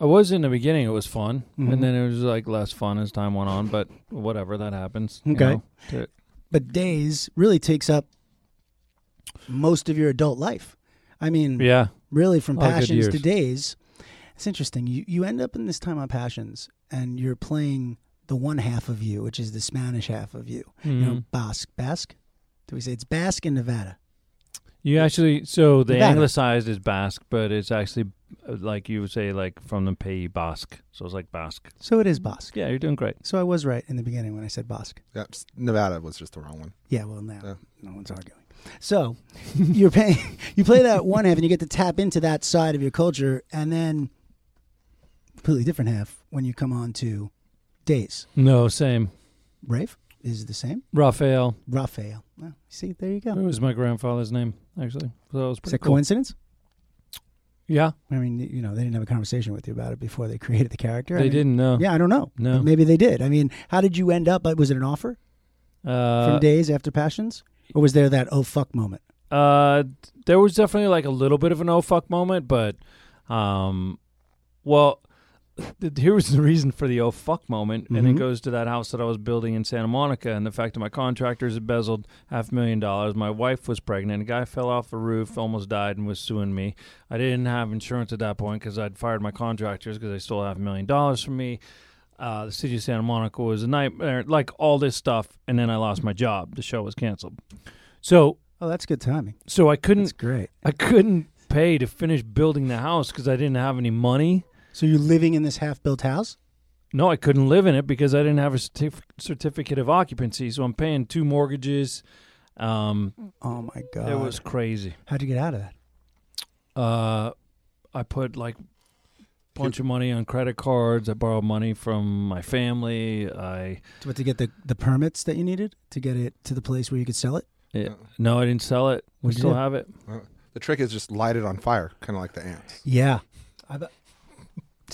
Speaker 3: I was in the beginning. It was fun,
Speaker 1: Mhm.
Speaker 3: and then it was like less fun as time went on. But whatever, that happens. you
Speaker 1: Okay.
Speaker 3: know. To-
Speaker 1: But days really takes up most of your adult life. I mean,
Speaker 3: yeah.
Speaker 1: really from
Speaker 3: A lot of good
Speaker 1: passions to
Speaker 3: years.
Speaker 1: days. It's interesting. You you end up in this time on passions, and you're playing the one half of you, which is the Spanish half of you. You know,
Speaker 3: Mhm.
Speaker 1: Basque, Basque. Do we say it's Basque in Nevada?
Speaker 3: You actually so the
Speaker 1: Nevada.
Speaker 3: anglicized is Basque, but it's actually uh, like you would say like from the Pays Basque. So it's like Basque.
Speaker 1: So it is Basque.
Speaker 3: Yeah, you're doing great.
Speaker 1: So I was right in the beginning when I said Basque.
Speaker 2: Yeah, s- Nevada was just the wrong one.
Speaker 1: Yeah, well now
Speaker 2: Yeah.
Speaker 1: no one's arguing. So you're paying you play that one half and you get to tap into that side of your culture and then completely different half when you come on to days.
Speaker 3: No, same.
Speaker 1: Rafe is the same.
Speaker 3: Raphael.
Speaker 1: Raphael. Well, see, there you
Speaker 3: It
Speaker 1: go.
Speaker 3: was my grandfather's name actually. So that was
Speaker 1: Is
Speaker 3: pretty
Speaker 1: that
Speaker 3: cool.
Speaker 1: coincidence?
Speaker 3: Yeah,
Speaker 1: I mean, you know, they didn't have a conversation with you about it before they created the character. I
Speaker 3: they
Speaker 1: mean,
Speaker 3: didn't know.
Speaker 1: Yeah, I don't know.
Speaker 3: No.
Speaker 1: But maybe they did. I mean, how did you end up? uh, Was it an offer from
Speaker 3: Uh,
Speaker 1: Days After Passions, or was there that oh fuck moment?
Speaker 3: uh, there was definitely like a little bit of an oh fuck moment, but um, well, th- here was the reason for the oh fuck moment, and it
Speaker 1: Mhm.
Speaker 3: goes to that house that I was building in Santa Monica, and the fact that my contractors embezzled half a million dollars, my wife was pregnant, a guy fell off a roof, almost died, and was suing me. I didn't have insurance at that point because I'd fired my contractors because they stole half a million dollars from me. Uh, the city of Santa Monica was a nightmare, like all this stuff, and then I lost my job. The show was canceled, so
Speaker 1: Oh, that's good timing.
Speaker 3: so I couldn't
Speaker 1: That's great.
Speaker 3: I couldn't pay to finish building the house because I didn't have any money.
Speaker 1: So you're living in this half-built house?
Speaker 3: No, I couldn't live in it because I didn't have a certif- certificate of occupancy. So I'm paying two mortgages. Um,
Speaker 1: Oh my god!
Speaker 3: it was crazy.
Speaker 1: How'd you get out of that?
Speaker 3: Uh, I put like bunch of money on credit cards. I borrowed money from my family. I
Speaker 1: To, what, to get the the permits that you needed to get it to the place where you could sell it?
Speaker 3: Yeah. no, I didn't sell it. We
Speaker 1: What'd you
Speaker 3: still
Speaker 1: do?
Speaker 3: have it.
Speaker 2: The trick is just light it on fire, kind of like the ants.
Speaker 1: Yeah. I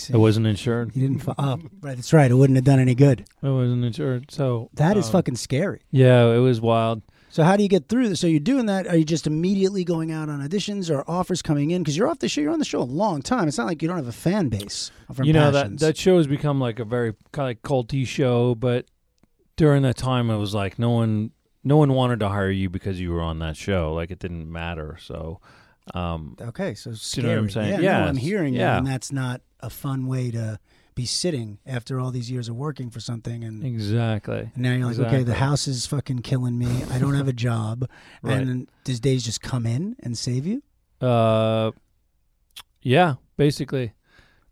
Speaker 3: It wasn't insured.
Speaker 1: You didn't. Fo- oh, right. That's right. It wouldn't have done any good.
Speaker 3: It wasn't insured. So
Speaker 1: That is
Speaker 3: um,
Speaker 1: fucking scary.
Speaker 3: Yeah, it was wild.
Speaker 1: So how do you get through this? So you're doing that? Are you just immediately going out on auditions or offers coming in? Because you're off the show. You're on the show a long time. It's not like you don't have a fan base. From
Speaker 3: you know
Speaker 1: passions.
Speaker 3: that that show has become like a very kind of culty show but during that time it was like no one no one wanted to hire you because you were on that show like it didn't matter so um
Speaker 1: Okay, so
Speaker 3: you
Speaker 1: scary.
Speaker 3: know what I'm saying?
Speaker 1: Yeah, no,
Speaker 3: Yeah,
Speaker 1: I'm
Speaker 3: it's-
Speaker 1: hearing that,
Speaker 3: yeah.
Speaker 1: and that's not a fun way to be sitting after all these years of working for something, and, and
Speaker 3: exactly
Speaker 1: now you're like, okay, the
Speaker 3: exactly.
Speaker 1: house is fucking killing me. I don't have a job,
Speaker 3: right
Speaker 1: and does Days just come in and save you?
Speaker 3: uh yeah basically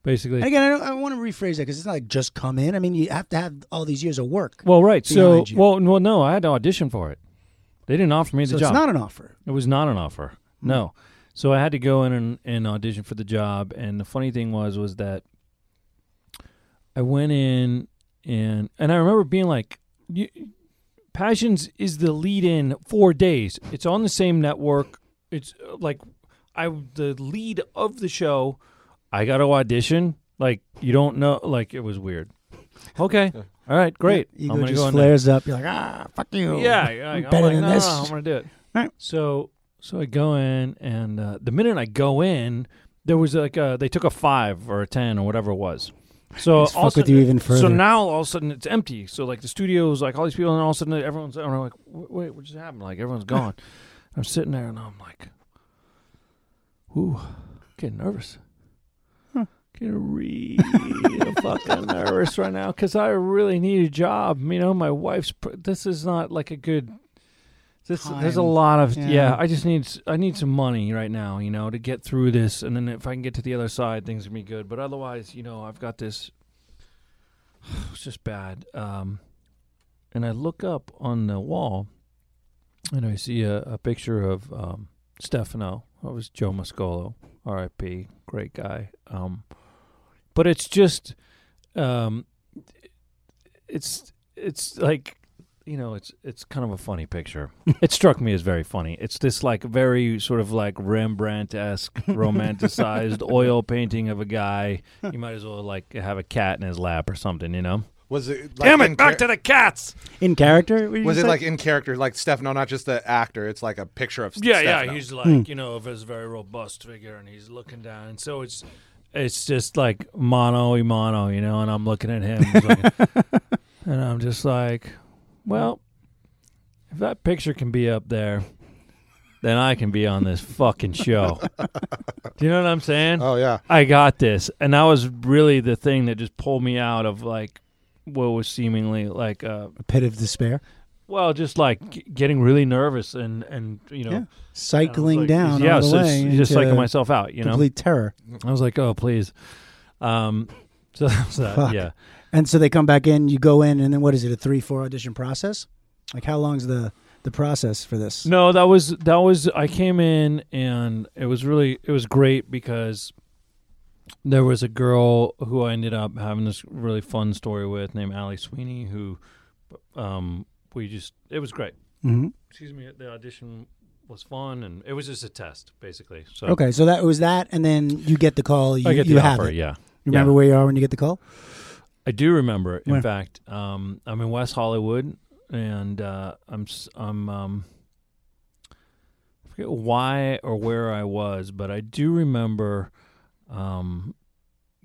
Speaker 3: basically
Speaker 1: And again, I, don't, I want to rephrase that because it's not like just come in. I mean, you have to have all these years of work.
Speaker 3: well right so
Speaker 1: behind you.
Speaker 3: well no no i had to audition for it they didn't offer me the
Speaker 1: so it's
Speaker 3: job
Speaker 1: not an offer.
Speaker 3: It was not an offer.
Speaker 1: Hmm.
Speaker 3: No. So I had to go in and, and audition for the job. And the funny thing was, was that I went in and and I remember being like, you, "Passions is the lead in four days. It's on the same network. It's uh, like I the lead of the show. I got to audition. Like you don't know. Like it was weird. Okay. All right. Great.
Speaker 1: Your ego
Speaker 3: I'm gonna
Speaker 1: just
Speaker 3: go in there.
Speaker 1: flares up. You're like, ah, fuck you.
Speaker 3: Yeah, yeah, I'm,
Speaker 1: better
Speaker 3: like,
Speaker 1: than
Speaker 3: no, no,
Speaker 1: this."
Speaker 3: no, I'm gonna do it.
Speaker 1: Right.
Speaker 3: So, so I go in, and uh, the minute I go in, there was like a, they took a five or a ten or whatever it was. So
Speaker 1: Let's
Speaker 3: all of
Speaker 1: fuck
Speaker 3: a
Speaker 1: with
Speaker 3: sudden-
Speaker 1: you even further.
Speaker 3: so now all of a sudden it's empty. So like the studio's like all these people, and all of a sudden everyone's and I'm like, "Wait, wait, what just happened? Like everyone's gone. I'm sitting there and I'm like, ooh, getting nervous.
Speaker 1: Huh.
Speaker 3: Getting real fucking nervous right now because I really need a job. You know, my wife's. pr- This is not like a good. This, there's a
Speaker 1: Time.
Speaker 3: lot of yeah.
Speaker 1: Yeah.
Speaker 3: I just need s- I need some money right now, you know, to get through this, and then if I can get to the other side, things can be good. But otherwise, you know, I've got this. It's just bad. Um, and I look up on the wall, and I see a, a picture of um, Stefano. That was Joe Muscolo, R.I.P. Great guy. Um, but it's just, um, it's it's like you know it's it's kind of a funny picture it struck me as very funny it's this like very sort of like rembrandt-esque romanticized oil painting of a guy you might as well like have a cat in his lap or something you know
Speaker 2: Was it?
Speaker 3: damn it
Speaker 2: in
Speaker 3: back
Speaker 2: char-
Speaker 3: to the cats
Speaker 1: in character. what did you
Speaker 2: Was it
Speaker 1: say?
Speaker 2: like in character, like Stefano, not just the actor? It's like a picture of.
Speaker 3: yeah yeah
Speaker 2: Stefano.
Speaker 3: he's like you know of his very robust figure and he's looking down and so it's it's just like mono y mono you know and i'm looking at him he's looking- and i'm just like well if that picture can be up there then i can be on this fucking show do you know what i'm saying
Speaker 2: Oh yeah.
Speaker 3: I got this. And that was really the thing that just pulled me out of like what was seemingly like uh
Speaker 1: a pit of despair?
Speaker 3: well just like g- getting really nervous and and you know
Speaker 1: Yeah.
Speaker 3: and I was
Speaker 1: Cycling
Speaker 3: like-
Speaker 1: down
Speaker 3: yeah
Speaker 1: all the
Speaker 3: so
Speaker 1: way.
Speaker 3: it's just
Speaker 1: into
Speaker 3: psyching myself out you know
Speaker 1: complete terror.
Speaker 3: I was like oh please um so that was that
Speaker 1: Fuck.
Speaker 3: yeah
Speaker 1: And so they come back in. You go in, and then what is it? A three four audition process? Like how long's the the process for this?
Speaker 3: no that was that was I came in and it was really it was great because there was a girl who I ended up having this really fun story with named Allie Sweeney who um we just it was great
Speaker 1: hmm
Speaker 3: excuse me, the audition was fun, and it was just a test, basically. So
Speaker 1: Okay, so that was that, and then you get the call. You,
Speaker 3: I get the
Speaker 1: you have
Speaker 3: offer.
Speaker 1: it.
Speaker 3: Yeah,
Speaker 1: You remember
Speaker 3: Yeah.
Speaker 1: where you are when you get the call?
Speaker 3: I do remember. In
Speaker 1: Where?
Speaker 3: fact, um, I'm in West Hollywood, and uh, I'm s- I'm um, I forget why or where I was, but I do remember um,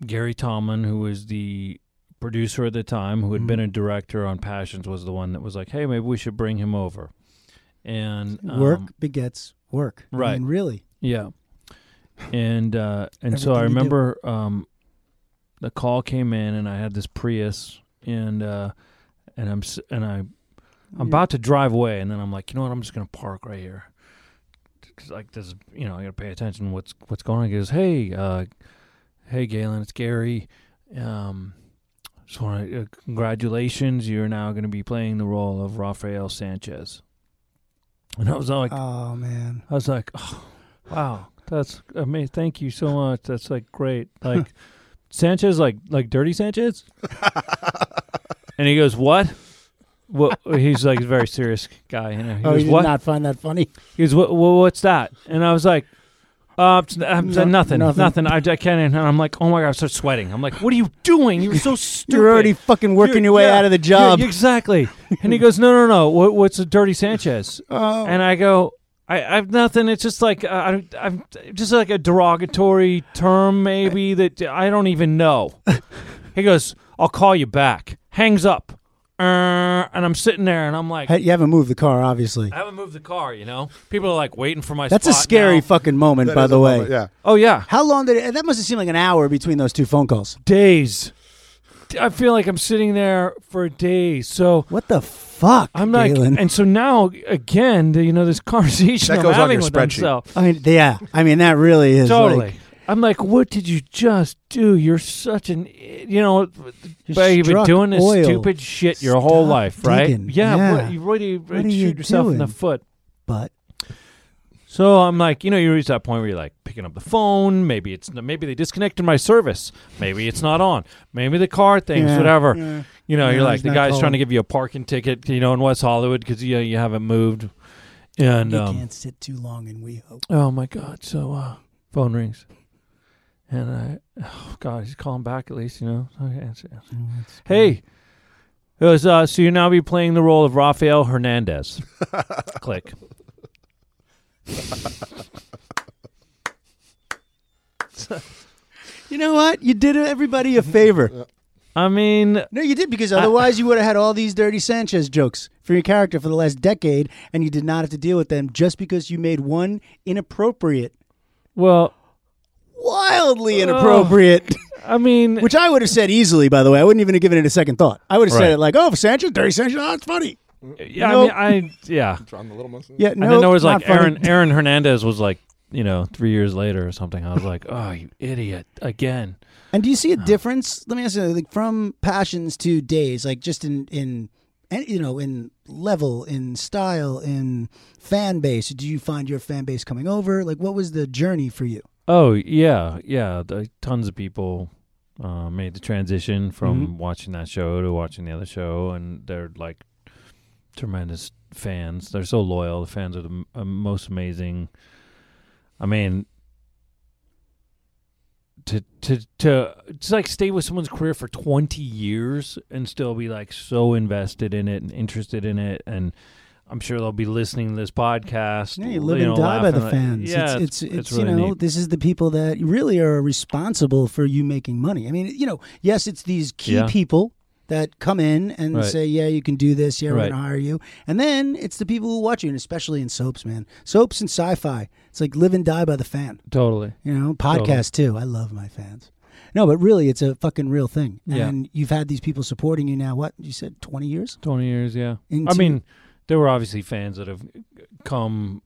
Speaker 3: Gary Tomlin, who was the producer at the time, who had been
Speaker 1: Mhm.
Speaker 3: a director on Passions, was the one that was like, "Hey, maybe we should bring him over." And um,
Speaker 1: work begets work. I
Speaker 3: right.
Speaker 1: mean, really.
Speaker 3: Yeah. And uh and so I
Speaker 1: Everything you do.
Speaker 3: remember um the call came in and I had this Prius and uh and I'm s- and I I'm about to drive away and then I'm like, you know what? I'm just going to park right here. 'Cause, like this is, you know, I got to pay attention to what's what's going on. He goes, "Hey, uh hey Galen, it's Gary. Um just want to uh, congratulations. You're now going to be playing the role of Rafael Sanchez." And I was like,
Speaker 1: oh man.
Speaker 3: I was like, oh, wow, that's amazing. Thank you so much. That's like great. Like Sanchez, like like dirty Sanchez. and he goes, what? What? He's like a very serious guy. You know? He
Speaker 1: Oh,
Speaker 3: goes,
Speaker 1: you did
Speaker 3: what?
Speaker 1: not find that funny.
Speaker 3: He goes, what, wha- what's that? And I was like. Uh, it's- uh, it's
Speaker 1: No-
Speaker 3: nothing,
Speaker 1: nothing.
Speaker 3: nothing, I, I can't. And I'm like, oh my god, I start sweating. I'm like, what are you doing? You're so stupid.
Speaker 1: You're already fucking working
Speaker 3: You're-
Speaker 1: your way
Speaker 3: yeah,
Speaker 1: out of the
Speaker 3: You're-
Speaker 1: job.
Speaker 3: exactly. And he goes, no, no, no. What, what's a dirty Sanchez?
Speaker 1: oh.
Speaker 3: and I go, I, I have nothing. It's just like uh, I, I'm just like a derogatory term, maybe that I don't even know. he goes, "I'll call you back." Hangs up, uh, and I'm sitting there, and I'm like,
Speaker 1: Hey, you haven't moved the car, obviously.
Speaker 3: I haven't moved the car. You know, people are like waiting for my.
Speaker 1: That's a
Speaker 3: spot
Speaker 1: scary
Speaker 3: now.
Speaker 1: fucking moment,
Speaker 2: That
Speaker 1: by
Speaker 2: is
Speaker 1: the
Speaker 2: a
Speaker 1: way.
Speaker 2: moment, Yeah.
Speaker 3: oh yeah,
Speaker 1: How long did it? That must have seemed like an hour between those two phone calls.
Speaker 3: days. I feel like I'm sitting there for days. So.
Speaker 1: What the fuck,
Speaker 3: I'm like,
Speaker 1: Galen?
Speaker 3: and so now again, the- you know, this conversation
Speaker 2: That
Speaker 3: I'm
Speaker 2: goes on
Speaker 3: having
Speaker 2: your
Speaker 3: with
Speaker 2: spreadsheet.
Speaker 3: myself.
Speaker 1: I mean, yeah. I mean, that really is
Speaker 3: totally.
Speaker 1: Like,
Speaker 3: I'm like, what did you just do? You're such an, i- you know, but you've been
Speaker 1: struck
Speaker 3: doing this
Speaker 1: oil.
Speaker 3: stupid shit your whole
Speaker 1: Stop
Speaker 3: life, right?
Speaker 1: digging.
Speaker 3: Yeah,
Speaker 1: Yeah.
Speaker 3: What, you really
Speaker 1: are
Speaker 3: shoot
Speaker 1: you
Speaker 3: yourself in the
Speaker 1: doing?
Speaker 3: foot.
Speaker 1: but
Speaker 3: So I'm like, you know, you reach that point where you're like picking up the phone. Maybe it's maybe they disconnected my service. Maybe it's not on. Maybe the car things,
Speaker 1: Yeah,
Speaker 3: whatever.
Speaker 1: yeah.
Speaker 3: You know,
Speaker 1: Yeah,
Speaker 3: you're like
Speaker 1: he's
Speaker 3: the
Speaker 1: not
Speaker 3: guy's
Speaker 1: calling.
Speaker 3: trying to give you a parking ticket. You know, in West Hollywood because you know, you haven't moved. And
Speaker 1: you
Speaker 3: um,
Speaker 1: can't sit too long in we hope.
Speaker 3: Oh my God! So uh, phone rings, and I, oh God, he's calling back at least, you know. So I answer. Hey, it was uh, so you now be playing the role of Rafael Hernandez. Click.
Speaker 1: You know what? You did everybody a favor.
Speaker 3: I mean,
Speaker 1: No, you did because otherwise you would have had all these dirty Sanchez jokes for your character for the last decade, and you did not have to deal with them just because you made one inappropriate,
Speaker 3: well,
Speaker 1: wildly
Speaker 3: Ugh.
Speaker 1: inappropriate.
Speaker 3: I mean,
Speaker 1: Which I would have said easily, by the way. I wouldn't even have given it a second thought. I would have
Speaker 3: Right.
Speaker 1: said it like, "Oh, Sanchez, dirty Sanchez, oh, it's funny."
Speaker 3: yeah,
Speaker 1: no.
Speaker 3: I mean, I yeah.
Speaker 2: Drawn the little monster.
Speaker 1: Yeah,
Speaker 3: And
Speaker 1: no,
Speaker 3: then there was
Speaker 1: not
Speaker 3: like
Speaker 1: funny.
Speaker 3: Aaron. Aaron Hernandez was like, you know, three years later or something. I was like, oh, you idiot again.
Speaker 1: And do you see a difference? Let me ask you, like, from passions to days, like just in in and you know in level, in style, in fan base. Do you find your fan base coming over? Like, what was the journey for you?
Speaker 3: Oh yeah, yeah. The, tons of people uh, made the transition from
Speaker 1: Mm-hmm.
Speaker 3: watching that show to watching the other show, and they're like tremendous fans. They're so loyal. The fans are the m- uh, most amazing. I mean, to to to just like stay with someone's career for twenty years and still be like so invested in it and interested in it, and I'm sure they'll be listening to this podcast.
Speaker 1: Yeah, you live
Speaker 3: you
Speaker 1: and
Speaker 3: know,
Speaker 1: die by
Speaker 3: laughing
Speaker 1: the
Speaker 3: like-
Speaker 1: fans.
Speaker 3: Yeah,
Speaker 1: it's, it's, it's, you
Speaker 3: really
Speaker 1: know,
Speaker 3: neat.
Speaker 1: this is the people that really are responsible for you making money. I mean, you know, yes, it's these key
Speaker 3: Yeah.
Speaker 1: people that come in and
Speaker 3: Right.
Speaker 1: say, yeah, you can do this. Yeah, we're
Speaker 3: Right.
Speaker 1: going to hire you. And then it's the people who watch you, and especially in soaps, man. Soaps and sci fi. It's like live and die by the fan.
Speaker 3: totally.
Speaker 1: You know, podcast too. I love my fans. No, but really, it's a fucking real thing.
Speaker 3: Yeah.
Speaker 1: And you've had these people supporting you now, what? You said 20 years?
Speaker 3: 20 years, yeah. I
Speaker 1: Into-
Speaker 3: mean, there were obviously fans that have come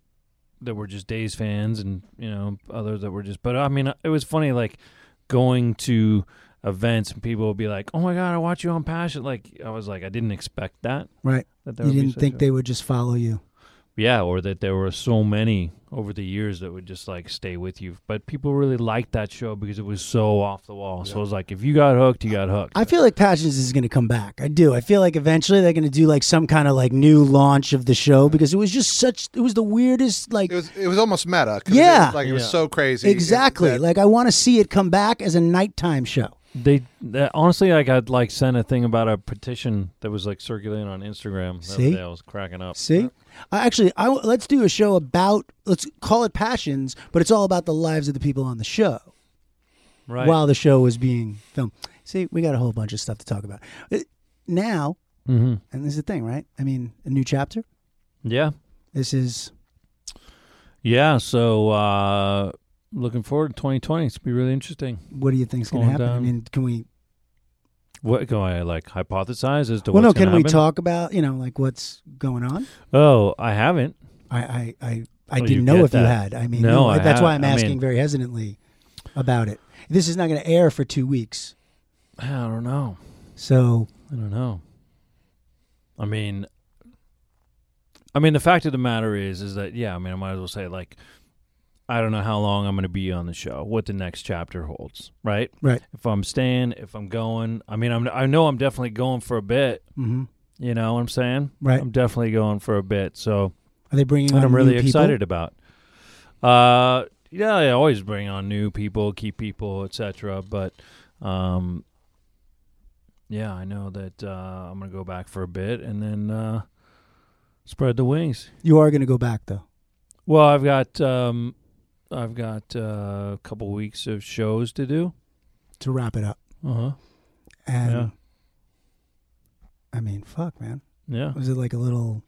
Speaker 3: that were just Days fans and, you know, others that were just, but I mean, it was funny, like going to events and people would be like, oh my God, I watch you on Passion. Like, I was like, I didn't expect that.
Speaker 1: Right.
Speaker 3: that there
Speaker 1: You
Speaker 3: would be
Speaker 1: didn't
Speaker 3: such
Speaker 1: think
Speaker 3: a-
Speaker 1: they would just follow you.
Speaker 3: Yeah, or that there were so many over the years that would just like stay with you. But people really liked that show because it was so off the wall. So it was like, if you got hooked, you got hooked.
Speaker 1: I feel like Passions is going to come back. I do. I feel like eventually they're going to do like some kind of like new launch of the show because it was just such. It was the weirdest. Like
Speaker 2: It was it was almost meta. 'cause
Speaker 1: Yeah.
Speaker 2: it, like it
Speaker 3: Yeah.
Speaker 2: was so crazy.
Speaker 1: exactly.
Speaker 2: It- that-
Speaker 1: like I want to see it come back as a nighttime show.
Speaker 3: They, that, honestly, like I'd like sent a thing about a petition that was like circulating on Instagram. The other
Speaker 1: See?
Speaker 3: day, I was cracking up. Uh,
Speaker 1: See, Uh, I actually, I w- let's do a show about. Let's call it Passions, but it's all about the lives of the people on the show
Speaker 3: Right.
Speaker 1: while the show was being filmed. See, we got a whole bunch of stuff to talk about Uh, now.
Speaker 3: Mm-hmm.
Speaker 1: And this is the thing, right? I mean, a new chapter.
Speaker 3: Yeah.
Speaker 1: This is
Speaker 3: Yeah. So, uh, looking forward to 2020. It's going to be really interesting.
Speaker 1: what do you think's going to
Speaker 3: Going
Speaker 1: happen? I
Speaker 3: down.
Speaker 1: mean, can we
Speaker 3: What can I like hypothesize as to
Speaker 1: well, no.
Speaker 3: what's
Speaker 1: Can
Speaker 3: gonna
Speaker 1: we
Speaker 3: happen?
Speaker 1: talk about you know like what's going on?
Speaker 3: Oh, I haven't.
Speaker 1: I I I, I
Speaker 3: Oh,
Speaker 1: didn't
Speaker 3: you
Speaker 1: know
Speaker 3: get
Speaker 1: if you
Speaker 3: that.
Speaker 1: had. I mean,
Speaker 3: No, I
Speaker 1: that's why I'm
Speaker 3: haven't. I
Speaker 1: asking
Speaker 3: mean-
Speaker 1: very hesitantly about it. This is not going to air for two weeks,
Speaker 3: I don't know.
Speaker 1: so
Speaker 3: I don't know. I mean, I mean, the fact of the matter is, is that yeah. I mean, I might as well say like, I don't know how long I'm going to be on the show. What the next chapter holds, right?
Speaker 1: Right.
Speaker 3: If I'm staying, if I'm going. I mean, I'm. I know I'm definitely going for a bit.
Speaker 1: hmm
Speaker 3: You know what I'm saying?
Speaker 1: Right.
Speaker 3: I'm definitely going for a bit. So
Speaker 1: are they bringing on
Speaker 3: that I'm
Speaker 1: new
Speaker 3: really
Speaker 1: people?
Speaker 3: excited about. Uh, yeah, I always bring on new people, keep people, etc. But, um, yeah, I know that uh, I'm gonna go back for a bit and then uh, spread the wings.
Speaker 1: You are going to go back though.
Speaker 3: Well, I've got um, I've got uh, a couple weeks of shows to do.
Speaker 1: to wrap it up.
Speaker 3: Uh huh.
Speaker 1: And
Speaker 3: Yeah.
Speaker 1: I mean, fuck, man,
Speaker 3: Yeah.
Speaker 1: was it like a little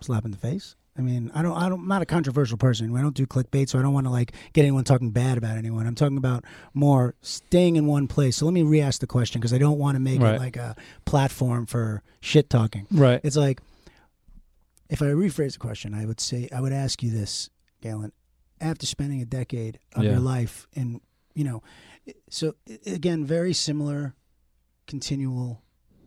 Speaker 1: slap in the face? I mean, I don't, I don't, I'm not a controversial person. I don't do clickbait, so I don't want to like get anyone talking bad about anyone. I'm talking about more staying in one place. So let me re-ask the question because I don't want to make it
Speaker 3: Right.
Speaker 1: like a platform for shit talking.
Speaker 3: Right.
Speaker 1: It's like if I rephrase the question, I would say I would ask you this, Galen. After spending a decade of
Speaker 3: Yeah.
Speaker 1: your life in, you know, i- so i- again, very similar, continual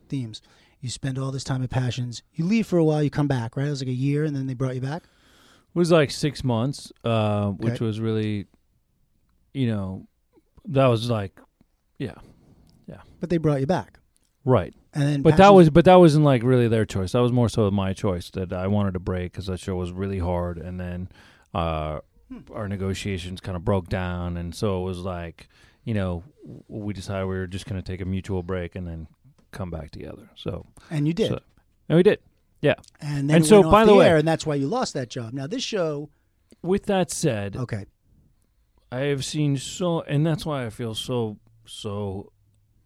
Speaker 1: themes. You spend all this time at Passions. You leave for a while. You come back, right? It was like a year, and then they brought you back.
Speaker 3: It was like six months, uh, which
Speaker 1: Okay.
Speaker 3: was really, you know, that was like,
Speaker 1: But they brought you back,
Speaker 3: right.
Speaker 1: and then.
Speaker 3: But that
Speaker 1: Passions-
Speaker 3: was, but that wasn't like really their choice. That was more so my choice that I wanted to break because that show was really hard, and then uh,
Speaker 1: Hmm.
Speaker 3: our negotiations kind of broke down, and so it was like, you know, w- we decided we were just going to take a mutual break and then come back together. So
Speaker 1: and you did,
Speaker 3: so- and we did.
Speaker 1: and then
Speaker 3: and
Speaker 1: it
Speaker 3: so,
Speaker 1: went off
Speaker 3: by the way-
Speaker 1: air, and that's why you lost that job. Now this show,
Speaker 3: With that said,
Speaker 1: okay,
Speaker 3: I have seen so, and that's why I feel so, so.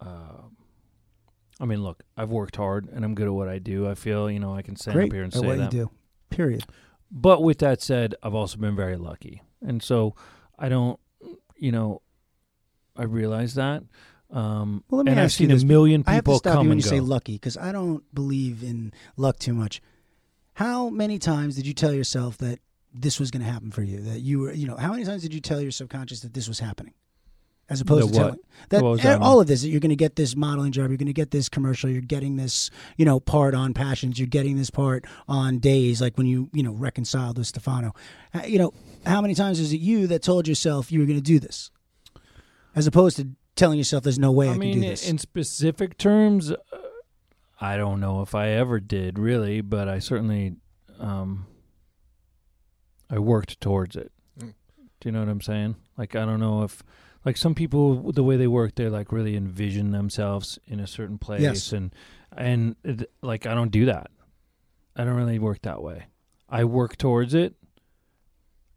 Speaker 3: Uh, I mean, look, I've worked hard, and I'm good at what I do. I feel, you know, I can stand
Speaker 1: great
Speaker 3: up here and
Speaker 1: at
Speaker 3: say
Speaker 1: what
Speaker 3: that.
Speaker 1: you do. Period.
Speaker 3: But with that said, I've also been very lucky. And so I don't, you know, I realize that. Um,
Speaker 1: Well, let me
Speaker 3: and I've
Speaker 1: ask you
Speaker 3: seen a
Speaker 1: this.
Speaker 3: million
Speaker 1: I have to
Speaker 3: people
Speaker 1: stop
Speaker 3: come
Speaker 1: you when
Speaker 3: and
Speaker 1: you say
Speaker 3: go.
Speaker 1: lucky because I don't believe in luck too much. How many times did you tell yourself that this was going to happen for you? That you were, you know, how many times did you tell your subconscious that this was happening? As opposed
Speaker 3: The
Speaker 1: to
Speaker 3: what?
Speaker 1: telling that
Speaker 3: What was
Speaker 1: eh,
Speaker 3: that?
Speaker 1: all of this, that you're going to get this modeling job, you're going to get this commercial, you're getting this, you know, part on passions, you're getting this part on days, like when you, you know, reconciled with Stefano. Uh, You know, how many times is it you that told yourself you were going to do this, as opposed to telling yourself there's no way I,
Speaker 3: I
Speaker 1: can
Speaker 3: mean,
Speaker 1: do this.
Speaker 3: in specific terms, uh, I don't know if I ever did really, but I certainly, um, I worked towards it.
Speaker 2: Mm.
Speaker 3: Do you know what I'm saying? Like, I don't know if, like, some people the way they work, they like really envision themselves in a certain place,
Speaker 1: Yes.
Speaker 3: and and it, like I don't do that. I don't really work that way. I work towards it,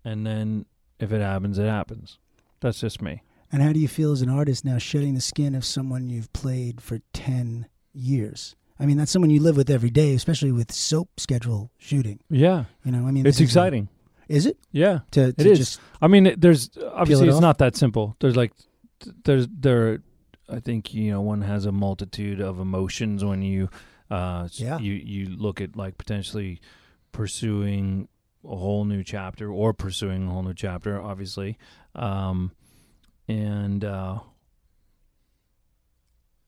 Speaker 3: and then if it happens, it happens. That's just me.
Speaker 1: and how do you feel as an artist now shedding the skin of someone you've played for 10 years? I mean, that's someone you live with every day, especially with soap schedule shooting.
Speaker 3: Yeah,
Speaker 1: You know, I mean, this
Speaker 3: it's
Speaker 1: is a-
Speaker 3: exciting.
Speaker 1: is it?
Speaker 3: yeah.
Speaker 1: To, to
Speaker 3: is.
Speaker 1: just
Speaker 3: I mean, it- there's obviously
Speaker 1: it
Speaker 3: it's
Speaker 1: off?
Speaker 3: not that simple. There's like, th- there's there. I think you know one has a multitude of emotions when you, uh, s-
Speaker 1: Yeah.
Speaker 3: you you look at like potentially pursuing a whole new chapter or pursuing a whole new chapter, obviously, um, and uh,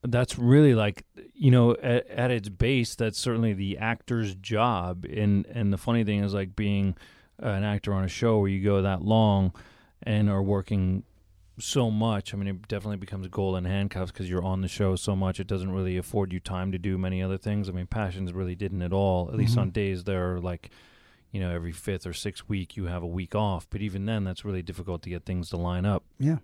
Speaker 3: that's really like you know at, at its base that's certainly the actor's job and and the funny thing is like being an actor on a show where you go that long and are working so much i mean it definitely becomes gold in handcuffs because you're on the show so much it doesn't really afford you time to do many other things i mean passions really didn't at all at least
Speaker 1: Mhm.
Speaker 3: on days there are like you know every fifth or sixth week you have a week off but even then that's really difficult to get things to line up
Speaker 1: Yeah.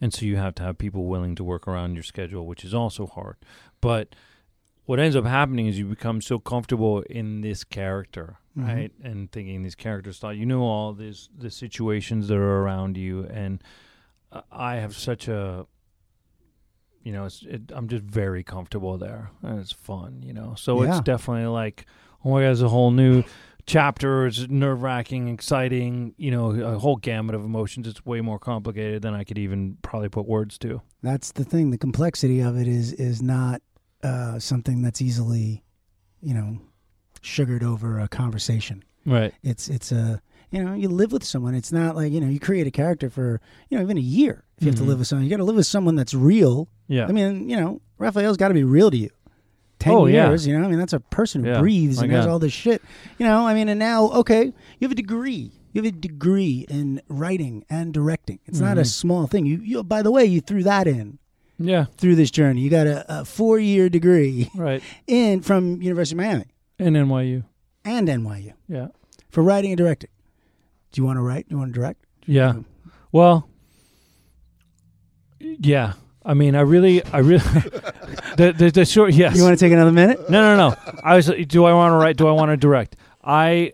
Speaker 3: and so you have to have people willing to work around your schedule which is also hard but what ends up happening is you become so comfortable in this character
Speaker 1: Mhm.
Speaker 3: right and thinking these characters thought you know all these the situations that are around you and uh, i have such a you know it's it, i'm just very comfortable there and it's fun you know so it's
Speaker 1: Yeah.
Speaker 3: definitely like oh my god it's a whole new chapter it's nerve-wracking exciting you know a whole gamut of emotions it's way more complicated than i could even probably put words to
Speaker 1: that's the thing. The complexity of it is is not uh, something that's easily, you know, sugared over a conversation.
Speaker 3: right
Speaker 1: It's it's a you know you live with someone. It's not like you know you create a character for you know even a year. If you have
Speaker 3: Mhm.
Speaker 1: to live with someone, you got to live with someone that's real.
Speaker 3: yeah
Speaker 1: I mean, you know, Raphael's got to be real to you. Ten
Speaker 3: Oh, yeah.
Speaker 1: years, you know. I mean, that's a person who
Speaker 3: Yeah.
Speaker 1: breathes
Speaker 3: My
Speaker 1: and has
Speaker 3: God.
Speaker 1: all this shit. You know, I mean, and now okay, you have a degree. You have a degree in writing and directing. It's not a
Speaker 3: Mhm.
Speaker 1: small thing. You, you, by the way, you threw that in
Speaker 3: yeah
Speaker 1: through this journey. You got a, a four-year degree
Speaker 3: right
Speaker 1: in from University of Miami
Speaker 3: and nyu
Speaker 1: and NYU
Speaker 3: yeah
Speaker 1: for writing and directing. Do you want to write? Do you want to direct?
Speaker 3: Yeah.
Speaker 1: Um,
Speaker 3: Well, yeah. I mean, I really, I really, the, the the short yes.
Speaker 1: You want to take another minute?
Speaker 3: no, no, no. I was. Do I want to write? Do I want to direct? I,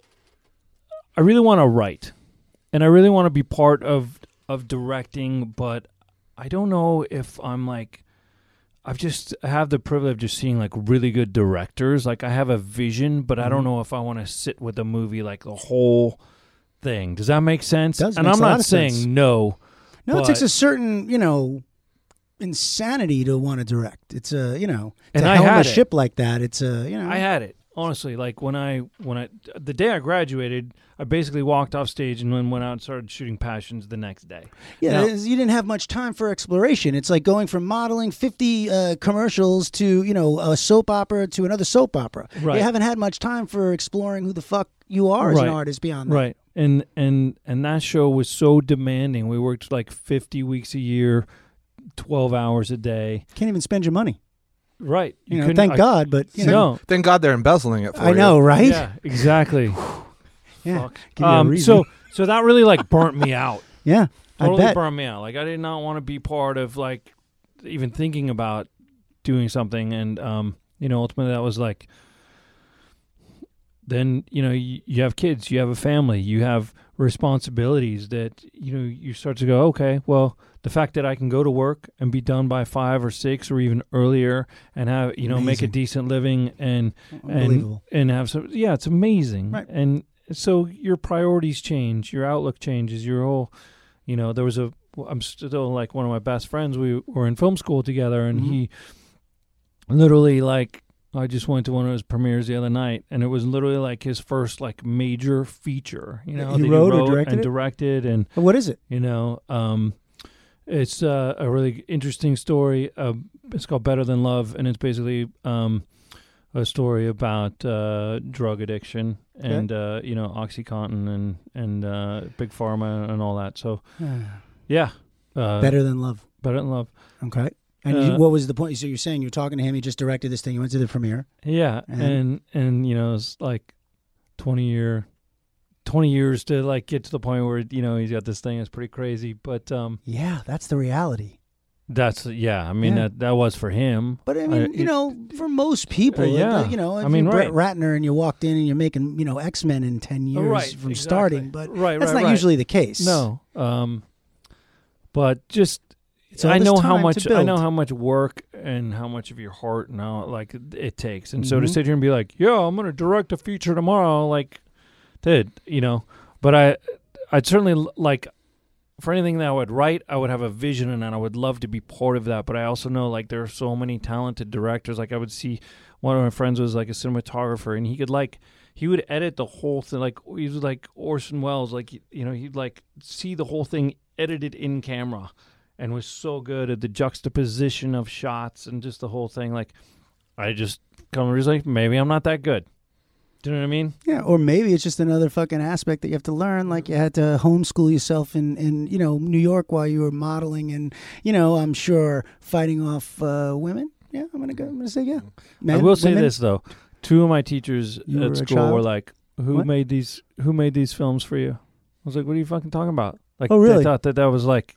Speaker 3: I really want to write, and I really want to be part of of directing. But I don't know if I'm like. I've just I have the privilege of just seeing like really good directors. Like I have a vision, but I don't
Speaker 1: Mhm.
Speaker 3: know if I want to sit with a movie like the whole thing. Does that make sense?
Speaker 1: Does.
Speaker 3: and
Speaker 1: Makes
Speaker 3: I'm
Speaker 1: a lot
Speaker 3: not
Speaker 1: of
Speaker 3: saying
Speaker 1: sense.
Speaker 3: no.
Speaker 1: No, it takes
Speaker 3: But-
Speaker 1: a certain, you know, insanity to want to direct. It's a, you know, to
Speaker 3: And I
Speaker 1: helm a
Speaker 3: had it.
Speaker 1: ship like that. It's a, you know,
Speaker 3: I had it honestly. Like when I when I the day I graduated, I basically walked off stage and then went out and started shooting passions the next day.
Speaker 1: yeah.
Speaker 3: now-
Speaker 1: it's- You didn't have much time for exploration. It's like going from modeling fifty uh, commercials to you know a soap opera to another soap opera.
Speaker 3: Right.
Speaker 1: You haven't had much time for exploring who the fuck you are as
Speaker 3: Right.
Speaker 1: an artist beyond that.
Speaker 3: Right, and and and that show was so demanding. We worked like fifty weeks a year, twelve hours a day.
Speaker 1: Can't even spend your money.
Speaker 3: Right,
Speaker 1: You, know,
Speaker 3: couldn't-
Speaker 1: thank
Speaker 3: I-
Speaker 1: God, but you
Speaker 2: Thank-
Speaker 1: know,
Speaker 3: No.
Speaker 2: Thank God they're embezzling it for
Speaker 1: I
Speaker 2: you.
Speaker 1: know, right?
Speaker 3: Yeah, exactly.
Speaker 1: Yeah.
Speaker 3: Fuck.
Speaker 1: Give you a
Speaker 3: Um,
Speaker 1: reason.
Speaker 3: so so that really like burnt me out.
Speaker 1: yeah, I
Speaker 3: totally
Speaker 1: bet.
Speaker 3: burned me out. Like I did not want to be part of like even thinking about doing something, and um, you know, ultimately that was like. Then you know you, you have kids, you have a family, you have responsibilities that you know you start to go. Okay, well, the fact that I can go to work and be done by five or six or even earlier, and have you know make a
Speaker 1: Amazing.
Speaker 3: decent living and and
Speaker 1: Unbelievable.
Speaker 3: and have some yeah it's amazing
Speaker 1: Right.
Speaker 3: and so your priorities change your outlook changes your whole you know there was a i'm still like one of my best friends we were in film school together and
Speaker 1: Mhm.
Speaker 3: he literally like i just went to one of his premieres the other night and it was literally like his first like major feature you know
Speaker 1: He
Speaker 3: that
Speaker 1: wrote or
Speaker 3: he wrote
Speaker 1: directed
Speaker 3: and
Speaker 1: it?
Speaker 3: directed and
Speaker 1: what is it?
Speaker 3: you know um it's uh, a really interesting story uh, it's called better than love and it's basically um a story about uh drug addiction
Speaker 1: Okay.
Speaker 3: and uh you know oxycontin and and uh big pharma and all that so
Speaker 1: Ah,
Speaker 3: yeah uh,
Speaker 1: Better than love.
Speaker 3: Better Than Love.
Speaker 1: Okay. And
Speaker 3: Uh,
Speaker 1: you, what was the point? So you're saying you're talking to him. He just directed this thing. He went to the premiere.
Speaker 3: Yeah,
Speaker 1: And-
Speaker 3: and and, you know it's like twenty year, twenty years to like get to the point where you know he's got this thing. It's pretty crazy, but um,
Speaker 1: Yeah, that's the reality.
Speaker 3: that's yeah. I mean
Speaker 1: Yeah.
Speaker 3: that that was for him.
Speaker 1: But I mean,
Speaker 3: Uh,
Speaker 1: you
Speaker 3: it-
Speaker 1: know, for most people,
Speaker 3: Uh, yeah.
Speaker 1: you know, if
Speaker 3: I mean,
Speaker 1: you're Brett
Speaker 3: right.
Speaker 1: Ratner and you walked in and you're making, you know, X Men in ten years from
Speaker 3: exactly.
Speaker 1: starting, but
Speaker 3: right,
Speaker 1: that's
Speaker 3: right,
Speaker 1: not
Speaker 3: right.
Speaker 1: usually the case.
Speaker 3: no. Um, but just
Speaker 1: It's all
Speaker 3: I
Speaker 1: this
Speaker 3: know how
Speaker 1: time to
Speaker 3: much I know
Speaker 1: build.
Speaker 3: how much work and how much of your heart and how like it takes. And so to
Speaker 1: Mhm.
Speaker 3: sit here and be like, "Yo, I'm gonna direct a feature tomorrow," like, did you know? But I, I'd certainly l- like for anything that I would write, I would have a vision and I would love to be part of that. But I also know like there are so many talented directors. Like I would see one of my friends was like a cinematographer and he could like he would edit the whole thing like he was like Orson Welles like you know he'd like see the whole thing edited in camera and was so good at the juxtaposition of shots and just the whole thing like I just come to like maybe I'm not that good. Do you know what I mean?
Speaker 1: Yeah, or maybe it's just another fucking aspect that you have to learn. Like you had to homeschool yourself in, in you know New York while you were modeling, and you know I'm sure fighting off uh, women. Yeah, I'm gonna go. I'm gonna say yeah. Men,
Speaker 3: I will say
Speaker 1: women.
Speaker 3: this though. Two of my teachers
Speaker 1: You were a
Speaker 3: at school were
Speaker 1: child?
Speaker 3: like, "Who
Speaker 1: What?
Speaker 3: made these? Who made these films for you?" I was like, "What are you fucking talking about?" Like,
Speaker 1: Oh, really?
Speaker 3: They thought that that was like,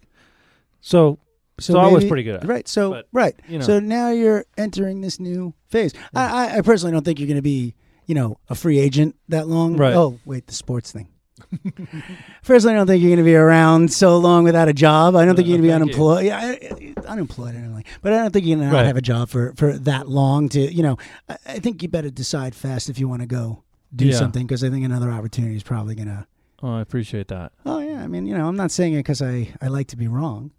Speaker 3: so. So, I was
Speaker 1: maybe-
Speaker 3: pretty good at. it.
Speaker 1: Right. So
Speaker 3: but,
Speaker 1: right.
Speaker 3: you know.
Speaker 1: So now you're entering this new phase. I, I, I personally don't think you're gonna be you know a free agent that long.
Speaker 3: Right.
Speaker 1: Oh wait, the sports thing. Personally, I don't think you're going to be around so long without a job. I don't think
Speaker 3: Uh,
Speaker 1: you're going to be
Speaker 3: thank you.
Speaker 1: unemployed. Yeah, I, I- unemployed, I don't like. But I don't think you're going to
Speaker 3: Right.
Speaker 1: have a job for, for that long. To you know, I, I think you better decide fast if you want to go do
Speaker 3: Yeah.
Speaker 1: something because I think another opportunity is probably going to.
Speaker 3: Oh, I appreciate that.
Speaker 1: Oh yeah, I mean, you know, I'm not saying it because I I like to be wrong.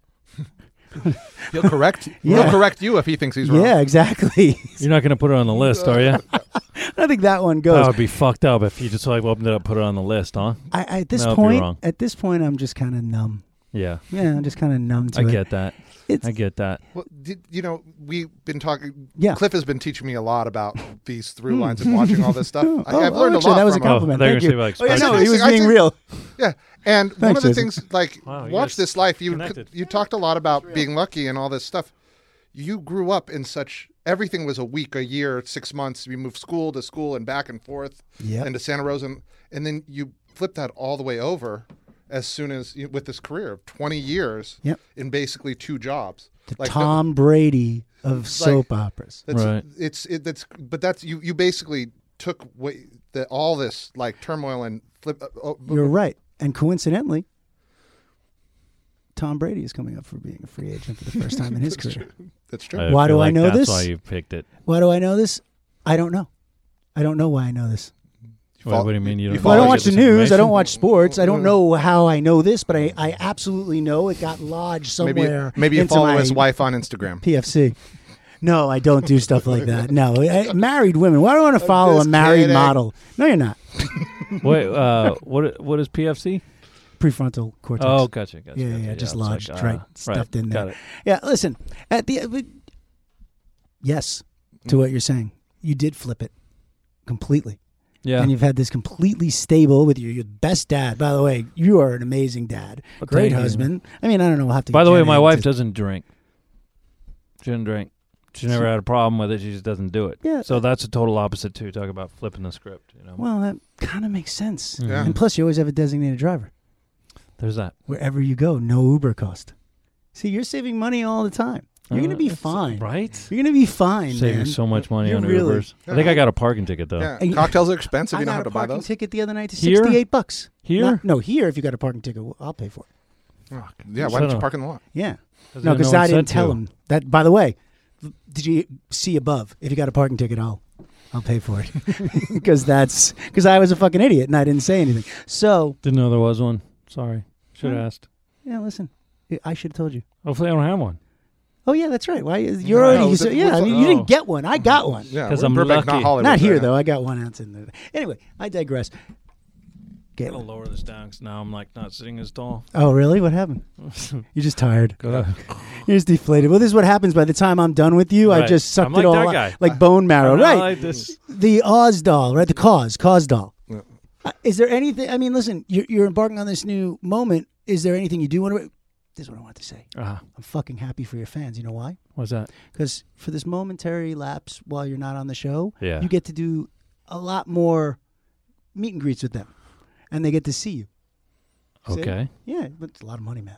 Speaker 2: He'll correct.
Speaker 1: Yeah.
Speaker 2: He'll correct you if he thinks he's wrong.
Speaker 1: Yeah, exactly.
Speaker 3: You're not going to put it on the list, are you?
Speaker 1: I think that one
Speaker 3: that
Speaker 1: goes.
Speaker 3: would be fucked up if you just like opened it up, put it on the list, huh?
Speaker 1: I, I- at this
Speaker 3: No, you're
Speaker 1: point,
Speaker 3: wrong.
Speaker 1: at this point, I'm just kind of numb.
Speaker 3: Yeah,
Speaker 1: Yeah, I'm just kind of numb to
Speaker 3: I
Speaker 1: it.
Speaker 3: get that.
Speaker 1: It's-
Speaker 3: I get that.
Speaker 4: Well, did, you know, we've been talking.
Speaker 1: Yeah. Hmm.
Speaker 4: Cliff has been teaching me a lot about these through lines and watching all this stuff.
Speaker 1: Oh,
Speaker 4: I, I've
Speaker 1: oh,
Speaker 4: learned
Speaker 1: actually,
Speaker 4: a lot
Speaker 1: that was a
Speaker 4: from him.
Speaker 1: compliment.
Speaker 3: Oh, I thought you were
Speaker 1: Thank you. Oh,
Speaker 3: gonna say, like,
Speaker 1: yeah, no,
Speaker 4: spicy.
Speaker 1: he was
Speaker 4: I think-
Speaker 1: being real.
Speaker 4: Yeah, and one
Speaker 1: Thanks,
Speaker 4: of the
Speaker 1: Jason.
Speaker 4: things like
Speaker 3: Wow, you
Speaker 4: watch
Speaker 3: guys
Speaker 4: this life. You
Speaker 3: connected.
Speaker 4: you talked a lot about being lucky and all this stuff. You grew up in such everything was a week, a year, six months. You moved school to school and back and forth,
Speaker 1: Yep.
Speaker 4: and to Santa Rosa, and, and then you flip that all the way over as soon as you, with this career of twenty years
Speaker 1: Yep.
Speaker 4: in basically two jobs.
Speaker 1: The
Speaker 4: Like, uh, no-
Speaker 1: Tom Brady of soap operas.
Speaker 4: That's,
Speaker 3: Right.
Speaker 4: It's it, that's but that's you. You basically took what the, all this like turmoil and flip. Oh,
Speaker 1: You're right. And coincidentally, Tom Brady is coming up for being a free agent for the first time in his career.
Speaker 4: that's true.
Speaker 1: Why do
Speaker 3: feel
Speaker 1: I
Speaker 3: like
Speaker 1: know
Speaker 3: that's
Speaker 1: this?
Speaker 3: Why you picked it?
Speaker 1: Why do I know this? I don't know. I don't know why I know this.
Speaker 3: Why-
Speaker 4: fol-
Speaker 3: what do you mean you
Speaker 4: you
Speaker 3: don't?
Speaker 4: follow
Speaker 1: Well, I don't
Speaker 4: you
Speaker 1: watch
Speaker 4: get
Speaker 1: the
Speaker 3: this
Speaker 1: news. I
Speaker 3: information?
Speaker 1: don't watch sports. I
Speaker 4: Mm.
Speaker 1: don't know how I know this, but I, I absolutely know it got lodged
Speaker 4: Maybe
Speaker 1: somewhere.
Speaker 4: maybe you
Speaker 1: into
Speaker 4: follow
Speaker 1: my
Speaker 4: his wife on Instagram.
Speaker 1: PFC. No, I don't do stuff like that. No, I, married women. Why do I want to follow a
Speaker 4: just
Speaker 1: married
Speaker 4: kidding.
Speaker 1: model? No, you're not.
Speaker 3: Wait, uh, what? What is PFC?
Speaker 1: Prefrontal cortex.
Speaker 3: Oh, gotcha. gotcha
Speaker 1: yeah, yeah,
Speaker 3: gotcha,
Speaker 1: yeah, just
Speaker 3: it's like,
Speaker 1: lodged,
Speaker 3: uh,
Speaker 1: right, stuffed in there.
Speaker 3: Got it.
Speaker 1: Yeah, listen. At the but- yes to what you're saying, you did flip it completely,
Speaker 3: Yeah.
Speaker 1: and you've had this completely stable with your, your best dad. By the way, you are an amazing dad, great
Speaker 3: thank you.
Speaker 1: husband. I mean, I don't know. We'll have to.
Speaker 3: By
Speaker 1: get
Speaker 3: the way,
Speaker 1: Jenna
Speaker 3: my
Speaker 1: into-
Speaker 3: wife doesn't drink. She doesn't drink. She never had a problem with it. She just doesn't do it.
Speaker 1: Yeah.
Speaker 3: So that's a total opposite too. Talk about flipping the script. You know.
Speaker 1: Well, that kind of makes sense.
Speaker 4: Yeah.
Speaker 1: And plus, you always have a designated driver
Speaker 3: There's that.
Speaker 1: wherever you go. No Uber cost. See, you're saving money all the time. You're gonna
Speaker 3: Uh,
Speaker 1: be
Speaker 3: it's-
Speaker 1: fine.
Speaker 3: Right.
Speaker 1: You're gonna be fine,
Speaker 3: Saving
Speaker 1: man.
Speaker 3: so much money
Speaker 1: You're
Speaker 3: on
Speaker 1: really-
Speaker 3: Ubers. I think I got a parking ticket though.
Speaker 4: Yeah,
Speaker 1: And-
Speaker 4: cocktails are expensive.
Speaker 1: I
Speaker 4: you know how
Speaker 1: got
Speaker 4: to
Speaker 1: a
Speaker 4: buy
Speaker 1: parking
Speaker 4: those.
Speaker 1: ticket the other night to
Speaker 3: Here?
Speaker 1: sixty-eight bucks.
Speaker 3: Here.
Speaker 1: Not- no, here if you got a parking ticket, well, I'll pay for it.
Speaker 4: yeah, why don't
Speaker 3: Shut
Speaker 4: you
Speaker 3: up.
Speaker 4: park in the lot?
Speaker 1: Yeah.
Speaker 3: Because
Speaker 1: No,
Speaker 3: then
Speaker 1: because
Speaker 3: no
Speaker 1: I
Speaker 3: one
Speaker 1: didn't
Speaker 3: said
Speaker 1: tell
Speaker 3: to.
Speaker 1: him that. By the way, did you see above? If you got a parking ticket, I'll, I'll pay for it. Because that's because I was a fucking idiot and I didn't say anything. So
Speaker 3: Didn't know there was one. Sorry. Should have
Speaker 1: Hmm.
Speaker 3: asked.
Speaker 1: yeah, listen, I- I should have told you.
Speaker 3: Hopefully, I don't have one.
Speaker 1: Oh yeah, that's right. Why you're
Speaker 4: No,
Speaker 1: already? you
Speaker 4: that-
Speaker 1: said- yeah,
Speaker 4: what's
Speaker 1: I mean,
Speaker 4: that-
Speaker 1: you
Speaker 3: oh.
Speaker 1: didn't get one. I got one.
Speaker 4: Yeah,
Speaker 3: 'Cause
Speaker 4: we're in
Speaker 3: I'm
Speaker 4: Burbank,
Speaker 3: lucky.
Speaker 4: not Hollywood.
Speaker 1: Not here
Speaker 4: right now.
Speaker 1: though. I got one ounce in there. Anyway, I digress. Get,
Speaker 3: I'm gonna lower this down 'cause now I'm like not sitting as tall.
Speaker 1: oh really? What happened? You're just tired.
Speaker 3: Go ahead.
Speaker 1: You're just deflated. Well, this is what happens. By the time I'm done with you, I
Speaker 3: Right.
Speaker 1: just sucked
Speaker 3: I'm like
Speaker 1: it all
Speaker 3: that
Speaker 1: out,
Speaker 3: guy.
Speaker 1: like bone marrow.
Speaker 3: I
Speaker 1: Right.
Speaker 3: like this.
Speaker 1: the Oz doll, right? The cause, cause doll.
Speaker 4: Yeah.
Speaker 1: Uh, is there anything? I mean, listen, you're, you're embarking on this new moment. Is there anything you do want to? this is what I want to say.
Speaker 3: Uh,
Speaker 1: I'm fucking happy for your fans. You know why?
Speaker 3: what's that?
Speaker 1: Because for this momentary lapse while you're not on the show,
Speaker 3: Yeah.
Speaker 1: you get to do a lot more meet and greets with them, and they get to see you. See?
Speaker 3: Okay.
Speaker 1: Yeah, but it's a lot of money, man.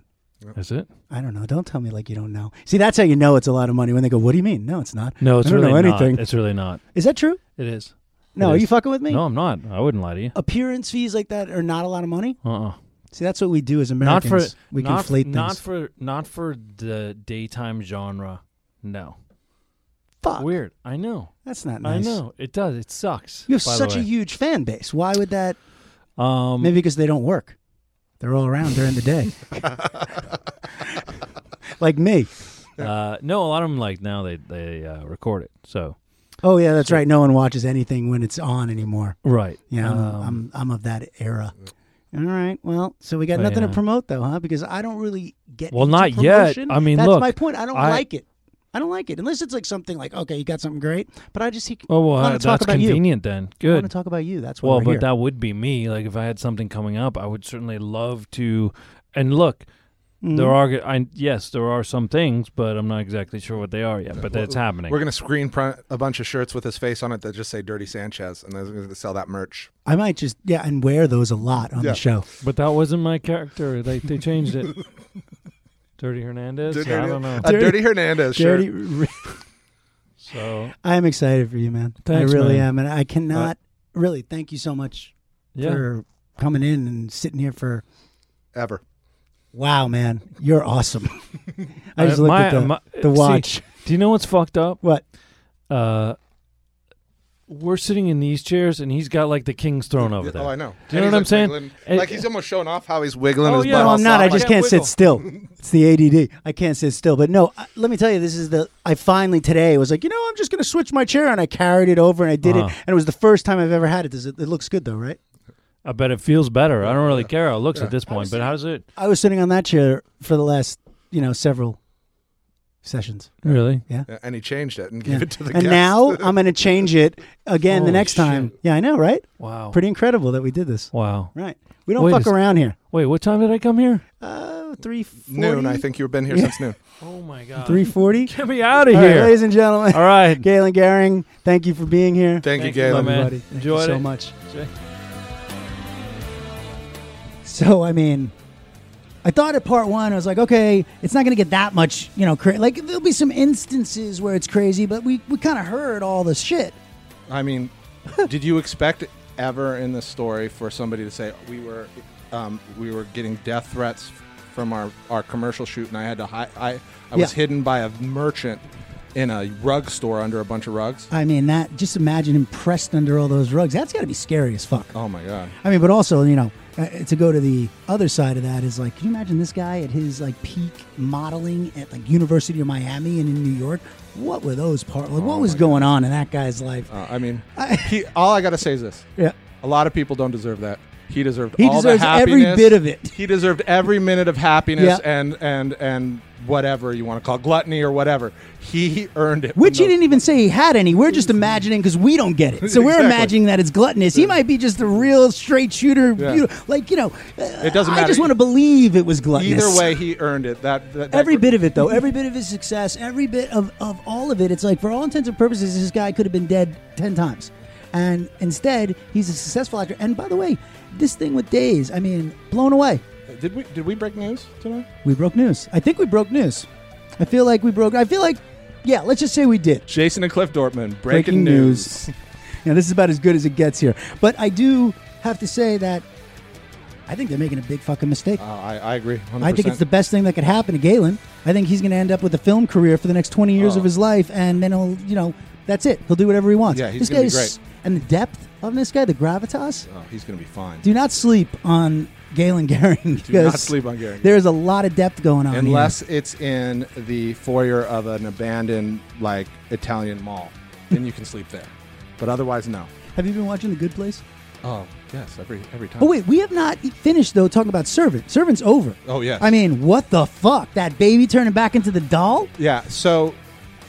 Speaker 3: Is it?
Speaker 1: I don't know. Don't tell me like you don't know. See, that's how you know it's a lot of money when they go, "What do you mean? No, it's not."
Speaker 3: No, it's
Speaker 1: I don't
Speaker 3: really
Speaker 1: know
Speaker 3: not.
Speaker 1: anything.
Speaker 3: It's really not.
Speaker 1: Is that true?
Speaker 3: It is.
Speaker 1: No,
Speaker 3: It
Speaker 1: are
Speaker 3: is.
Speaker 1: you fucking with me?
Speaker 3: No, I'm not. I wouldn't lie to you.
Speaker 1: Appearance fees like that are not a lot of money.
Speaker 3: Uh-uh.
Speaker 1: See, that's what we do as
Speaker 3: Not
Speaker 1: Americans.
Speaker 3: for
Speaker 1: we
Speaker 3: not,
Speaker 1: conflate things.
Speaker 3: Not for not for the daytime genre. No.
Speaker 1: Fuck,
Speaker 3: Weird. I know.
Speaker 1: that's not nice.
Speaker 3: I know. It does. It sucks.
Speaker 1: You have
Speaker 3: by the
Speaker 1: such a
Speaker 3: way.
Speaker 1: huge fan base. Why would that?
Speaker 3: um
Speaker 1: Maybe because they don't work. They're all around during the day. like me.
Speaker 3: uh no, a lot of them like now they they uh, record it. So
Speaker 1: Oh yeah, that's right. No one watches anything when it's on anymore.
Speaker 3: Right.
Speaker 1: Yeah, I'm,
Speaker 3: Um,
Speaker 1: I'm I'm of that era. All right. Well, so we got
Speaker 3: But,
Speaker 1: nothing
Speaker 3: yeah.
Speaker 1: to promote though, huh? Because I don't really get.
Speaker 3: Well,
Speaker 1: into
Speaker 3: not yet.
Speaker 1: promotion.
Speaker 3: I mean,
Speaker 1: that's
Speaker 3: look,
Speaker 1: my point. I don't
Speaker 3: I-
Speaker 1: like it. I don't like it unless it's like something like okay, you got something great, but I just he,
Speaker 3: Oh well,
Speaker 1: wanna
Speaker 3: uh,
Speaker 1: talk
Speaker 3: that's
Speaker 1: about you.
Speaker 3: convenient then.
Speaker 1: I want to
Speaker 3: Good.
Speaker 1: talk about you. That's why
Speaker 3: Well,
Speaker 1: we're
Speaker 3: but
Speaker 1: here.
Speaker 3: that would be me. Like if I had something coming up, I would certainly love to. And look,
Speaker 1: Mhm.
Speaker 3: there are I, yes, there are some things, but I'm not exactly sure what they are yet. But that's happening.
Speaker 4: We're gonna screen print a bunch of shirts with his face on it that just say "Dirty Sanchez," and then we're gonna sell that merch.
Speaker 1: I might just yeah, and wear those a lot on
Speaker 4: Yeah.
Speaker 1: the show.
Speaker 3: But that wasn't my character. They they changed it. Dirty Hernandez.
Speaker 4: Dirty-
Speaker 3: I don't know.
Speaker 4: A dirty Hernandez shirt.
Speaker 1: Dirty.
Speaker 3: So
Speaker 1: I am excited for you, man.
Speaker 3: Thanks,
Speaker 1: I really
Speaker 3: man.
Speaker 1: am, and I cannot really thank you so much
Speaker 3: yeah,
Speaker 1: for coming in and sitting here for.
Speaker 4: ever.
Speaker 1: Wow, man, you're awesome. I just
Speaker 3: Uh,
Speaker 1: looked
Speaker 3: my-
Speaker 1: at the,
Speaker 3: my-
Speaker 1: the
Speaker 3: see,
Speaker 1: watch.
Speaker 3: do you know what's fucked up?
Speaker 1: what?
Speaker 3: Uh, we're sitting in these chairs, and he's got like the king's throne over there.
Speaker 4: Oh, I know.
Speaker 3: Do you know
Speaker 4: And
Speaker 3: what I'm
Speaker 4: he's,
Speaker 3: saying?
Speaker 4: like, wiggling-
Speaker 3: And-
Speaker 4: like he's almost showing off how he's wiggling
Speaker 3: Oh,
Speaker 4: his
Speaker 3: yeah.
Speaker 4: butt.
Speaker 1: No,
Speaker 4: all
Speaker 1: I'm not. I
Speaker 4: soft.
Speaker 1: just
Speaker 3: I can't
Speaker 1: can't sit
Speaker 3: wiggle.
Speaker 1: still. It's the ADD. I can't sit still. But no, I, let me tell you, this is the. I finally today was like, you know, I'm just gonna switch my chair, and I carried it over, and I did
Speaker 3: Uh-huh.
Speaker 1: it, and it was the first time I've ever had it. Does it, it looks good though, right?
Speaker 3: I bet it feels better. I don't really care how it looks at this point, but how does it
Speaker 1: I was sitting on that chair for the last, you know, several sessions.
Speaker 3: really?
Speaker 4: Yeah, and he changed it and
Speaker 1: Yeah.
Speaker 4: gave it to the
Speaker 1: and
Speaker 4: guest.
Speaker 1: now I'm going to change it again the
Speaker 3: Holy
Speaker 1: next time.
Speaker 3: shit. Oh.
Speaker 1: Yeah, I know, right?
Speaker 3: Wow.
Speaker 1: Pretty incredible that we did this.
Speaker 3: wow.
Speaker 1: Right. We don't
Speaker 3: Wait a
Speaker 1: fuck
Speaker 3: sec-
Speaker 1: around here.
Speaker 3: Wait, what time did I come here?
Speaker 1: Uh, 340.
Speaker 4: noon. I think you've been here since noon.
Speaker 3: Oh my god.
Speaker 1: 340.
Speaker 3: Get me out of
Speaker 1: All right,
Speaker 3: here.
Speaker 1: ladies and gentlemen.
Speaker 3: All right.
Speaker 1: Galen Garing, thank you for being here.
Speaker 4: Thank,
Speaker 3: Thank
Speaker 4: you,
Speaker 3: you,
Speaker 4: Galen.
Speaker 3: my man.
Speaker 1: everybody. Thank you
Speaker 3: Enjoyed
Speaker 1: so
Speaker 3: it.
Speaker 1: much.
Speaker 3: Enjoy.
Speaker 1: So I mean, I thought at part one I was like, okay, it's not going to get that much, you know, cra- like there'll be some instances where it's crazy, but we we kind of heard all the shit.
Speaker 2: I mean, did you expect ever in this story for somebody to say we were um, we were getting death threats from our, our commercial shoot, and I had to hide? I I was
Speaker 1: Yeah.
Speaker 2: hidden by a merchant in a rug store under a bunch of rugs.
Speaker 1: I mean, that just imagine him pressed under all those rugs. That's got to be scary as fuck.
Speaker 2: Oh my god!
Speaker 1: I mean, but also, you know, uh, to go to the other side of that is like, can you imagine this guy at his like peak modeling at like University of Miami and in New York? What were those part? Like, what was going on in that guy's life?
Speaker 2: Oh Uh, I mean,
Speaker 1: I-
Speaker 2: he, all I gotta say is this:
Speaker 1: yeah,
Speaker 2: a lot of people don't deserve that. He deserved.
Speaker 1: He
Speaker 2: all
Speaker 1: deserves
Speaker 2: the
Speaker 1: every
Speaker 2: happiness.
Speaker 1: bit of it.
Speaker 2: He deserved every minute of happiness
Speaker 1: Yeah.
Speaker 2: and and and whatever you want to call it, gluttony or whatever. He earned it.
Speaker 1: which he
Speaker 2: from those-
Speaker 1: didn't even say he had any. We're just imagining because we don't get it, so we're
Speaker 2: Exactly.
Speaker 1: imagining that it's gluttonous. He might be just a real straight shooter, you know, like you know. It
Speaker 2: doesn't
Speaker 1: I
Speaker 2: matter.
Speaker 1: just want to believe it was gluttonous.
Speaker 2: Either way, he earned it. That, that, that
Speaker 1: every bit of it though every bit of his success every bit of, of all of it it's like for all intents and purposes this guy could have been dead 10 times and instead he's a successful actor and by the way this thing with days i mean blown away
Speaker 2: Did we did we break news tonight?
Speaker 1: we broke news i think we broke news i feel like we broke i feel like yeah let's just say we did
Speaker 2: Jason and Cliff Dortmund
Speaker 1: breaking
Speaker 2: breaking, news.
Speaker 1: news. now this is about as good as it gets here but i do have to say that i think they're making a big fucking mistake
Speaker 2: Uh, I, I agree. 100%.
Speaker 1: I think it's the best thing that could happen to Galen. I think he's going to end up with a film career for the next 20 years
Speaker 2: Oh.
Speaker 1: of his life, and then he'll, you know, that's it. He'll do whatever he wants.
Speaker 2: Yeah, he's
Speaker 1: This
Speaker 2: gonna be
Speaker 1: guy is- And the depth of this guy, the gravitas.
Speaker 2: Oh, he's going to be fine.
Speaker 1: Do not sleep on Galen Gehring.
Speaker 2: Do not
Speaker 1: because
Speaker 2: sleep on Gary.
Speaker 1: There is a lot of depth going on. here.
Speaker 2: Unless it's in the foyer of an abandoned like Italian mall, then you can sleep there. But otherwise, no.
Speaker 1: have you been watching The Good Place?
Speaker 2: Oh yes, every every time.
Speaker 1: Oh wait, we have not finished though talking about Servant. Servant's over.
Speaker 2: Oh, yes.
Speaker 1: I mean, what the fuck? That baby turning back into the doll?
Speaker 2: Yeah. So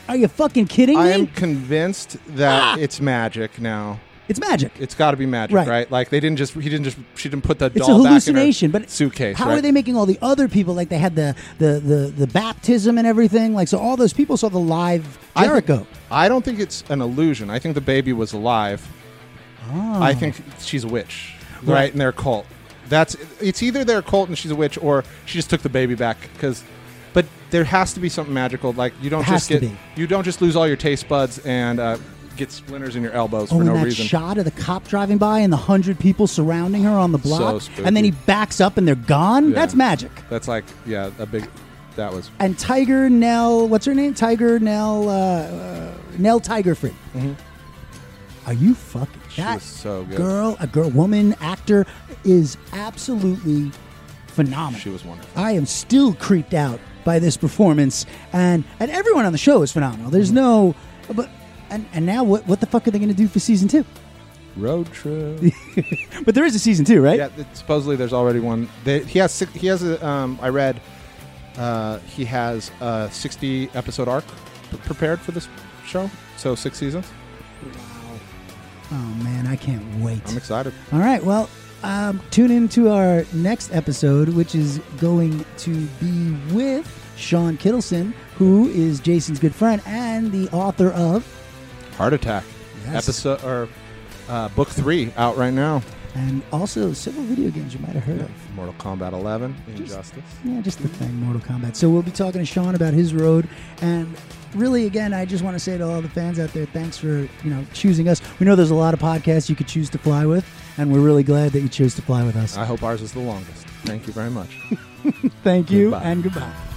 Speaker 1: Are you fucking kidding
Speaker 2: I
Speaker 1: me?
Speaker 2: am convinced that it's magic now.
Speaker 1: It's magic.
Speaker 2: It's got to be magic,
Speaker 1: Ah! Right.
Speaker 2: right. Like they didn't just he didn't just she didn't put the
Speaker 1: It's a
Speaker 2: doll back in
Speaker 1: hallucination,
Speaker 2: her
Speaker 1: but
Speaker 2: suitcase.
Speaker 1: How
Speaker 2: right?
Speaker 1: are they making all the other people like they had the, the the the baptism and everything? Like so, all those people saw the live
Speaker 2: I think-
Speaker 1: Jericho.
Speaker 2: I don't think it's an illusion. I think the baby was alive.
Speaker 1: Ah.
Speaker 2: I think she's a witch, right?
Speaker 1: Right.
Speaker 2: In their cult. That's it's either their cult and she's a witch, or she just took the baby back because. But there has to be something magical. Like you don't
Speaker 1: Has
Speaker 2: just
Speaker 1: to
Speaker 2: get
Speaker 1: be.
Speaker 2: you don't just lose all your taste buds and uh, get splinters in your elbows
Speaker 1: Oh,
Speaker 2: for
Speaker 1: and
Speaker 2: no
Speaker 1: that
Speaker 2: reason.
Speaker 1: shot of the cop driving by and the hundred people surrounding her on the block,
Speaker 2: spooky.
Speaker 1: and then he backs up and they're gone.
Speaker 2: Yeah.
Speaker 1: That's magic.
Speaker 2: That's like yeah, a big. That was
Speaker 1: And Tiger Nell, what's her name? Tiger Nell, uh, uh, Nell Tiger Free. Are you fucking?
Speaker 2: Mm-hmm. she
Speaker 1: That
Speaker 2: was so good.
Speaker 1: girl, a girl, woman, actor is absolutely phenomenal.
Speaker 2: She was wonderful.
Speaker 1: I am still creeped out by this performance, and and everyone on the show is phenomenal. There's no, but and and now what what the fuck are they going to do for season two?
Speaker 2: Road trip.
Speaker 1: But there is a season two, right?
Speaker 2: Yeah, th- supposedly there's already one. They, he has six, he has a um, I read uh, he has a 60 episode arc p- prepared for this show. So six seasons.
Speaker 1: Oh man, I can't wait.
Speaker 2: I'm excited.
Speaker 1: All right, well, um, tune in to our next episode, which is going to be with Sean Kittleson, who is Jason's good friend and the author of
Speaker 2: Heart attack.
Speaker 1: Yes.
Speaker 2: Episode or uh, book three out right now.
Speaker 1: and also several video games you might have heard of.
Speaker 2: Mortal Kombat 11.
Speaker 1: Just-
Speaker 2: Injustice.
Speaker 1: Yeah, just the thing, Mortal Kombat. So we'll be talking to Sean about his road, and really, again, I just want to say to all the fans out there, thanks for you know choosing us. We know there's a lot of podcasts you could choose to fly with, and we're really glad that you chose to fly with us.
Speaker 2: I hope ours is the longest. Thank you very much.
Speaker 1: Thank you,
Speaker 2: Goodbye.
Speaker 1: and goodbye.